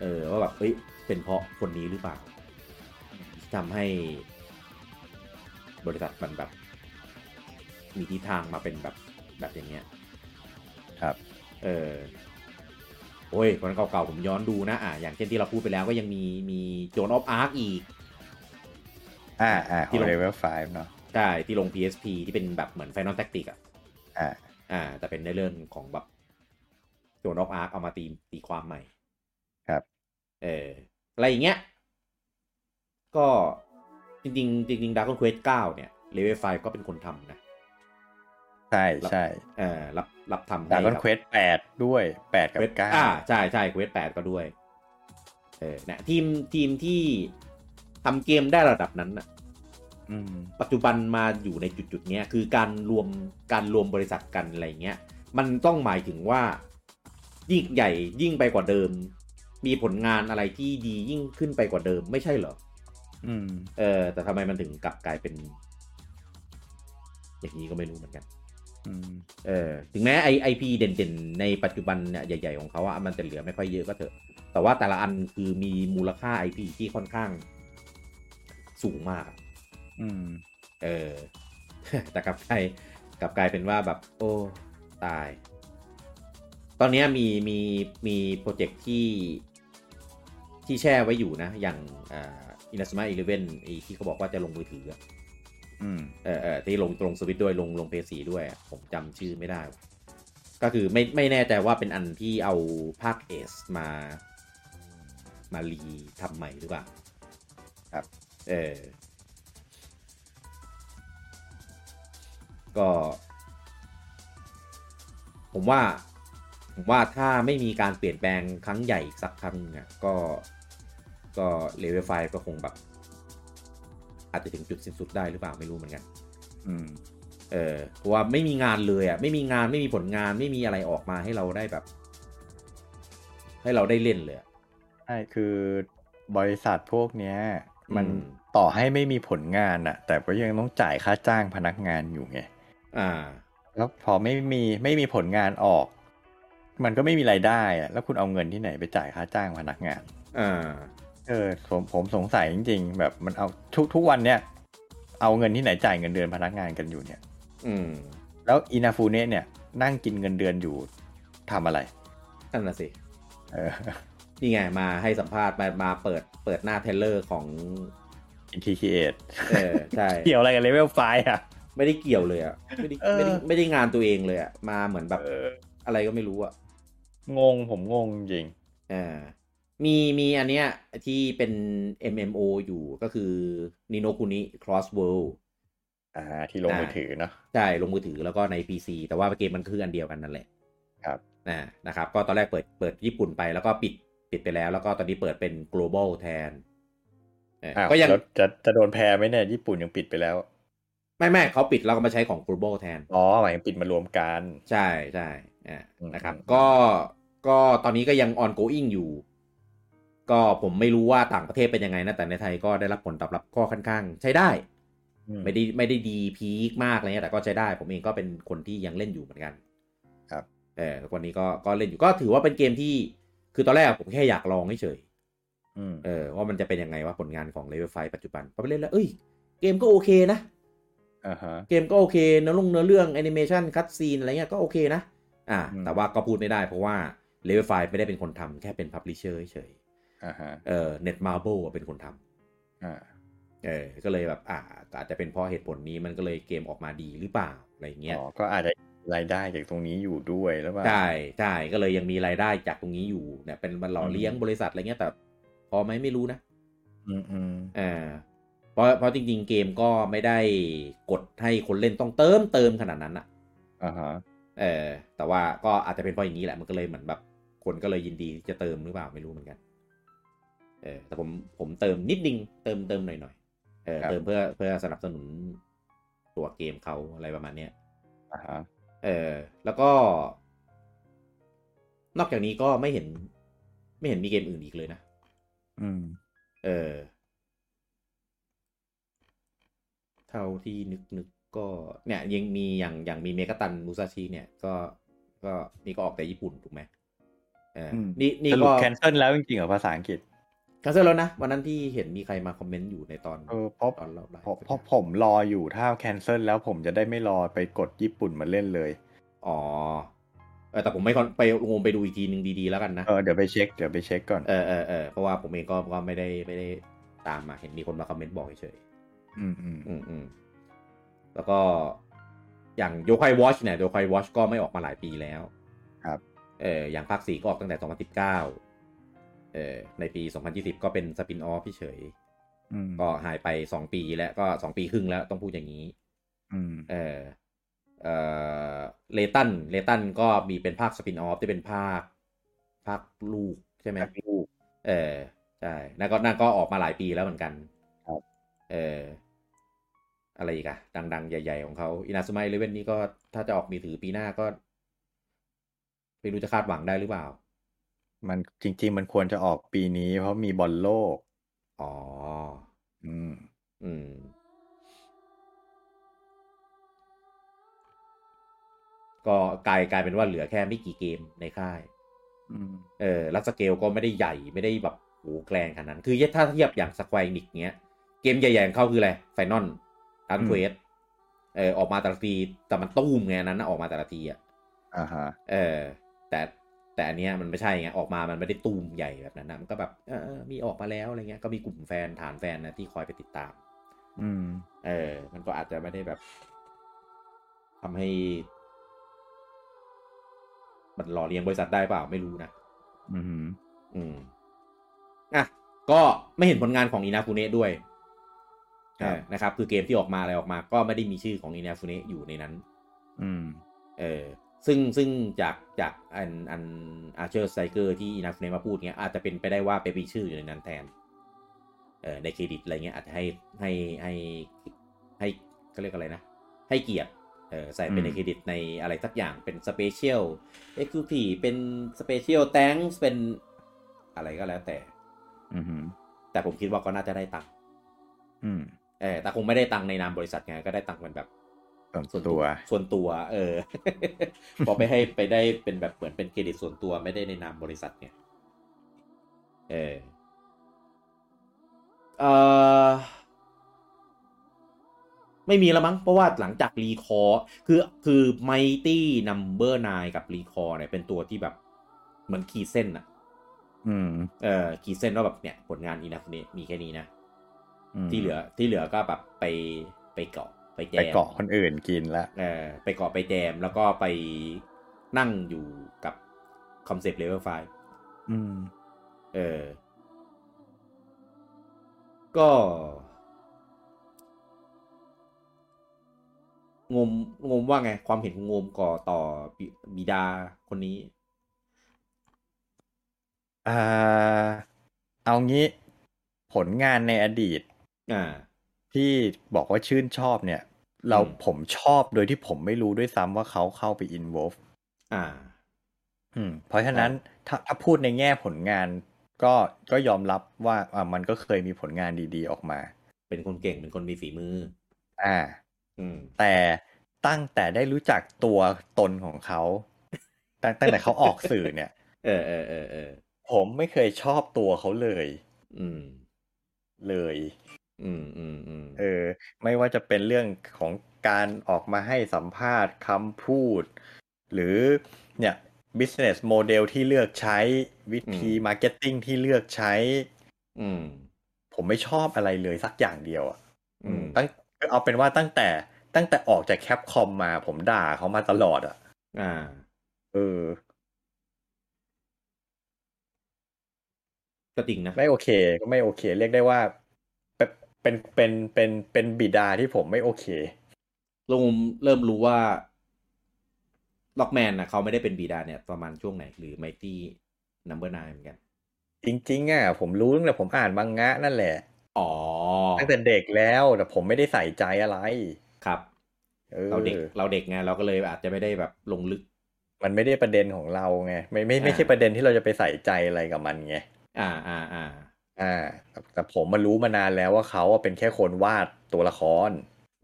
S1: เออว่าแบบเอ้ยเป็นเพราะคนนี้หรือเปล่าที่ทำให้บริษัทมันแบบ มีทิศทางมาเป็นแบบแบบอย่างเงี้ย
S2: ครับ
S1: เออโอ้ยคนเก่าๆผมย้อนดูนะอ่ะอย่างเช่นที่เราพูดไปแล้วก็ยังมีมีโจนออฟอาร์อีก
S2: อ่าอ่าข
S1: ที่
S2: อง
S1: ลง
S2: เลเวลไฟเนาะ
S1: ใช่ที่ลง PSP ที่เป็นแบบเหมือน Final Tactic อะ
S2: อ่า
S1: อ่า แต่เป็นในเรื่องของแบบโจนอฟอาร์คเอามาตีตีความใหม่
S2: ครับ
S1: เอออะไรอย่างเงี้ย ก็จริงๆ จริงๆดาร์กเควสเก้าเนี่ยเลเวลไฟก็เป็นคนทำนะ
S2: ใช่ใช่
S1: เออรับรับทำให้
S2: ดาร์
S1: กั
S2: ก
S1: บ
S2: เควสแปดด้วยแปดกับ
S1: เควส
S2: เก้า
S1: อ่าใช่ใช่เควสแปดก็ด้วย เออเนะทีมทีมที่ทำเกมได้ระดับนั้นนะ
S2: อืม
S1: ปัจจุบันมาอยู่ในจุดจุดๆเนี้ยคือการรวมการรวมบริษัทกันอะไรอย่างเงี้ย มันต้องหมายถึงว่ายิ่งใหญ่ยิ่งไปกว่าเดิม มีผลงานอะไรที่ดียิ่งขึ้นไปกว่าเดิมไม่ใช่เหรอ
S2: อืม
S1: เออ แต่ทำไมมันถึงกลับกลายเป็น อย่างนี้ก็ไม่รู้เหมือนกัน
S2: อืม
S1: เออ ถึงแม้ไอไอพีเด่นๆ ในปัจจุบันเนี่ยใหญ่ๆ ของเขาอะมันจะเหลือไม่ค่อยเยอะก็เถอะ แต่ว่าแต่ละอันคือมีมูลค่าไอพีที่ค่อนข้างสูงมากอะ
S2: อืม
S1: เอ อ แต่กลับกลายกลับกลายเป็นว่าแบบ โอ้ตาย ตอนเนี้ยมีมีมีโปรเจกต์ที่ที่แช่ไว้อยู่นะ อย่างอินาสมาอีเลเวนที่เขาบอกว่าจะลงมือถืออะ
S2: อืม
S1: เออเออที่ลงตรงสวิตด้วยลงลงเพสีด้วยอะผมจำชื่อไม่ได้ว่ะก็คือไม่ไม่แน่ใจว่าเป็นอันที่เอาภาคเอสมา มารีทำใหม่หรือเปล่า เออ ก็ ผมว่า ผมว่าถ้าไม่มีการเปลี่ยนแปลงครั้งใหญ่อีกสักครั้งหนึ่งอ่ะก็ ก็เลเวลไฟก็คงแบบ อาจจะถึงจุดสิ้นสุดได้หรือเปล่าไม่รู้เหมือนกัน
S2: อืม
S1: เออเพราะว่าไม่มีงานเลยอ่ะ ไม่มีงานไม่มีผลงานไม่มีอะไรออกมาให้เราได้แบบ ให้เราได้เล่นเลยอะ
S2: ใช่คือบริษัทพวกเนี้ย มัน
S1: อืม
S2: ต่อให้ไม่มีผลงานอะแต่ก็ยังต้องจ่ายค่าจ้างพนักงานอยู่ไง
S1: อ่า
S2: แล้วพอไม่มีไม่มีผลงานออก มันก็ไม่มีรายได้อะแล้วคุณเอาเงินที่ไหนไปจ่ายค่าจ้างพนักงาน
S1: อ่า
S2: เออผมผมสงสัยจริง ๆ แบบมันเอาทุกทุกวันเนี่ย เอาเงินที่ไหนจ่ายเงินเดือนพนักงานกันอยู่เนี่ย
S1: อืม
S2: แล้วอินาฟูเนะเนี่ย นั่งกินเงินเดือนอยู่ทำอะไร
S1: นั่นน่ะสิ
S2: เออ
S1: นี่ไงมาให้สัมภาษณ์มามาเปิดเปิดหน้าเทรลเลอร์ของ
S2: ทีคีเอท
S1: เออใช่
S2: เกี่ยวอะไรกับเลเวลไฟอ่ะ
S1: ไม่ได้เกี่ยวเลยอ่ะไม่ได้
S2: เออ
S1: ไม่ได้ไม่ได้งานตัวเองเลยอ่ะมาเหมือนแบบ
S2: เออ
S1: อะไรก็ไม่รู้อ่ะ
S2: งงผมงงจริง
S1: เออมีมีอันเนี้ยที่เป็น MMO อยู่ก็คือนิโนคุนิ Cross World
S2: อ่าที่ลงมือถือเนาะ
S1: ใช่ลงมือถือแล้วก็ใน PC แต่ว่าเกมมันคืออันเดียวกันนั่นแหละ
S2: ครับ
S1: นะนะครับ ก็ตอนแรกเปิดเปิดญี่ปุ่นไปแล้วก็ปิดปิดไปแล้ว แล้วก็ตอนนี้เปิดเป็น global แทนเออ
S2: อ้าว
S1: ก็ยัง
S2: แล้วจะจะโดนแพ้ไหมเนี่ยญี่ปุ่นยังปิดไปแล้ว
S1: ไม่ไม่เขาปิดเราก็มาใช้ของ global แทน
S2: อ๋อหมายถึงปิดมารวมกัน
S1: ใช่ใช่อ่า
S2: อืม
S1: นะครับ
S2: อืม
S1: ก็ก็ตอนนี้ก็ยัง ongoing อยู่ ก็ผมไม่รู้ว่าต่างประเทศเป็นยังไงนะ แต่ในไทยก็ได้รับผลตอบรับก็ค่อนข้าง ใช้ได้
S2: อืม
S1: ไม่ได้ไม่ได้ดีพีคมากอะไรเงี้ยแต่ก็ใช้ได้ ผมเองก็เป็นคนที่ยังเล่นอยู่เหมือนกัน
S2: ครับ
S1: เออวันนี้ก็ก็เล่นอยู่ก็ถือว่าเป็นเกมที่ คือตอนแรกอะผมแค่อยากลองเฉย
S2: อืม
S1: ๆเออว่ามันจะเป็นยังไงว่าผลงานของเลเวลไฟปัจจุบันพอไปเล่นแล้วเอ้ยเกมก็โอเคนะ
S2: อ่าฮะ
S1: เกมก็โอเคเนื้อลงเนื้อเรื่องแอนิเมชันคัดซีนอะไรเงี้ยก็โอเคนะ อ่า
S2: อืม
S1: แต่ว่าก็พูดไม่ได้เพราะว่าเลเวลไฟไม่ได้เป็นคนทำแค่เป็นพับลิเชอร์เฉย
S2: อ่าฮะ
S1: ๆเออเน็ตมาร์เบลเป็นคนทำ
S2: อ่า
S1: เออก็เลยแบบอ่าอาจจะเป็นเพราะเหตุผลนี้มันก็เลยเกมออกมาดีหรือเปล่าอะไรเงี้ย
S2: อ๋อก็อาจจะรายได้จากตรงนี้อยู่ด้วยแล้วว่า
S1: ใช่ใช่ก็เลยยังมีรายได้จากตรงนี้อยู่เนี่ยเป็นมันหล่อเลี้ยง
S2: อืม
S1: บริษัทอะไรเงี้ยแต่พอไหมไม่รู้นะ
S2: อืมอืม
S1: เออเพราะเพราะจริง ๆ เกมก็ไม่ได้กดให้คนเล่นต้องเติมเติมขนาดนั้นอะ
S2: อ่าฮะ
S1: เออแต่ว่าก็อาจจะเป็นเพราะอย่างนี้แหละมันก็เลยเหมือนแบบคนก็เลยยินดีที่จะเติมหรือเปล่าไม่รู้เหมือนกัน เออแต่ผมผมเติมนิดนึงเติมเติมหน่อยหน่อยๆ เออ
S2: ครับ
S1: เติมเพื่อเพื่อสนับสนุนตัวเกมเขาอะไรประมาณเนี้ย
S2: อ่าฮะ
S1: เออแล้วก็ นอกจากนี้ก็ไม่เห็น ไม่เห็นมีเกมอื่นอีกเลยนะ
S2: อืม
S1: เออ เท่าที่นึกนึกก็ เนี่ยยังมีอย่างอย่างมีเมกาตันมูซาชิเนี่ย ก็ก็นี่ก็ออกแต่ญี่ปุ่นถูกไหมเอออ
S2: ม
S1: นี่นี่
S2: สรุ
S1: ก็
S2: ปแคนเซิลแล้วจริงๆเหรอภาษาอังกฤษ
S1: แคนเซิลแล้วนะ วันนั้นที่เห็นมีใครมาคอมเมนต์อยู่ในตอน
S2: เออเพราะ
S1: ตอนเราไลฟ์
S2: เพราะเพราะผมรออยู่ถ้าแคนเซิลแล้วผมจะได้ไม่รอไปกดญี่ปุ่นมาเล่นเลย
S1: อ๋อเออแต่ผมไม่คอนไปงมไปดูอีกทีหนึ่งดีๆแล้วกันนะ
S2: เออเดี๋ยวไปเช็คเดี๋ยวไปเช็คก่อน
S1: เออเออเออเพราะว่าผมเองก็ก็ไม่ได้ไม่ได้ตามมาเห็นมีคนมาคอมเมนต์บอกเฉย
S2: อืมอืม
S1: ๆอืมอืมแล้วก็อย่างโยคายวอชเนี่ยโยคายวอชก็ไม่ออกมาหลายปีแล้ว
S2: ครับ
S1: เอออย่างภาคสี่ก็ออกตั้งแต่ 2019เออในปี 2020 ก็เป็นสปินออฟเฉย
S2: อืม
S1: ๆก็หายไป 2 ปีแล้วก็ 2 ปีครึ่งแล้วต้องพูดอย่างนี้
S2: อืม
S1: เออเออเลตันเลตันก็มีเป็นภาคสปินออฟที่เป็นภาคภาคลูกใช่ไหม
S2: แม็กลูก
S1: เออใช่นั่นก็นั่นก็ออกมาหลายปีแล้วเหมือนกัน
S2: ครับ
S1: เอออะไรอีกอะดังๆ ใหญ่ ๆ ของเขาอินา u ุไมเลเว่นนี่ก็ถ้าจะออกมีถือปีหน้าก็ไม่รู้จะคาดหวังได้หรือเปล่า
S2: มันจริง ๆ มันควรจะออกปีนี้เพราะมีบอลโลก
S1: อ๋อ
S2: อืม
S1: อืม ก็กลายกลายเป็นว่าเหลือแค่ไม่กี่เกมในค่าย
S2: อืม
S1: เออแล้วสเกลก็ไม่ได้ใหญ่ไม่ได้แบบโหแกลงขนาดนั้น คือถ้าเทียบอย่างสควอนิกเนี้ย เกมใหญ่ๆของเขาคืออะไรไฟนอลดัน
S2: อืม
S1: เควสเออออกมาแต่ละทีแต่มันตู้มไงอันนั้นนะออกมาแต่ละทีอ่ะ
S2: อ่าฮะ
S1: เออแต่แต่อันเนี้ยมันไม่ใช่ไงออกมามันไม่ได้ตูมใหญ่แบบนั้นนะมันก็แบบเออเออมีออกมาแล้วอะไรเงี้ยก็มีกลุ่มแฟนฐานแฟนนะที่คอยไปติดตาม
S2: อืม
S1: เออ มันก็อาจจะไม่ได้แบบทำให้ มันหล่อเลี้ยงบริษัทได้เปล่าไม่รู้นะ
S2: อืม
S1: อืม อ่ะ ก็ไม่เห็นผลงานของอินาฟูเนะด้วย
S2: ครับ
S1: เออนะครับ คือเกมที่ออกมาอะไรออกมา ก็ไม่ได้มีชื่อของอินาฟูเนะอยู่ในนั้น
S2: อืม
S1: เออ ซึ่งซึ่งจากจากอันอันอาร์เชอร์ไซเกอร์ที่อินาฟูเนะมาพูดเนี้ย อาจจะเป็นไปได้ว่าไปมีชื่ออยู่ในนั้นแทน เออในเครดิตอะไรเงี้ยอาจจะให้ให้ให้ให้เขาเรียกอะไรนะ ให้เกียรติ เออใส่เป็นใน
S2: อืม
S1: เครดิตในอะไรสักอย่างเป็นสเปเชียลเอ็กซ์คูทีเป็นสเปเชียลแตงเป็นอะไรก็แล้วแต่
S2: อืม
S1: แต่ผมคิดว่าก็น่าจะได้ตังค์
S2: อืม
S1: เออแต่คงไม่ได้ตังค์ในนามบริษัทไง ก็ได้ตังค์เป็นแบบ
S2: ส่วนตัว
S1: ส่วนตัว เออ พอไปให้ไปได้เป็นแบบเหมือนเป็นเครดิตส่วนตัวไม่ได้ในนามบริษัทเนี่ย เออเออไม่มีแล้วมั้ง เพราะว่าหลังจากรีคอร์คือคือไมตี้นัมเบอร์นกับรีคอร์เนี่ยเป็นตัวที่แบบเหมือนขีดเส้นอะ
S2: อืม
S1: เออขีดเส้นว่าแบบเนี่ย ผลงานอีนักนี้มีแค่นี้นะ
S2: ม
S1: ที่เหลือที่เหลือก็แบบไปไปเกาะไปแจม
S2: ไปเกาะคนอื่นกินละ
S1: เออไปเกาะไปแจมแล้วก็ไปนั่งอยู่กับคอนเซปต์เลเวลไฟ
S2: อืม
S1: เออ ก็งมงมว่าไง ความเห็นของงมก่อต่อบิบิดาคนนี้
S2: อ่า เอางี้ ผลงานในอดีต
S1: อ่า
S2: ที่บอกว่าชื่นชอบเนี่ย เรา
S1: อืม
S2: ผมชอบโดยที่ผมไม่รู้ด้วยซ้ำว่าเขาเข้าไปอินวอลฟ
S1: อ่า
S2: อืม เพราะฉะนั้นถ้าถ้าพูดในแง่ผลงาน ก็ก็ยอมรับว่าอ่ามันก็เคยมีผลงานดีๆออกมา
S1: เป็นคนเก่งเป็นคนมีฝีมือ
S2: อ่า
S1: อืม
S2: แต่ตั้งแต่ได้รู้จักตัวตนของเขาตั้งตั้งแต่เขาออกสื่อเนี่ย
S1: เออเออเออเออ
S2: ผมไม่เคยชอบตัวเขาเลย
S1: อืม
S2: เลย
S1: อืมอืมอืม
S2: เออ ไม่ว่าจะเป็นเรื่องของการออกมาให้สัมภาษณ์คำพูด หรือเนี่ย business model ที่เลือกใช้วิธี marketing ที่เลือกใช้
S1: อืม
S2: ผมไม่ชอบอะไรเลยสักอย่างเดียวอ่ะ
S1: อืม
S2: ตั้งเอาเป็นว่าตั้งแต่ตั้งแต่ออกจากแคปคอมมาผมด่าเขามาตลอดอ่ะ
S1: อ่า
S2: เออ
S1: ก็จริงนะ
S2: ไม่โอเคก็ไม่โอเค เรียกได้ว่าเป็นเป็นเป็นเป็นเป็นบิดาที่ผมไม่โอเค
S1: ลงเริ่มรู้ว่าล็อกแมนนะเขาไม่ได้เป็นบีดาเนี่ย ประมาณช่วงไหน หรือไมตี้นัมเบอร์นเหมือนกัน
S2: จริงๆอ่ะผมรู้ตั้งแต่ผมอ่านมังงะนั่นแหละ
S1: อ๋อ
S2: ตั้งแต่เด็กแล้วแต่ผมไม่ได้ใส่ใจอะไร
S1: ครับ
S2: ออ
S1: เราเด็กเราเด็กไงเราก็เลยอาจจะไม่ได้แบบลงลึก
S2: มันไม่ได้ประเด็นของเราไงไม่ไม่ไม่ใช่
S1: อ่า
S2: ประเด็นที่เราจะไปใส่ใจอะไรกับมันไง
S1: อ่าอ่าอ่า
S2: อ่าแต่แต่ผมมารู้มานานแล้วว่าเขาอะเป็นแค่คนวาดตัวละคร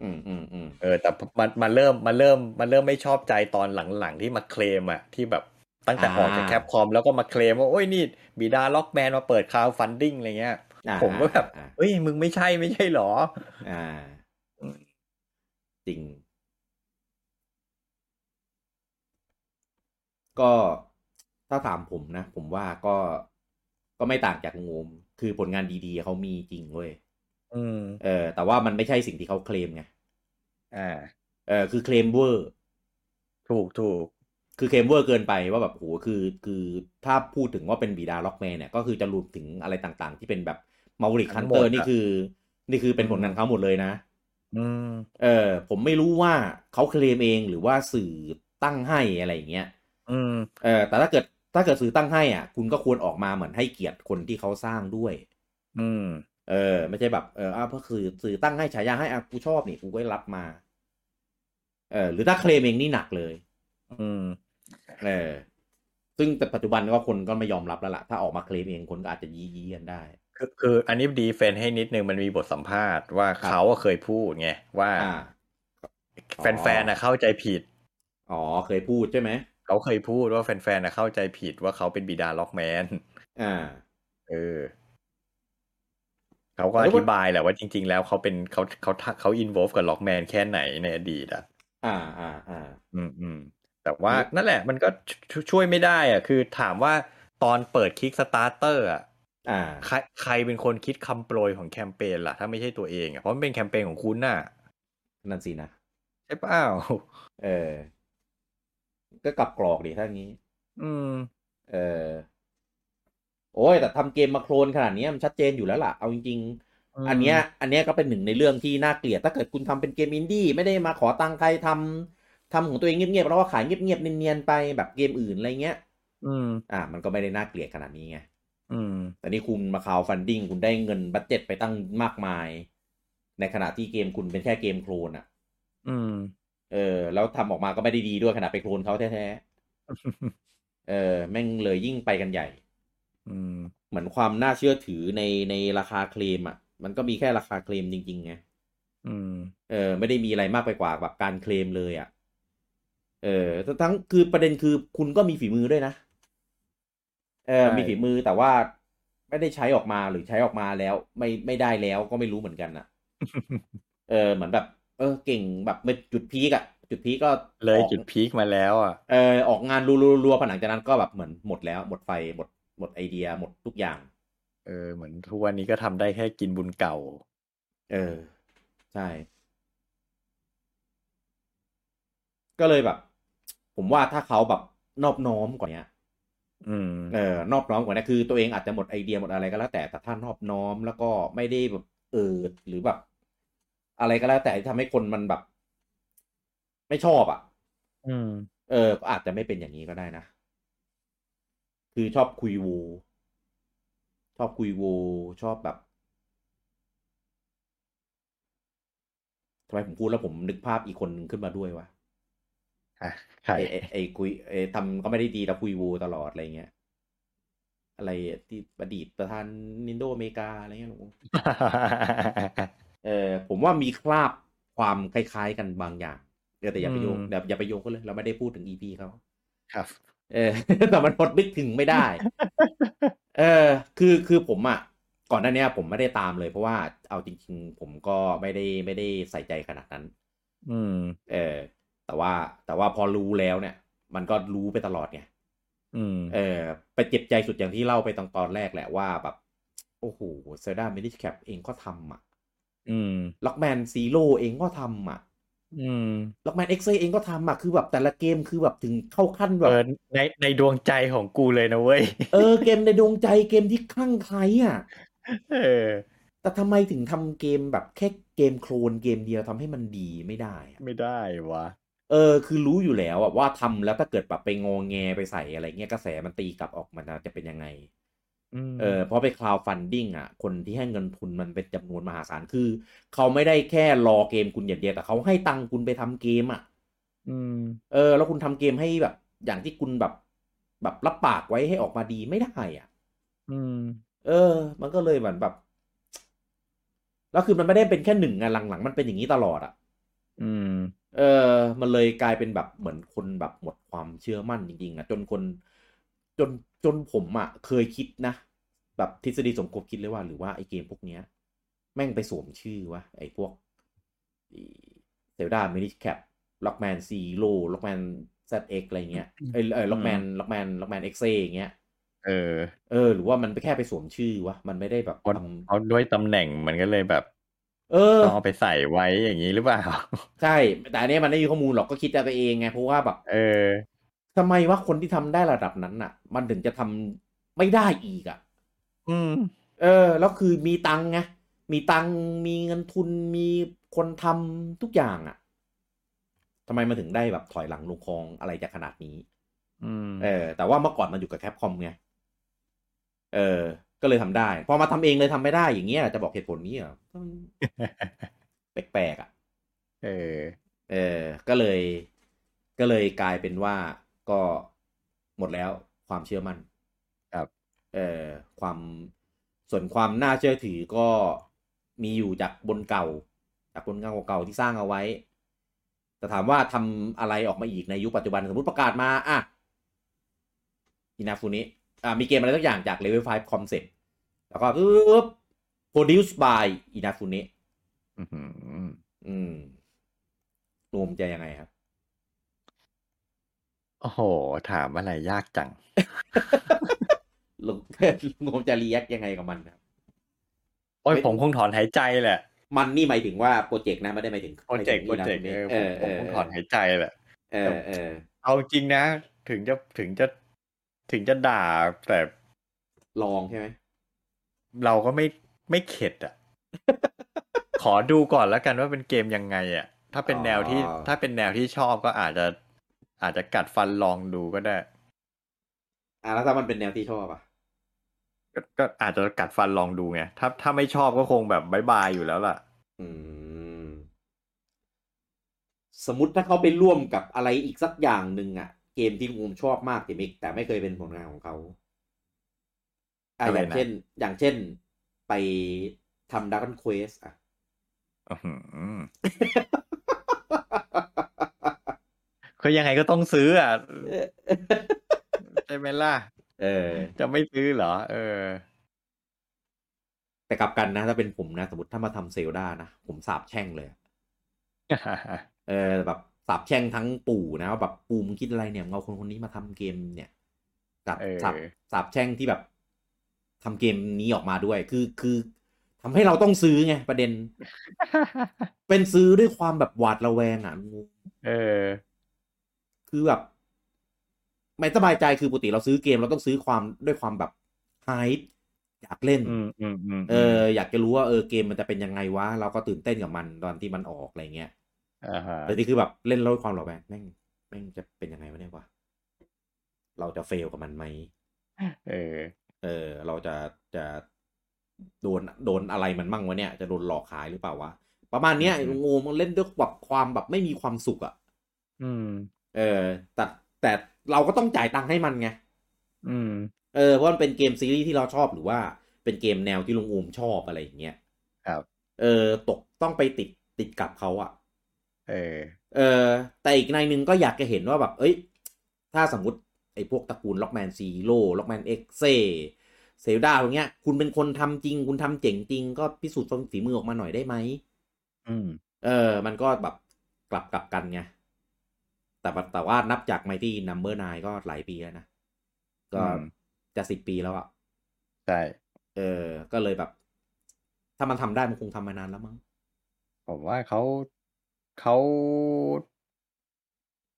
S1: อืมอืมอืม
S2: เออแต่มันมันเริ่มมันเริ่มมันเริ่มไม่ชอบใจตอนหลังๆที่มาเคลมอะที่แบบตั้งแต่ออกจากแคปคอมแล้วก็มาเคลมว่าโอ้ยนี่บิดาล็อกแมนมาเปิดคาวฟันดิ้งอะไรเงี้ย
S1: อ่า
S2: ผมก็แบบ
S1: อ่า
S2: เอ้ยมึงไม่ใช่ไม่ใช่หรอ
S1: อ่า จริง ก็ถ้าถามผมนะ ผมว่าก็ก็ไม่ต่างจากงม คือผลงานดีๆเขามีจริงเว้ย
S2: อืม
S1: เออแต่ว่ามันไม่ใช่สิ่งที่เขาเคลมไง
S2: อ่า
S1: เออคือเคลมเวอร์
S2: ถูกถูก
S1: คือเคลมเวอร์เกินไปว่าแบบโหคือคือถ้าพูดถึงว่าเป็นบีดาล็อกแมนเนี่ย ก็คือจะรวมถึงอะไรต่างๆ ที่เป็นแบบมาริกฮันเตอร์นี่คือ นี่คือเป็นผลงานเขาหมดเลยนะ
S2: อืม
S1: เออผมไม่รู้ว่าเขาเคลมเองหรือว่าสื่อตั้งให้อะไรอย่างเงี้ย
S2: อืม
S1: เออแต่ถ้าเกิดถ้าเกิดสื่อตั้งให้อ่ะ คุณก็ควรออกมาเหมือนให้เกียรติคนที่เขาสร้างด้วย
S2: อืม
S1: เออ ไม่ใช่แบบเอออ้าวเพราะสื่อสื่อตั้งให้ฉายาให้อ่ะกูชอบนี่กูก็รับมา เออหรือถ้าเคลมเองนี่หนักเลย
S2: อืม
S1: เออ ซึ่งแต่ปัจจุบันก็คนก็ไม่ยอมรับแล้วล่ะ ถ้าออกมาเคลมเองคนก็อาจจะยี้ยีกันได้
S2: คือคืออันนี้ดีเฟนให้นิดนึงมันมีบทสัมภาษณ์ว่า
S1: ครับ
S2: เขาอะเคยพูดไงว่า
S1: อ่า
S2: แฟนๆนะเข้าใจผิด
S1: อ๋อ เคยพูดใช่ไหม
S2: เขาเคยพูดว่าแฟนๆนะเข้าใจผิดว่าเขาเป็นบิดาล็อกแมน
S1: อ่า
S2: เออ เขาก็อธิบายแหละว่าจริง ๆ แล้วเขาเป็นเขาเขาเขาอินวอลกับล็อกแมนแค่ไหนในอดีตอ่ะ
S1: อ่าอ่าอ่า
S2: อืมอืมแต่ว่า
S1: อืม
S2: นั่นแหละมันก็ชชช่วยไม่ได้อ่ะ คือถามว่าตอนเปิดคิกสตาร์เตอร์อ่ะ
S1: อ่า
S2: ใครใครเป็นคนคิดคำโปรยของแคมเปญล่ะ ถ้าไม่ใช่ตัวเองอ่ะเพราะมันเป็นแคมเปญของคุณน่ะ
S1: นั่นสินะ
S2: ใช่เปล่า
S1: เออ ก็กลับกรอกดิถ้างี้
S2: อืม
S1: เออ โอ้ย แต่ทำเกมมาโคลนขนาดเนี้ยมันชัดเจนอยู่แล้วล่ะ เอาจริงๆ อันเนี้ย อันเนี้ยก็เป็นหนึ่งในเรื่องที่น่าเกลียด ถ้าเกิดคุณทำเป็นเกมอินดี้ไม่ได้มาขอตังค์ใครทำทำของตัวเองเงียบๆแล้วก็ขายเงียบๆเนียนๆไปแบบเกมอื่นอะไรเงี้ย
S2: อืม
S1: อ่า มันก็ไม่ได้น่าเกลียดขนาดนี้ไง
S2: อืม
S1: แต่นี่คุณมาคาวฟันดิ้งคุณได้เงินบัตเจ็ตไปตั้งมากมาย ในขณะที่เกมคุณเป็นแค่เกมโคลนอะ่ะ
S2: อืม
S1: เออ แล้วทำออกมาก็ไม่ได้ดีด้วยขนาดไปโคลนเขาแท้ๆ เออ แม่งเลยยิ่งไปกันใหญ่
S2: อืม
S1: เหมือนความน่าเชื่อถือในในราคาเคลมอะ่ะ มันก็มีแค่ราคาเคลมจริงๆไง
S2: อืม
S1: เออ ไม่ได้มีอะไรมากไปกว่าแบบการเคลมเลยอะ่ะ เออ ทั้งคือประเด็นคือคุณก็มีฝีมือด้วยนะ เออ
S2: ใช่
S1: มีฝีมือแต่ว่าไม่ได้ใช้ออกมาหรือใช้ออกมาแล้ว ไม่ไม่ได้แล้วก็ไม่รู้เหมือนกันอ่ะ เออเหมือนแบบ เออเก่งแบบเป็นจุดพีกอะจุดพีกก็
S2: เลย
S1: ออก
S2: จุดพีคมาแล้วอ่ะ
S1: เออออกงานรัวๆๆผนังจากนั้นก็แบบเหมือนหมดแล้ว หมดไฟหมดหมดไอเดียหมดทุกอย่าง
S2: เออเหมือนทุกวันนี้ก็ทำได้แค่กินบุญเก่า
S1: เออ ใช่ ก็เลยแบบ ผมว่าถ้าเขาแบบนอบน้อมกว่าเนี้ย
S2: อืม
S1: เออนอบน้อมกว่าเนี้ยคือตัวเองอาจจะหมดไอเดียหมดอะไรก็แล้ว แต่แต่ถ้านอบน้อมแล้วก็ไม่ได้แบบเออหรือแบบ อะไรก็แล้ว แต่ที่ทำให้คนมันแบบ ไม่ชอบอ่ะ
S2: อืม
S1: เออก็อาจจะไม่เป็นอย่างนี้ก็ได้นะ คือชอบคุยโวชอบคุยโวชอบแบบทำไมผมพูดแล้วผมนึกภาพอีกคนนึงขึ้นมาด้วยวะ
S2: อ่ะใคร
S1: ไอไอ้ไอคุยไอทำก็ไม่ได้ดีแต่คุยโวตลอดอะไรเงี้ยอะไรที่อดีตประธานนินโดอเมริกาอะไรเงี้ยหนูเออผมว่ามีคราบความคล้ายๆกันบางอย่างเออแต่อย่าไปโยงอย่าอย่าไปโยงก็เลย เราไม่ได้พูดถึงอีพีเขา
S2: ครับ
S1: เอ อ แต่มันอดนึกถึงไม่ได้ เออ คือคือผมอ่ะก่อนหน้าเนี้ยผมไม่ได้ตามเลยเพราะว่าเอาจริง ๆ ผมก็ไม่ได้ไม่ได้ใส่ใจขนาดนั้น
S2: อืม
S1: เออ แต่ว่าแต่ว่าพอรู้แล้วเนี่ย มันก็รู้ไปตลอดไง
S2: อืม
S1: เออ ไปเจ็บใจสุดอย่างที่เล่าไปตอนตอนแรกแหละว่าแบบ โอ้โหเซอร์ด้าเมดิแคปเองก็ทำอ่ะ
S2: อืม
S1: ล็อกแมนซีโร่เองก็ทำอ่ะ
S2: อืม
S1: ล็อกแมนเอ็กเซเองก็ทำอ่ะคือแบบแต่ละเกมคือแบบถึงเข้าขั้นแบบ
S2: เออในในดวงใจของกูเลยนะเว้ย
S1: เออเกมในดวงใจเกมที่คลั่งไคล้อ่ะ
S2: เออ
S1: แต่ทำไมถึงทำเกมแบบแค่เกมโคลนเกมเดียวทำให้มันดีไม่ได้อะ
S2: ไม่ได้วะ
S1: เออ คือรู้อยู่แล้วอะว่าทำแล้วถ้าเกิดแบบไปงองแงไปใส่อะไรเงี้ยกระแสมันตีกลับออกมันจะเป็นยังไง
S2: ม
S1: เออเพราะไป Cloud Funding อ่ะ คนที่ให้เงินทุนมันเป็นจำนวนมหาศาลคือ เขาไม่ได้แค่รอเกมคุณอย่างเดียวแต่เขาให้ตังค์คุณไปทำเกมอ่ะ
S2: ม
S1: เออ แล้วคุณทำเกมให้แบบ อย่างที่คุณแบบแบบรับปากไว้ให้ออกมาดีไม่ได้อ่ะ
S2: อืม
S1: เออ มันก็เลยเหมือนแบบ แล้วคือมันไม่ได้เป็นแค่หนึ่งงานหลังๆ มันเป็นอย่างนี้ตลอดอ่ะ
S2: อืม
S1: เออ มันเลยกลายเป็นแบบเหมือนคนแบบหมดความเชื่อมั่นจริงๆอ่ะ จนคนจนจนผมอ่ะเคยคิดนะ แบบทฤษฎีสมคบคิดเลยว่า หรือว่าไอ้เกมพวกเนี้ย แม่งไปสวมชื่อวะไอ้พวกเซลดามินิแคปล็อกแมนซีโร่ล็อกแมนซเอ็กอะไรเงี้ยเออเออล็อกแมนล็อกแมนล็อกแมนเอ็กเซ่างเงี้ย
S2: เออ
S1: เออหรือว่ามันไปแค่ไปสวมชื่อวะมันไม่ได้แบบท
S2: เพราะด้วยตำแหน่งมันก็เลยแบบ
S1: ำเออ
S2: ต้องเอาไปใส่ไว้อย่างนี้หรือเปล่า
S1: ใช่ แต่อันเนี้ยมันไม่มีข้อมูลหรอกก็คิดเอาไปเองไงเพราะว่าแบบ
S2: เออ
S1: ทำไมว่าคนที่ทำได้ระดับนั้นน่ะ มันถึงจะทำไม่ได้อีกอะ่ะ
S2: อืม
S1: เออ แล้วคือมีตังค์ไง มีตังค์มีเงินทุน มีคนทำทุกอย่างอะ่ะทำไมมันถึงได้แบบถอยหลังลงคลองอะไรจากขนาดนี้
S2: อืม
S1: เออ แต่ว่าเมื่อก่อนมันอยู่กับแคปคอมไง เออ ก็เลยทำได้ พอมาทำเองเลยทำไม่ได้อย่างเงี้ย จะบอกเหตุผลนี้เหรอ แปลกๆอ่ะ
S2: เออ
S1: เออ ก็เลย ก็เลยกลายเป็นว่าก็หมดแล้วความเชื่อมั่น
S2: ครับ
S1: เออความส่วนความน่าเชื่อถือก็มีอยู่จากบนเก่า จากบนเก่าเก่าๆที่สร้างเอาไว้ แต่ถามว่าทำอะไรออกมาอีกในยุคปัจจุบันสมมติประกาศมา อ่ะอินาฟูนิอ่ะมีเกมอะไรสักอย่างจาก Level 5 Concept แล้วก็ปึ๊บ Produced by อินาฟูนิ
S2: อื้อหือ
S1: อืมรวมจะยังไงครับ
S2: โอ้โห ถามอะไรยากจัง
S1: ลุง ลุงผมจะรีแอคยังไงกับมันนะครับ
S2: โอ้ย
S1: เฮ้ย
S2: ผมคงถอนหายใจแหละ
S1: มันนี่หมายถึงว่าโปรเจกต์นะไม่ได้หมายถึง
S2: โปรเจกต์โปร
S1: หมาย
S2: เจ
S1: ถึง
S2: กต์
S1: นี่นะ
S2: เออ
S1: เอ
S2: ผม
S1: อ
S2: ผมคงถอนหายใจแหละ
S1: เออเออ
S2: เอาจริงนะ ถึงจะถึงจะถึงจะด่าแต่
S1: ลองใช่ไหม
S2: เราก็ไม่ไม่เข็ด อ่ะ ขอดูก่อนแล้วกันว่าเป็นเกมยังไงอ่ะ ถ้าเป็นแนวที่ถ้าเป็นแนวที่ชอบก็อาจจะ อาจจะกัดฟันลองดูก็ได้
S1: อ่ะแล้วถ้ามันเป็นแนวที่ชอบอ่ะ
S2: ก็ก็อาจจะกัดฟันลองดูไง ถ้าถ้าไม่ชอบก็คงแบบบายบายอยู่แล้วล่ะ
S1: อืม สมมติถ้าเขาไปร่วมกับอะไรอีกสักอย่างหนึ่งอ่ะ เกมที่ผมชอบมากเกมอีกแต่ไม่เคยเป็นผลงานของเขาอ่ะ
S2: อะ
S1: อ
S2: ไรนะ
S1: ย่างเช่น อย่างเช่นไปทำดักคอนเควสอ่ะ
S2: อื้อหือคือยังไง ก็ต้องซื้ออ่ะใช่ไหมล่ะ
S1: เออ
S2: จะไม่ซื้อเหรอ เอ อ
S1: แต่กลับกันนะ ถ้าเป็นผมนะ สมมติถ้ามาทำเซลดานะ ผมสาบแช่งเลย เออแบบสาบแช่งทั้งปู่นะว่าแบบปู่มึงคิดอะไรเนี่ยมึงเอาคนคนนี้มาทำเกมเนี่ยสาบ
S2: เออ
S1: สาบสาบแช่งที่แบบทำเกมนี้ออกมาด้วย คือคือทำให้เราต้องซื้อไงประเด็น เป็นซื้อด้วยความแบบหวาดระแวงอ่ะ
S2: เออ
S1: คือแบบ ไม่สบายใจคือปกติเราซื้อเกมเราต้องซื้อความด้วยความแบบไฮป์อยากเล่น
S2: อืมอืมอืม
S1: เออ อยากจะรู้ว่าเออเกมมันจะเป็นยังไงวะเราก็ตื่นเต้นกับมันตอนที่มันออกอะไรเงี้ย
S2: อ่าฮะ
S1: แต่นี่คือแบบเล่นแล้วความระแวงแม่งแม่งจะเป็นยังไงวะเนี่ยวะเราจะเฟลกับมันไหม
S2: เออ
S1: เออ เราจะจะโดนโดนอะไรมันมั่งวะเนี่ย จะโดนหลอกขายหรือเปล่าวะประมาณเนี้ย
S2: อืม
S1: งูมันเล่นด้วยแบบความแบบไม่มีความสุขอะ่ะ
S2: อืม
S1: เออ แต่แต่เราก็ต้องจ่ายตังค์ให้มันไง
S2: อืม
S1: เออเพราะมันเป็นเกมซีรีส์ที่เราชอบหรือว่าเป็นเกมแนวที่ลุงอูมชอบอะไรอย่างเงี้ย
S2: ครับ
S1: เออ ตกต้องไปติดติดกับเขาอ่ะ
S2: เออ
S1: เออแต่อีกในหนึ่งก็อยากจะเห็นว่าแบบ เอ้ย ถ้าสมมติไอ้พวกตระกูลล็อกแมนซีโร่ล็อกแมนเอ็กเซเซลดาพวกเนี้ย คุณเป็นคนทำจริง คุณทำเจ๋งจริง ก็พิสูจน์ฝีมือออกมาหน่อยได้ไหม
S2: อืม
S1: เออ มันก็แบบกลับกลับกันไง แต่ว่าแต่ว่านับจากไมตี้นัมเบอร์นก็หลายปีแล้วนะ ก็
S2: อืม
S1: จะสิบปีแล้วอะ
S2: ใช่
S1: เออ ก็เลยแบบ ถ้ามันทำได้มันคงทำมานานแล้วมั้ง
S2: ผมว่าเขาเขา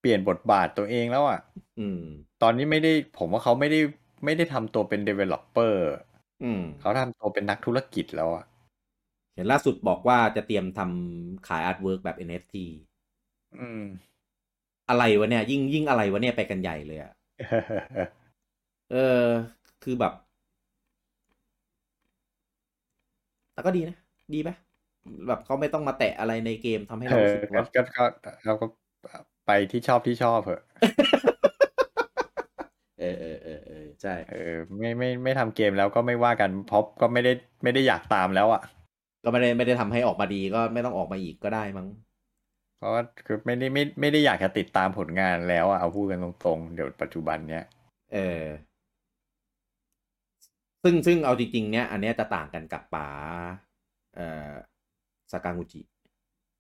S2: เปลี่ยนบทบาทตัวเองแล้วอ่ะ
S1: อืม
S2: ตอนนี้ไม่ได้ ผมว่าเขาไม่ได้ไม่ได้ทำตัวเป็น developer
S1: อืม
S2: เขาทำตัวเป็นนักธุรกิจแล้วอ่ะ
S1: เห็นล่าสุดบอกว่าจะเตรียมทำขายอาร์ตเวิร์กแบบ NFT
S2: อืม
S1: อะไรวะเนี่ย ยิ่งยิ่งอะไรวะเนี่ยไปกันใหญ่เลยอะเออ คือแบบ แต่ก็ดีนะ ดีปะแบบเขาไม่ต้องมาแตะอะไรในเกมทำให้
S2: เอ
S1: เรารู้
S2: อ
S1: สึก
S2: ก็
S1: ว่า
S2: ก็ก็เราก็ไปที่ชอบที่ชอบเถอะ
S1: เออเออเออเออใช่
S2: เออไม่ไม่ไม่ทำเกมแล้วก็ไม่ว่ากันเพราะก็ไม่ได้ไม่ได้อยากตามแล้วอ่ะ
S1: ก็ไม่ได้ไม่ได้ทำให้ออกมาดีก็ไม่ต้องออกมาอีกก็ได้มั้ง
S2: เพราะว่าคือไม่ได้ไม่ไม่ได้อยากจะติดตามผลงานแล้วอะเอาพูดกันตรงๆ เดี๋ยวปัจจุบันเนี้ย
S1: เออ ซึ่งซึ่งเอาจริงๆ เนี้ยอันเนี้ยจะต่างกันกับป๋าเอ่อสากางูจิ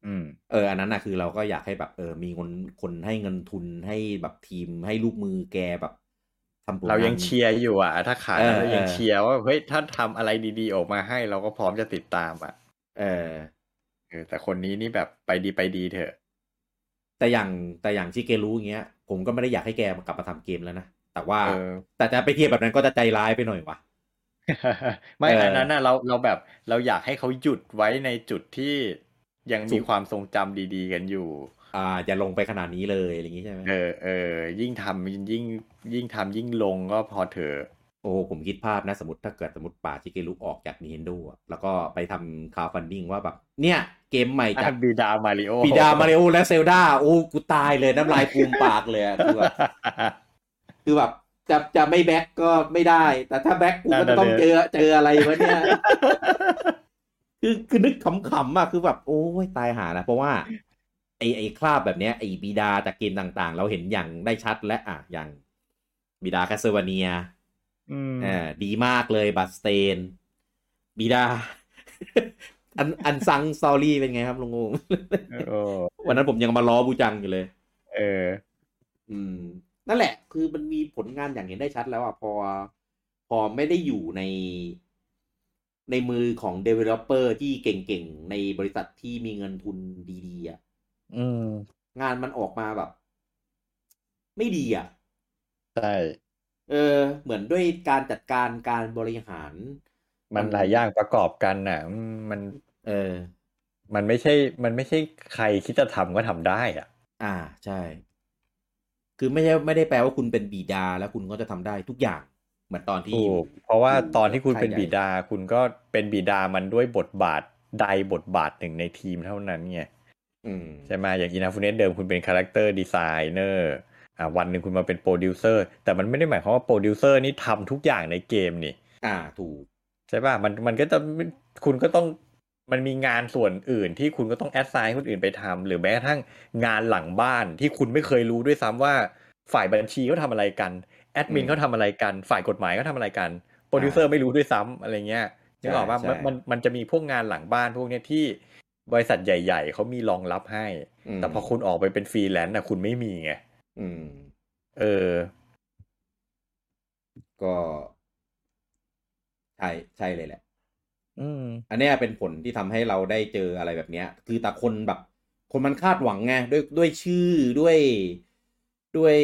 S2: อืม
S1: เอออันนั้นนะคือเราก็อยากให้แบบเออมีเงินคนให้เงินทุนให้แบบทีมให้ลูกมือแกแบบทำผลน
S2: เรายังเชียร์อยู่อ่ะ ถ้าขาย
S1: เออ
S2: เรายังเชียร์ว่าเฮ้ยถ้าทำอะไรดีๆ ออกมาให้เราก็พร้อมจะติดตามอ่ะ
S1: เออ
S2: เออแต่คนนี้นี่แบบไปดีไปดีเถอะ
S1: แต่อย่างแต่อย่างที่แกรู้อย่างเงี้ย ผมก็ไม่ได้อยากให้แกมากลับมาทำเกมแล้วนะ แต่ว่า
S2: เออ
S1: แต่จะไปเทียบแบบนั้นก็จะใจร้ายไปหน่อยว่ะ
S2: ไม่
S1: เอออั
S2: อันนั้นนะเราเราแบบเราอยากให้เขาหยุดไว้ในจุดที่ยัง
S1: สุ
S2: มี
S1: ข
S2: ความทรงจำดีๆ กันอยู่
S1: อ่าอย่าลงไปขนาดนี้เลยอะไรอย่างงี้ใช่ไหม
S2: เออเออยิ่งทำยิ่งยิ่งทำยิ่งลงก็พอเถอะ
S1: โอ้ผมคิดภาพนะ สมมติถ้าเกิดสมมติป่าชิเกรุออกจาก Nintendo อะแล้วก็ไปทำคาวฟันดิ้งว่าแบบ เนี่ย เกมใหม่จาก
S2: บิดามาริโอ
S1: ปิดามาริโอและเซลดาโอ้กูตายเลยน้ำลายฟูมปากเลยอะคือแบบ คือแบบจะจะไม่แบ็กก็ไม่ได้ แต่ถ้าแบ็กกูก็
S2: นั่นน่ะ
S1: ต้อง
S2: ดิ
S1: เจอเจออะไรวะเนี่ย คือคือนึกขำๆอ่ะคือแบบโอ้ยตายหานะเพราะว่า ไอไอคราบแบบเนี้ยไอบีดาจากเกมต่างๆ เราเห็นอย่างได้ชัดและอ่ะอย่างบีดาคาเซวาเนีย
S2: อืม
S1: อ่าดีมากเลยบัสเตนบีดา อันอันซังสตอรี่เป็นไงครับลุงโอม
S2: เออ
S1: วันนั้นผมยังมาล้อบูจังอยู่เลย
S2: เออ
S1: อืม นั่นแหละ คือมันมีผลงานอย่างเห็นได้ชัดแล้วอ่ะ พอ พอไม่ได้อยู่ใน ในมือของ developer ที่เก่งๆ ในบริษัทที่มีเงินทุนดีๆอ่ะ
S2: อืม
S1: งานมันออกมาแบบ ไม่ดีอ่ะ
S2: ใช่
S1: เออ เหมือนด้วยการจัดการการบริหาร
S2: มันหลายอย่างประกอบกันน่ะอืมมัน
S1: เออ
S2: มันไม่ใช่ มันไม่ใช่ใครคิดจะทำก็ทำได้อ่ะ
S1: อ่า ใช่ คือไม่ใช่ไม่ได้แปลว่าคุณเป็นบีดา แล้วคุณก็จะทำได้ทุกอย่าง เหมือนตอนที่
S2: ถู
S1: อยู่
S2: ก เพราะว่า
S1: อยู่
S2: ตอนที่คุณเป็น
S1: ใครใหญ่
S2: บิดา คุณก็เป็นบิดามันด้วยบทบาทใดบทบาทหนึ่งในทีมเท่านั้นไง
S1: อืม
S2: ใช่ไหมอย่างอินาฟูเนสเดิมคุณเป็นคาแรคเตอร์ดีไซเนอร์อ่าวันหนึ่งคุณมาเป็นโปรดิวเซอร์ แต่มันไม่ได้หมายความว่าโปรดิวเซอร์นี่ทำทุกอย่างในเกมนี่
S1: อ่า ถูก
S2: ใช่ป่ะมันมันก็จะคุณก็ต้องมันมีงานส่วนอื่นที่คุณก็ต้องแอดไซน์คนอื่นไปทำหรือแม้กระทั่งงานหลังบ้านที่คุณไม่เคยรู้ด้วยซ้ำว่าฝ่ายบัญชีเขาทำอะไรกันแอดมิ
S1: อื
S2: น
S1: ม
S2: เขาทำอะไรกัน ฝ่ายกฎหมายเขาทำอะไรกันโปรดิวเซอร์ไม่รู้ด้วยซ้ำอะไรเงี้ยนึกออกว่า
S1: ใช่
S2: มันมันมันจะมีพวกงานหลังบ้านพวกเนี้ยที่บริษัทใหญ่ๆเขามีรองรับให้
S1: ม
S2: แต่พอคุณออกไปเป็นฟรีแลนซ์นะคุณไม่มีไง
S1: อืม
S2: เออ
S1: ก็ใช่ใช่เลยแหละ
S2: อืม
S1: อันเนี้ยเป็นผลที่ทำให้เราได้เจออะไรแบบเนี้ย คือแต่คนแบบ คนมันคาดหวังไงด้วยด้วยชื่อด้วยด้วย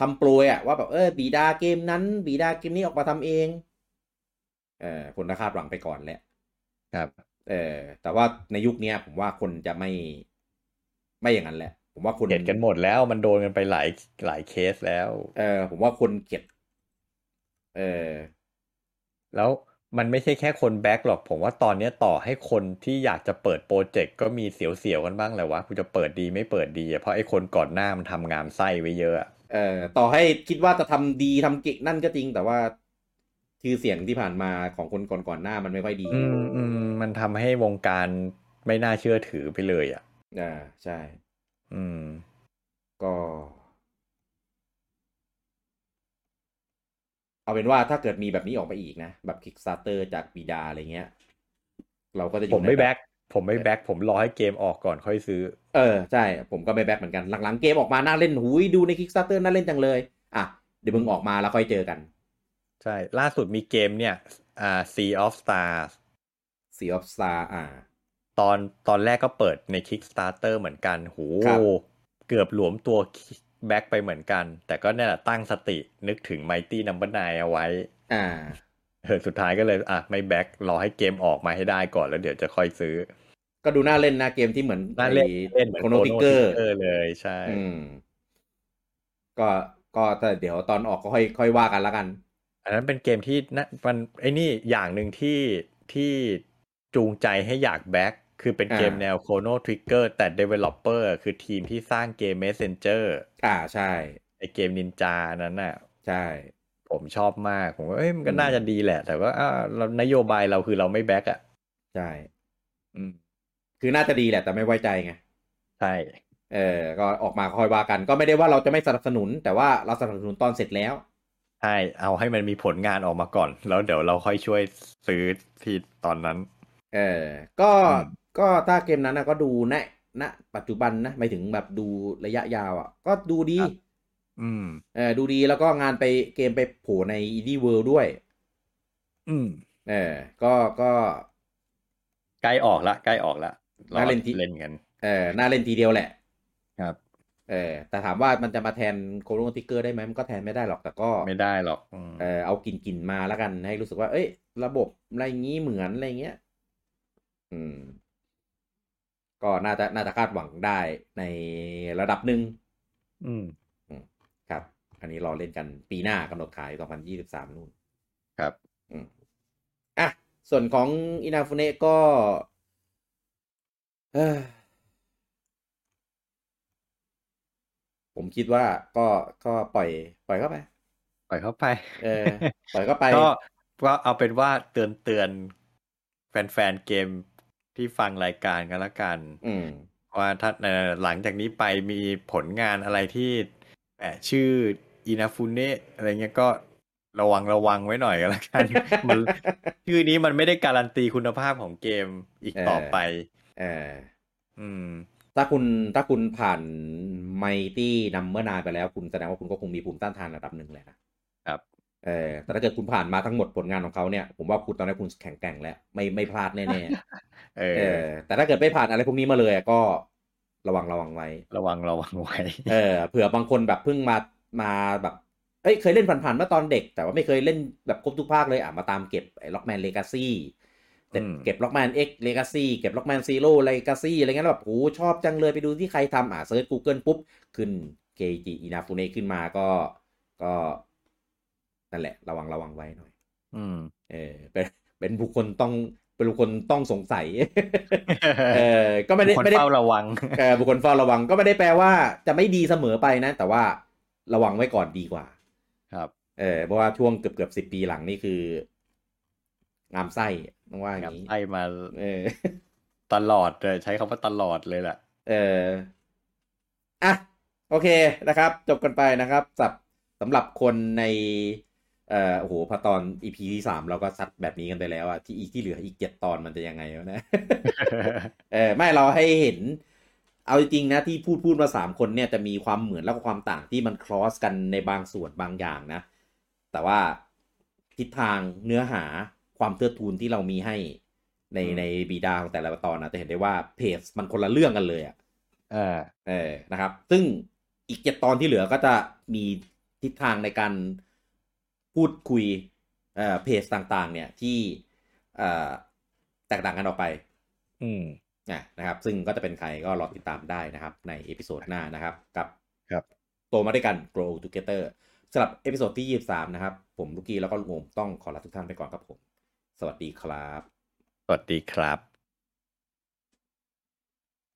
S1: คำโปรยอะว่าแบบเออบีดาเกมนั้น บีดาเกมนี้ออกมาทำเองเออคนก็คาดหวังไปก่อนแหละ
S2: ครับ
S1: เออแต่ว่าในยุคเนี้ยผมว่าคนจะไม่ไม่อย่างนั้นแหละ ผมว่าคน
S2: เห็นกันหมดแล้วมันโดนกันไปหลายหลายเคสแล้ว
S1: เออผมว่าคนเกลียดเออ
S2: แล้วมันไม่ใช่แค่คนแบ็กหรอก ผมว่าตอนเนี้ยต่อให้คนที่อยากจะเปิดโปรเจกต์ก็มีเสียวๆกันบ้างแหละว่ากูจะเปิดดีไม่เปิดดีอะเพราะไอ้คนก่อนหน้ามันทำงามไส้ไว้เยอะอะ
S1: เอ่อต่อให้คิดว่าจะทำดีทำเก่งนั่นก็จริง แต่ว่าชื่อเสียงที่ผ่านมาของคนก่อนๆหน้ามันไม่ค่อยดี
S2: อืมอืมมันทำให้วงการไม่น่าเชื่อถือไปเลยอ่ะ
S1: อ่าใช่
S2: อืม
S1: ก็ เอาเป็นว่าถ้าเกิดมีแบบนี้ออกไปอีกนะ แบบ Kickstarter จากปีดาอะไรเงี้ย เราก็จะอยู่
S2: ผมไม่
S1: ใน
S2: แบ็กผมไม่แบ็กผมรอให้เกมออกก่อนค่อยซื้อ
S1: เออใช่ ผมก็ไม่แบ็คเหมือนกัน หลังๆเกมออกมาน่าเล่นหูยดูใน Kickstarter น่าเล่นจังเลย อ่ะ เดี๋ยวมึงออกมาแล้วค่อยเจอกัน
S2: ใช่ ล่าสุดมีเกมเนี่ยอ่า Sea of Stars
S1: Sea of Star อ่า
S2: ตอนตอนแรกก็เปิดใน Kickstarter เหมือนกันโห
S1: ครับ
S2: เกือบหลวมตัวแบ็กไปเหมือนกัน แต่ก็เนี่ยแหละตั้งสตินึกถึง Mighty Number 9เอาไว้
S1: อ่า
S2: เออสุดท้ายก็เลยอ่ะไม่แบ็กรอให้เกมออกมาให้ได้ก่อนแล้วเดี๋ยวจะค่อยซื้อ
S1: ก็ดูน่าเล่นนะเกมที่เหมือน
S2: น่าเล่นเล่นเหมือน
S1: โคโนติกเกอร์
S2: เลยใช่
S1: อืม ก็ก็แต่เดี๋ยวตอนออกก็ค่อยค่อยว่ากันละกัน
S2: อันนั้นเป็นเกมที่นะมันไอ้นี่อย่างหนึ่งที่ที่ จูงใจให้อยากแบ็กคือเป็น
S1: อ่า
S2: เกมแนวโคโนทริกเกอร์แต่ Developer คือทีมที่สร้างเกม Messenger
S1: อ่าใช่
S2: ไอเกมนินจานั้นน่ะ
S1: ใช่
S2: ผมชอบมาก ผมว่าเอ้ยมันก็
S1: อืม
S2: น่าจะดีแหละ แต่ว่าอ่าเรานโยบายเราคือเราไม่แบ็กอ่ะ
S1: ใช่
S2: อืม
S1: คือน่าจะดีแหละแต่ไม่ไว้ใจไง
S2: ใช่
S1: เออ ก็ออกมาคอยว่ากัน ก็ไม่ได้ว่าเราจะไม่สนับสนุน แต่ว่าเราสนับสนุนตอนเสร็จแล้ว
S2: ใช่ เอาให้มันมีผลงานออกมาก่อน แล้วเดี๋ยวเราค่อยช่วยซื้อที่ตอนนั้น
S1: เออ ก็
S2: อืม
S1: ก็ถ้าเกมนั้นนะก็ดูณณปัจจุบันนะหมายถึงแบบดูระยะยาวอ่ะ ก็ดูดี
S2: อืม
S1: เออดูดีแล้วก็งานไปเกมไปโผล่ในอีดี้เวิลด์ด้วย
S2: อืม
S1: เออ ก็ก็
S2: ใกล้ออกละใกล้ออกละ
S1: น่าเล่นที่
S2: เล่นกัน
S1: เออน่าเล่นทีเดียวแหละ
S2: ครับ
S1: เออแต่ถามว่ามันจะมาแทนโคโรนติกเกอร์ได้ไหมมันก็แทนไม่ได้หรอกแต่ก็
S2: ไม่ได้หรอกอืม
S1: เออเอากลิ่นกินๆมาแล้วกันให้รู้สึกว่า เอ้ย ระบบอะไรอย่างงี้เหมือนอะไรเงี้ย อืม ก็น่าจะน่าจะคาดหวังได้ในระดับหนึ่ง
S2: อืม
S1: ครับ อันนี้รอเล่นกันปีหน้ากำหนดขาย 2023 นู่น
S2: ครับ
S1: อ่ะ ส่วนของอินาฟุเนะก็เอ่อผมคิดว่าก็ก็ปล่อย ปล่อยเข้าไป
S2: ปล่อยเข้าไป
S1: เออ ปล่อยเข้าไป
S2: ก็ก็เอาเป็นว่าเตือนเตือนๆแฟนๆเกมที่ฟังรายการกันละกัน
S1: อืม
S2: ว่าถ้าเอ่อหลังจากนี้ไปมีผลงานอะไรที่แอะชื่ออินาฟุเนะอะไรเงี้ยก็ระวังระวังไว้หน่อยก็แล้ว กัน มันชื่อนี้มันไม่ได้การันตีคุณภาพของเกมอีกต่อไป
S1: เออ
S2: อืม
S1: ถ้าคุณถ้าคุณผ่านไมตี้นัมเมื่อนานไปแล้ว คุณแสดงว่าคุณก็คงมีภูมิต้านทานระดับหนึ่งแหละนะครับ เออ แต่ถ้าเกิดคุณผ่านมาทั้งหมดผลงานของเขาเนี่ย ผมว่าคุณตอนนี้คุณแข็งแกร่งแล้ว ไม่ไม่พลาดแน่
S2: เอ
S1: ๆ เอ
S2: อ
S1: อ แต่ถ้าเกิดไม่ผ่านอะไรพวกนี้มาเลยอะก็ระวังระวังไว้
S2: ระวังระวังไว้
S1: เออเผื่อบางคนแบบเพิ่งมามาแบบเอ้ยเคยเล่นผ่านๆเมื่อตอนเด็ก แต่ว่าไม่เคยเล่นแบบครบทุกภาคเลยอ่ะมาตามเก็บไอ้ล็อกแมนเลกาซี่
S2: อืม
S1: เก็บล็อกแมนเอ็กเลกาซี่เก็บล็อกแมนซีโร่เลกาซี่อะไรเงี้ยแล้วแบบโอ้ชอบจังเลยไปดูที่ใครทำอ่ะเซิร์ช Google ปุ๊บ ขึ้นเกจิอินาฟูเนขึ้นมาก็ก็นั่นแหละ ระวังระวังไว้หน่อย
S2: อืม
S1: เออเป็นเป็นบุคคลต้องเป็นบุคคลต้องสงสัย เออก็ ไม่ได้
S2: คน
S1: ไม่ได้
S2: เฝ้าระวัง
S1: เออบุคคลเฝ้าระวังก็ไม่ได้แปลว่าจะไม่ดีเสมอไปนะ แต่ว่าระวังไว้ก่อนดีกว่า
S2: ครับ
S1: เออเพราะว่าช่วงเกือบเกือบสิบปีหลังนี่คืองามไส้ต้องว่าอย่างนี้
S2: ไอ้มา
S1: เออ
S2: ตลอดเลยใช้คำว่าตลอดเลยแหละ
S1: เอออ่ะ โอเคนะครับ จบกันไปนะครับสับสำหรับคนใน เอ่อโอ้โหพอตอน EP ที่สามเราก็ซัดแบบนี้กันไปแล้วอะที่อีกที่เหลืออีกเจ็ดตอนมันจะยังไงวะนะ เออไม่เราให้เห็น เอาจริงๆนะที่พูดพูดมาสามคนเนี่ยจะมีความเหมือนแล้วก็ความต่างที่มันคลอสกันในบางส่วนบางอย่างนะ แต่ว่าทิศทางเนื้อหาความเทื่อทูนที่เรามีให้ ใน
S2: อืม
S1: ในบีดาของแต่ละตอนนะจะเห็นได้ว่าเพจมันคนละเรื่องกันเลยอะ
S2: อ่า
S1: เออนะครับ ซึ่งอีกเจ็ดตอนที่เหลือก็จะมีทิศทางในการพูดคุยเอ่อเพจต่างๆ เนี่ยที่เอ่อแตกต่างกันออกไป
S2: อืม
S1: อ่ะนะครับซึ่งก็จะเป็นใครก็รอติดตามได้นะครับ ในเอพิโซดหน้านะครับ กับ
S2: ครับ
S1: โตมาด้วยกัน grow together สำหรับเอพิโซดที่ 23 นะครับ ผมลูกกี้แล้วก็ลุงโอมต้องขอลาทุกท่านไปก่อนครับผม สวัสดีครับ
S2: สวัสดีครับ